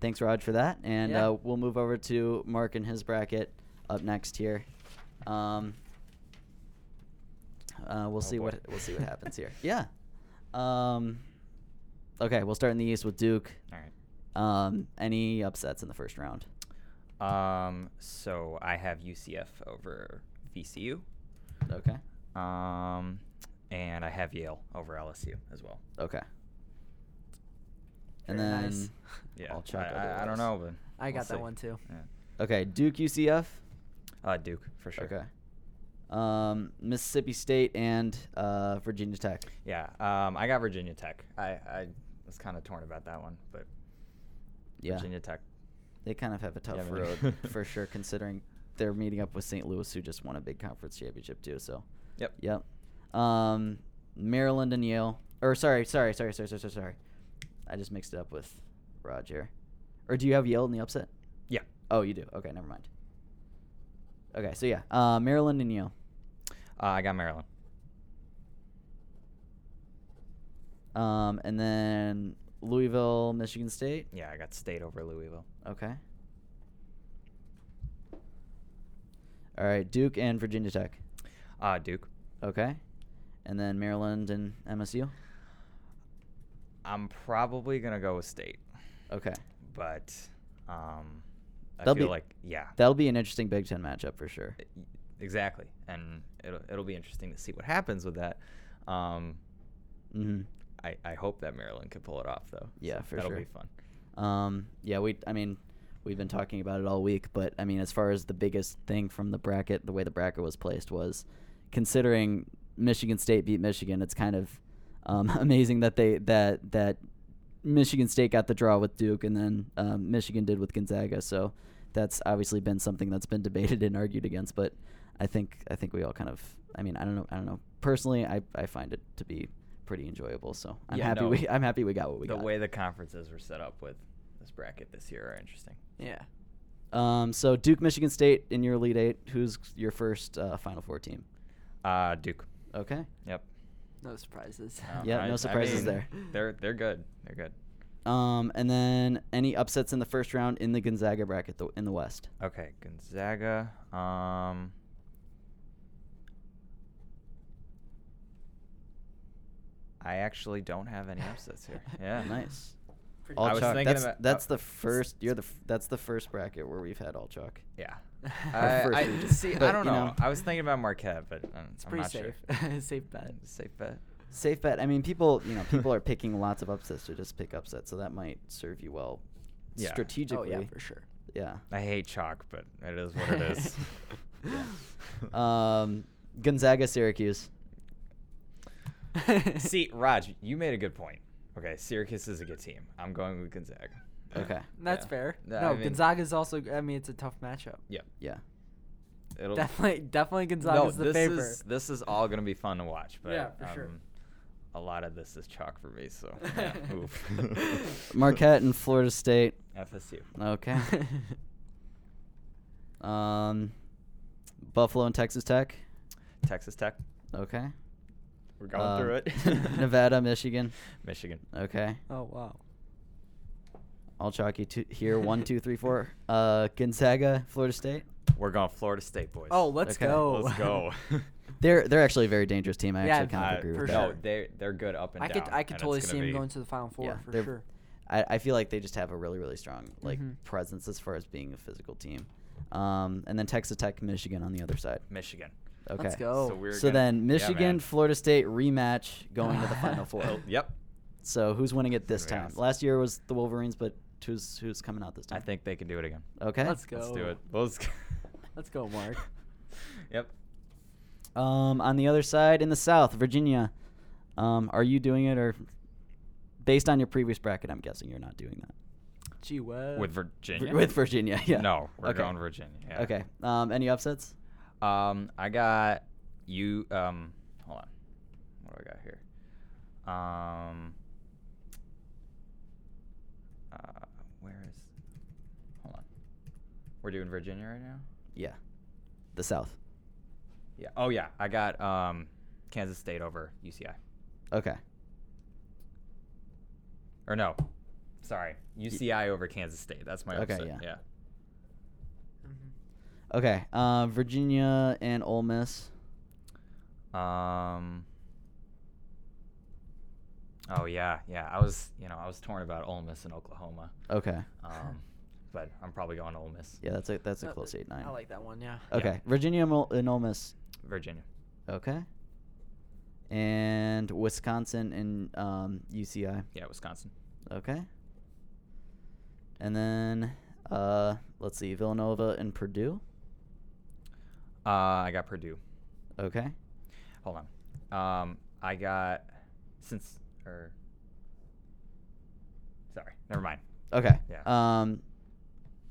S1: thanks, Rod, for that. And
S7: Yeah.
S1: uh, we'll move over to Mark and his bracket up next here. Um, uh, we'll
S2: Oh,
S1: see
S2: boy.
S1: what we'll see what happens here. Yeah. Um, okay, we'll start in the East with Duke.
S8: All right.
S1: Um, any upsets in the first round?
S8: Um, so I have UCF over VCU,
S1: Okay.
S8: um, and I have Yale over LSU as well.
S1: Okay. And
S7: Very
S1: then,
S7: nice.
S8: Yeah,
S1: I'll check
S8: I, I, I
S1: otherwise.
S8: don't know, but
S7: I got
S8: we'll
S7: that
S8: see.
S7: one too.
S8: Yeah.
S1: okay, Duke UCF.
S8: Uh, Duke for sure.
S1: Okay. Um, Mississippi State and uh, Virginia Tech.
S8: Yeah. Um, I got Virginia Tech. I, I was kind of torn about that one, but
S1: Yeah,
S8: Virginia Tech.
S1: they kind of have a tough
S8: Yeah, man.
S1: road for sure, considering they're meeting up with St. Louis, who just won a big conference championship too. So,
S8: Yep.
S1: yep. Um, Maryland and Yale, or sorry, sorry, sorry, sorry, sorry, sorry, sorry. I just mixed it up with Roger. Or do you have Yale in the upset?
S8: Yeah.
S1: Oh, you do. Okay, never mind. Okay, so yeah, uh, Maryland and Yale.
S8: Uh, I got Maryland.
S1: Um, and then Louisville, Michigan State.
S8: Yeah, I got State over Louisville.
S1: Okay. All right, Duke and Virginia Tech.
S8: Uh, Duke.
S1: Okay. And then Maryland and MSU.
S8: I'm probably gonna go with State,
S1: Okay.
S8: but um, I
S1: That'll
S8: feel
S1: be-
S8: like yeah,
S1: That'll be an interesting Big 10 matchup for sure.
S8: e- exactly, and it'll it'll be interesting to see what happens with that. Um,
S1: Mhm.
S8: I, I hope that Maryland can pull it off though.
S1: Yeah, for
S8: that'll
S1: sure.
S8: be fun.
S1: Um yeah, we I mean, we've been talking about it all week, but I mean as far as the biggest thing from the bracket, the way the bracket was placed was considering Michigan State beat Michigan, it's kind of um, amazing that they that that Michigan State got the draw with Duke, and then um, Michigan did with Gonzaga. So that's obviously been something that's been debated and argued against. But I think I think we all kind of I mean I don't know I don't know personally I I find it to be pretty enjoyable. So I'm
S8: Yeah,
S1: happy
S8: no.
S1: we I'm happy we got what we
S8: the
S1: got.
S8: way the conferences were set up with this bracket this year are interesting.
S1: yeah. Um, so Duke, Michigan State in your Elite Eight. Who's your first uh, Final Four team?
S8: Uh, Duke.
S1: Okay.
S8: Yep.
S7: No surprises.
S8: Um,
S1: Yeah, no surprises there.
S8: They're they're good. They're good.
S1: Um, and then any upsets in the first round in the Gonzaga bracket th- in the West?
S8: Okay, Gonzaga. Um, I actually don't have any upsets here. Yeah,
S1: nice.
S7: Pretty
S1: All
S8: I was
S1: chalk.
S8: thinking
S1: That's,
S8: about-
S1: that's
S8: uh,
S1: the first. You're the. f- That's the first bracket where we've had all chalk.
S8: Yeah.
S1: Our
S8: I,
S1: first
S8: I-
S1: region.
S8: see. I
S1: But,
S8: don't
S1: you
S8: know.
S1: know.
S8: I was thinking about Marquette, but um,
S7: It's
S8: I'm
S7: pretty
S8: not
S7: safe.
S8: Sure.
S7: safe bet.
S8: Safe bet.
S1: Safe bet. I mean, people. You know, people are picking lots of upsets to just pick upsets, so that might serve you well.
S8: Yeah.
S1: Strategically.
S7: Oh yeah, for sure.
S1: Yeah.
S8: I hate chalk, but it is what it is. Uh,
S1: Um, Gonzaga, Syracuse.
S8: See, Raj, you made a good point. Okay, Syracuse is a good team. I'm going with Gonzaga.
S1: Okay.
S7: That's
S8: Yeah.
S7: fair.
S8: Yeah,
S7: no,
S8: I mean-
S7: Gonzaga's also. I mean, it's a tough matchup.
S8: Yep.
S1: Yeah.
S8: It'll
S7: Definitely, definitely Gonzaga's the
S8: this
S7: favor.
S8: Is, this is all gonna be fun to watch, but
S7: Yeah, for sure.
S8: um, a lot of this is chalk for me. So yeah, oof.
S1: Marquette and Florida State.
S8: FSU.
S1: Okay. um, Buffalo and Texas Tech.
S8: Texas Tech.
S1: Okay.
S8: We're going
S1: Um,
S8: through it.
S1: Nevada, Michigan.
S8: Michigan.
S1: Okay.
S7: oh wow.
S1: I'll chalk you to here. One, two, three, four. Uh, Gonzaga, Florida State.
S8: We're going Florida State boys.
S7: Oh, let's
S1: Okay,
S7: go.
S8: Let's go.
S1: They're they're actually a very dangerous team. I
S7: Yeah,
S1: actually kind
S8: I-
S1: of agree
S7: for
S1: with
S7: sure. Oh,
S1: that.
S8: No, they they're good up and
S7: I
S8: down.
S7: could, I
S8: and
S7: could
S8: it's
S7: totally
S8: gonna
S7: see him
S8: be-
S7: going to the final four
S1: Yeah,
S7: for
S1: they're-
S7: sure.
S1: I, I feel like they just have a really really strong like
S7: Mhm.
S1: presence as far as being a physical team. Um, and then Texas Tech, Michigan on the other side.
S8: Michigan.
S1: Okay.
S7: Let's go.
S8: So we're
S1: So
S8: gonna-
S1: then
S8: yeah,
S1: Michigan,
S8: man.
S1: Florida State rematch going to the final four.
S8: Oh, yep.
S1: So who's winning it this
S8: Very
S1: time?
S8: nice.
S1: Last year was the Wolverines, but who's who's coming out this time?
S8: I think they can do it again.
S1: Okay.
S7: Let's go.
S8: Let's do it. Let's go.
S7: Let's go, Mark.
S8: yep.
S1: Um, on the other side, in the South, Virginia, um, are you doing it or based on your previous bracket? I'm guessing you're not doing that
S7: Gee whiz.
S8: With Virginia.
S1: with Virginia. Yeah.
S8: No, we're
S1: Okay.
S8: going Virginia. yeah.
S1: Okay. Um, any upsets?
S8: Um, I got you. Um, hold on. What do I got here? Um, uh, where is? Hold on. We're doing Virginia right now.
S1: Yeah. The South.
S8: Yeah. Oh yeah, I got um, Kansas State over UCI.
S1: Okay.
S8: Or no, sorry, UCI over Kansas State. That's my
S1: Okay,
S8: upset.
S1: yeah.
S8: yeah.
S1: Okay. Uh, Virginia and Ole Miss.
S8: Um. Oh yeah, yeah. I was, you know, I was torn about Ole Miss and Oklahoma,
S1: Okay.
S8: um, but I'm probably going Ole Miss.
S1: Yeah, that's a that's a
S7: Uh,
S1: close eight nine.
S7: I like that one. Yeah.
S8: yeah.
S1: Okay. Virginia and Ole- and Ole Miss.
S8: Virginia.
S1: Okay. And Wisconsin and um, UCI.
S8: Yeah, Wisconsin.
S1: Okay. And then uh, let's see, Villanova and Purdue.
S8: Uh, I got Purdue.
S1: Okay.
S8: Hold on. Um, I got since or sorry, never mind.
S1: Okay.
S8: Yeah.
S1: Um,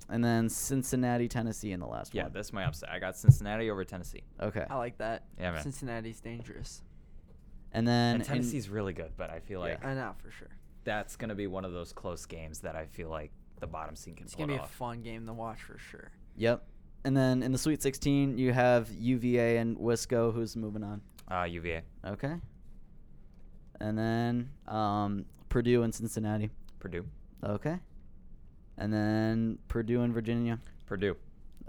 S1: and then Cincinnati, Tennessee in the last
S8: Yeah,
S1: one.
S8: that's my upset. I got Cincinnati over Tennessee,
S1: okay.
S7: I like that.
S8: Yeah, man.
S7: Cincinnati's dangerous.
S1: And then
S8: and,
S1: in-
S8: Tennessee's really good, but I feel
S1: Yeah.
S8: like
S7: I know for sure.
S8: that's gonna be one of those close games that I feel like the bottom seed can
S7: It's
S8: pull
S7: gonna
S8: it
S7: be a
S8: off.
S7: fun game to watch for sure.
S1: yep. And then in the Sweet 16, you have UVA and Wisco, who's moving on.
S8: uh, UVA,
S1: Okay. And then um, Purdue and Cincinnati.
S8: Purdue,
S1: Okay. And then Purdue and Virginia.
S8: Purdue.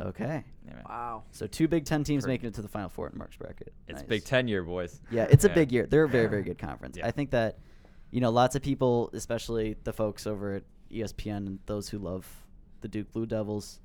S1: Okay.
S8: Yeah, man.
S7: Wow.
S1: So two Big Ten teams
S8: Pur-
S1: making it to the Final Four in Mark's bracket.
S8: It's
S1: Nice.
S8: Big Ten year, boys.
S1: Yeah, it's a big year. They're a very, very good conference.
S8: Yeah.
S1: I think that, you know, lots of people, especially the folks over at E ESPN and those who love the Duke Blue Devils,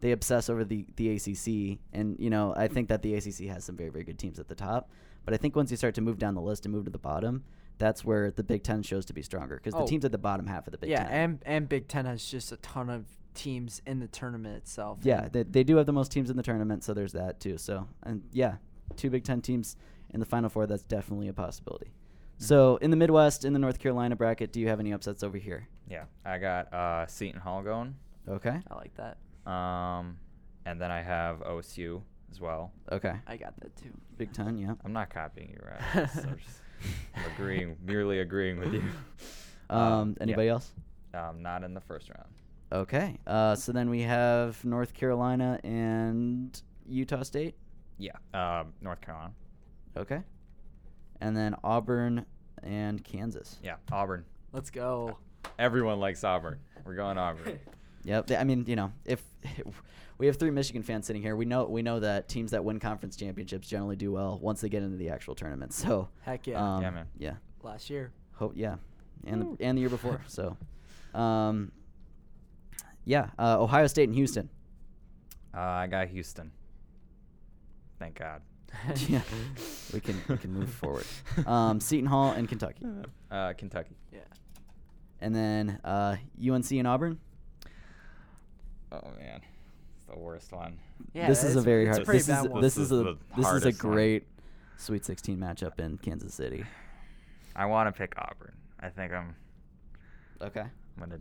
S1: they obsess over the, the ACC. And, you know, I think that the ACC has some very, very good teams at the top. But I think once you start to move down the list and move to the bottom, that's where the Big Ten shows to be stronger because
S7: Oh.
S1: the teams at the bottom half of the Big
S7: yeah,
S1: Ten.
S7: and and Big Ten has just a ton of teams in the tournament itself.
S1: yeah,
S7: and
S1: they, they do have the most teams in the tournament, so there's that too. So, and yeah, two Big Ten teams in the Final Four, that's definitely a possibility. So, in the Midwest, in the North Carolina bracket, do you have any upsets over here?
S8: Yeah, I got uh, Seton Hall going,
S1: Okay.
S7: I like that.
S8: um, and then I have OSU as well.
S1: Okay.
S7: I got that too.
S1: Big Ten, yeah.
S8: I'm not copying you, right? I'm agreeing, merely agreeing with you.
S1: Um,
S8: yeah.
S1: anybody else?
S8: Um, not in the first round.
S1: Okay. Uh, so then we have North Carolina and Utah State.
S8: Yeah. Um, North Carolina.
S1: Okay. And then Auburn and Kansas.
S8: Yeah. Auburn.
S7: Let's go.
S8: Everyone likes Auburn. We're going Auburn.
S1: Yep. I mean, you know, if we have three Michigan fans sitting here, we know we know that teams that win conference championships generally do well once they get into the actual tournament. So,
S7: Heck yeah.
S1: um,
S8: Yeah, man.
S1: Yeah.
S7: Last year.
S1: Hope yeah, and the, and the year before. So, um, yeah, uh, Ohio State and Houston.
S8: Uh, I got Houston. Thank God.
S1: yeah, we can we can move forward. Um, Seton Hall and Kentucky,
S8: Uh, Kentucky.
S7: Yeah.
S1: and then uh, UNC and Auburn.
S8: Oh man, it's the worst one.
S7: Yeah,
S1: this is a
S7: it's-
S1: very
S7: it's
S1: hard.
S7: a pretty
S1: This is
S7: bad one.
S1: this is a
S8: the
S1: this is a
S8: hardest one.
S1: great Sweet 16 matchup in Kansas City.
S8: I want to pick Auburn. I think I'm
S1: Okay.
S8: gonna.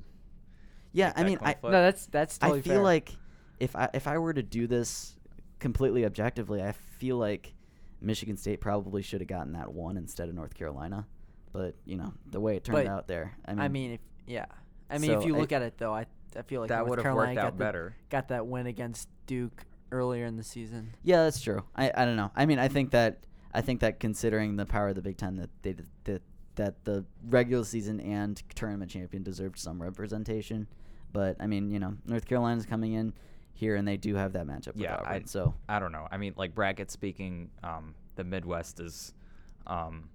S1: Yeah,
S8: Take
S1: I
S8: that
S1: mean, I
S8: coin flip.
S7: No, that's that's totally
S1: I feel
S7: fair.
S1: like if I if I were to do this completely objectively, I feel like Michigan State probably should have gotten that one instead of North Carolina. But you know the way it turned
S7: But,
S1: out there. I mean,
S7: I mean, if, yeah. I mean,
S1: So
S7: if you
S1: I-
S7: look at it though, I I feel like
S8: that
S7: North
S8: would have
S7: Carolina
S8: worked out
S7: got the-
S8: better.
S7: got that win against Duke earlier in the season.
S1: yeah, that's true. I, I don't know. I mean, I think that I think that considering the power of the Big Ten, that they did- that that the regular season and tournament champion deserved some representation. But I mean, you know, North Carolina's coming in here, and they do have that matchup.
S8: Yeah,
S1: with
S8: I-
S1: Auburn, so
S8: I don't know. I mean, like bracket speaking, um, the Midwest is, um,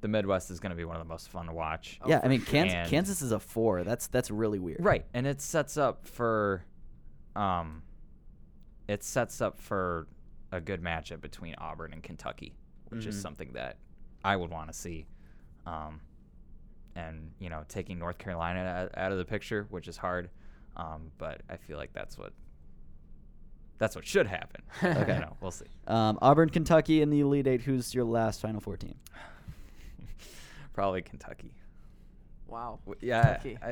S8: the Midwest is gonna be one of the most fun to watch.
S1: yeah,
S7: for
S1: I mean,
S8: And-
S1: Kansas, Kansas is a four. That's that's really weird.
S8: oh, Right, and it sets up for, um, it sets up for a good matchup between Auburn and Kentucky, which is
S1: Mhm.
S8: something that I would want to see. Um, and you know, taking North Carolina out, out of the picture, which is hard, um, but I feel like that's what that's what should happen. But,
S1: Okay.
S8: you know, we'll see.
S1: Um, Auburn, Kentucky, in the Elite Eight. Who's your last Final Four team?
S8: Probably Kentucky.
S7: Wow.
S8: W- Yeah,
S7: Kentucky.
S8: I,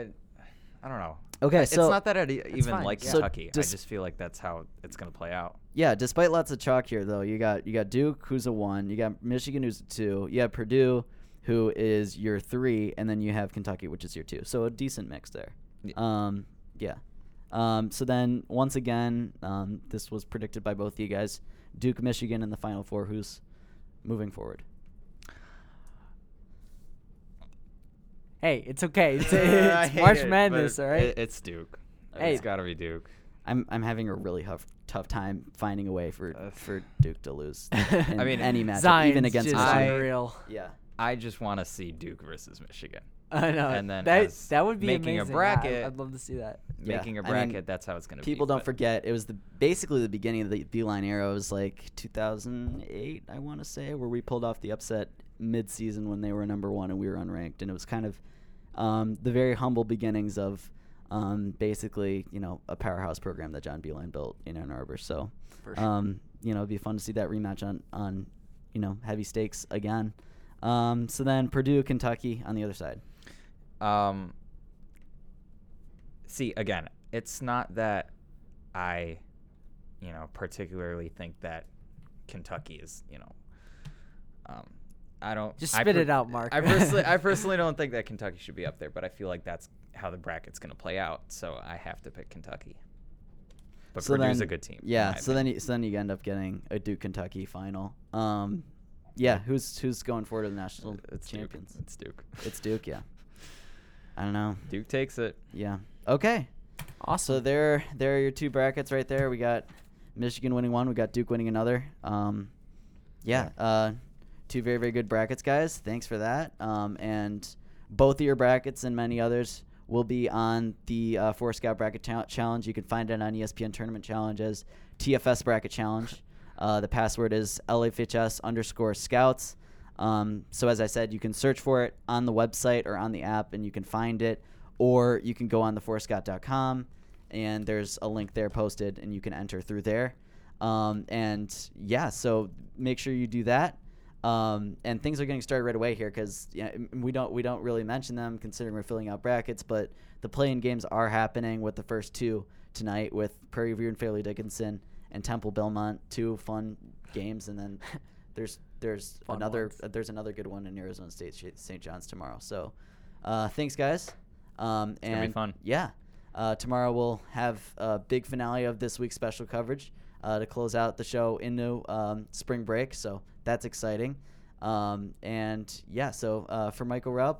S8: I don't know.
S1: Okay,
S8: it's
S1: so
S8: not that I d- even
S7: fine,
S8: like
S7: yeah.
S1: So
S8: Kentucky.
S1: dis-
S8: I just feel like that's how it's gonna play out.
S1: yeah, despite lots of chalk here, though, you got you got Duke, who's a one. You got Michigan, who's a two. You have Purdue, who is your three, and then you have Kentucky, which is your two. So a decent mix there.
S8: Yeah.
S1: Um, yeah. Um, so then once again, um, this was predicted by both of you guys. Duke, Michigan, in the Final Four. Who's moving forward?
S7: Hey, it's okay. It's,
S8: I
S7: it's
S8: hate
S7: March
S8: it,
S7: Madness,
S8: but
S7: all right?
S8: it- it's Duke.
S7: Hey.
S8: It's got to be Duke.
S1: I'm I'm having a really tough tough time finding a way for
S8: Uh,
S1: for Duke to lose. in
S8: I mean,
S1: any matchup, even
S7: Zion's
S1: against
S7: just
S1: Michigan.
S8: I-
S7: unreal.
S1: Yeah.
S8: I just want to see Duke versus Michigan.
S7: I know.
S8: And then
S7: that
S8: as
S7: that would be
S8: making a
S7: amazing. Yeah, I'd-
S8: bracket-
S7: I'd love to see that.
S1: Yeah,
S8: Making a
S1: I mean,
S8: bracket, that's how it's going to be.
S1: People don't
S8: but-
S1: forget it was the basically the beginning of the Beeline era. It was like 2008, I want to say, where we pulled off the upset mid-season when they were number one and we were unranked, and it was kind of um, the very humble beginnings of um, basically you know a powerhouse program that John Beeline built in Ann Arbor. So
S7: For sure.
S1: um, you know it'd be fun to see that rematch on on you know heavy stakes again. Um, so then Purdue, Kentucky on the other side.
S8: Um, see, again, it's not that I, you know, particularly think that Kentucky is, you know, um, I don't.
S7: Just
S8: I
S7: spit it out, Mark.
S8: I personally, I personally don't think that Kentucky should be up there, but I feel like that's how the bracket's going to play out. So I have to pick Kentucky. But Purdue's a good team. in
S1: Yeah.
S8: my
S1: So then, you, so then you end up getting a Duke Kentucky final. Um, yeah. Who's who's going forward to the national champions?
S8: Duke. It's Duke.
S1: It's Duke. Yeah. I don't know.
S8: Duke takes it.
S1: Yeah. Okay. So
S7: Awesome.
S1: there, there are your two brackets right there. We got Michigan winning one. We got Duke winning another. Um, yeah. Uh, two very very good brackets, guys. Thanks for that. Um, and both of your brackets and many others will be on the uh, Four Scout Bracket Chal- Challenge. You can find it on E ESPN Tournament Challenge as TFS Bracket Challenge. Uh, the password is LFHS underscore scouts. Um, so as I said, you can search for it on the website or on the app, and you can find it, or you can go on theforescott.com, and there's a link there posted, and you can enter through there. Um, and yeah, so make sure you do that. Um, and things are getting started right away here because yeah, m- we don't we don't really mention them considering we're filling out brackets, but the play-in games are happening with the first two tonight with Prairie View and Fairleigh Dickinson and Temple Belmont, two fun games, and then there's there's
S7: Fun
S1: another
S7: ones.
S1: uh, there's another good one in Arizona State Sh- St. John's tomorrow. So, uh, thanks guys. Um, and
S8: gonna be fun.
S1: Yeah, uh, tomorrow we'll have a big finale of this week's special coverage uh, to close out the show into um, spring break. So that's exciting. Um, and yeah, so uh, for Michael Raup,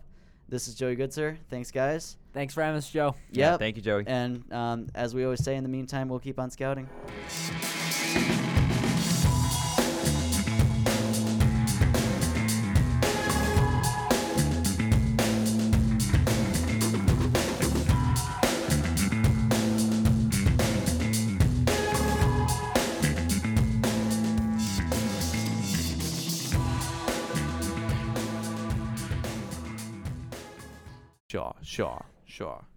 S1: this is Joey Goodsir. Thanks guys.
S7: Thanks for having us, Joe.
S8: Yeah,
S1: Yep.
S8: thank you, Joey.
S1: And um, as we always say, in the meantime, we'll keep on scouting.
S6: Shaw, Shaw, Shaw.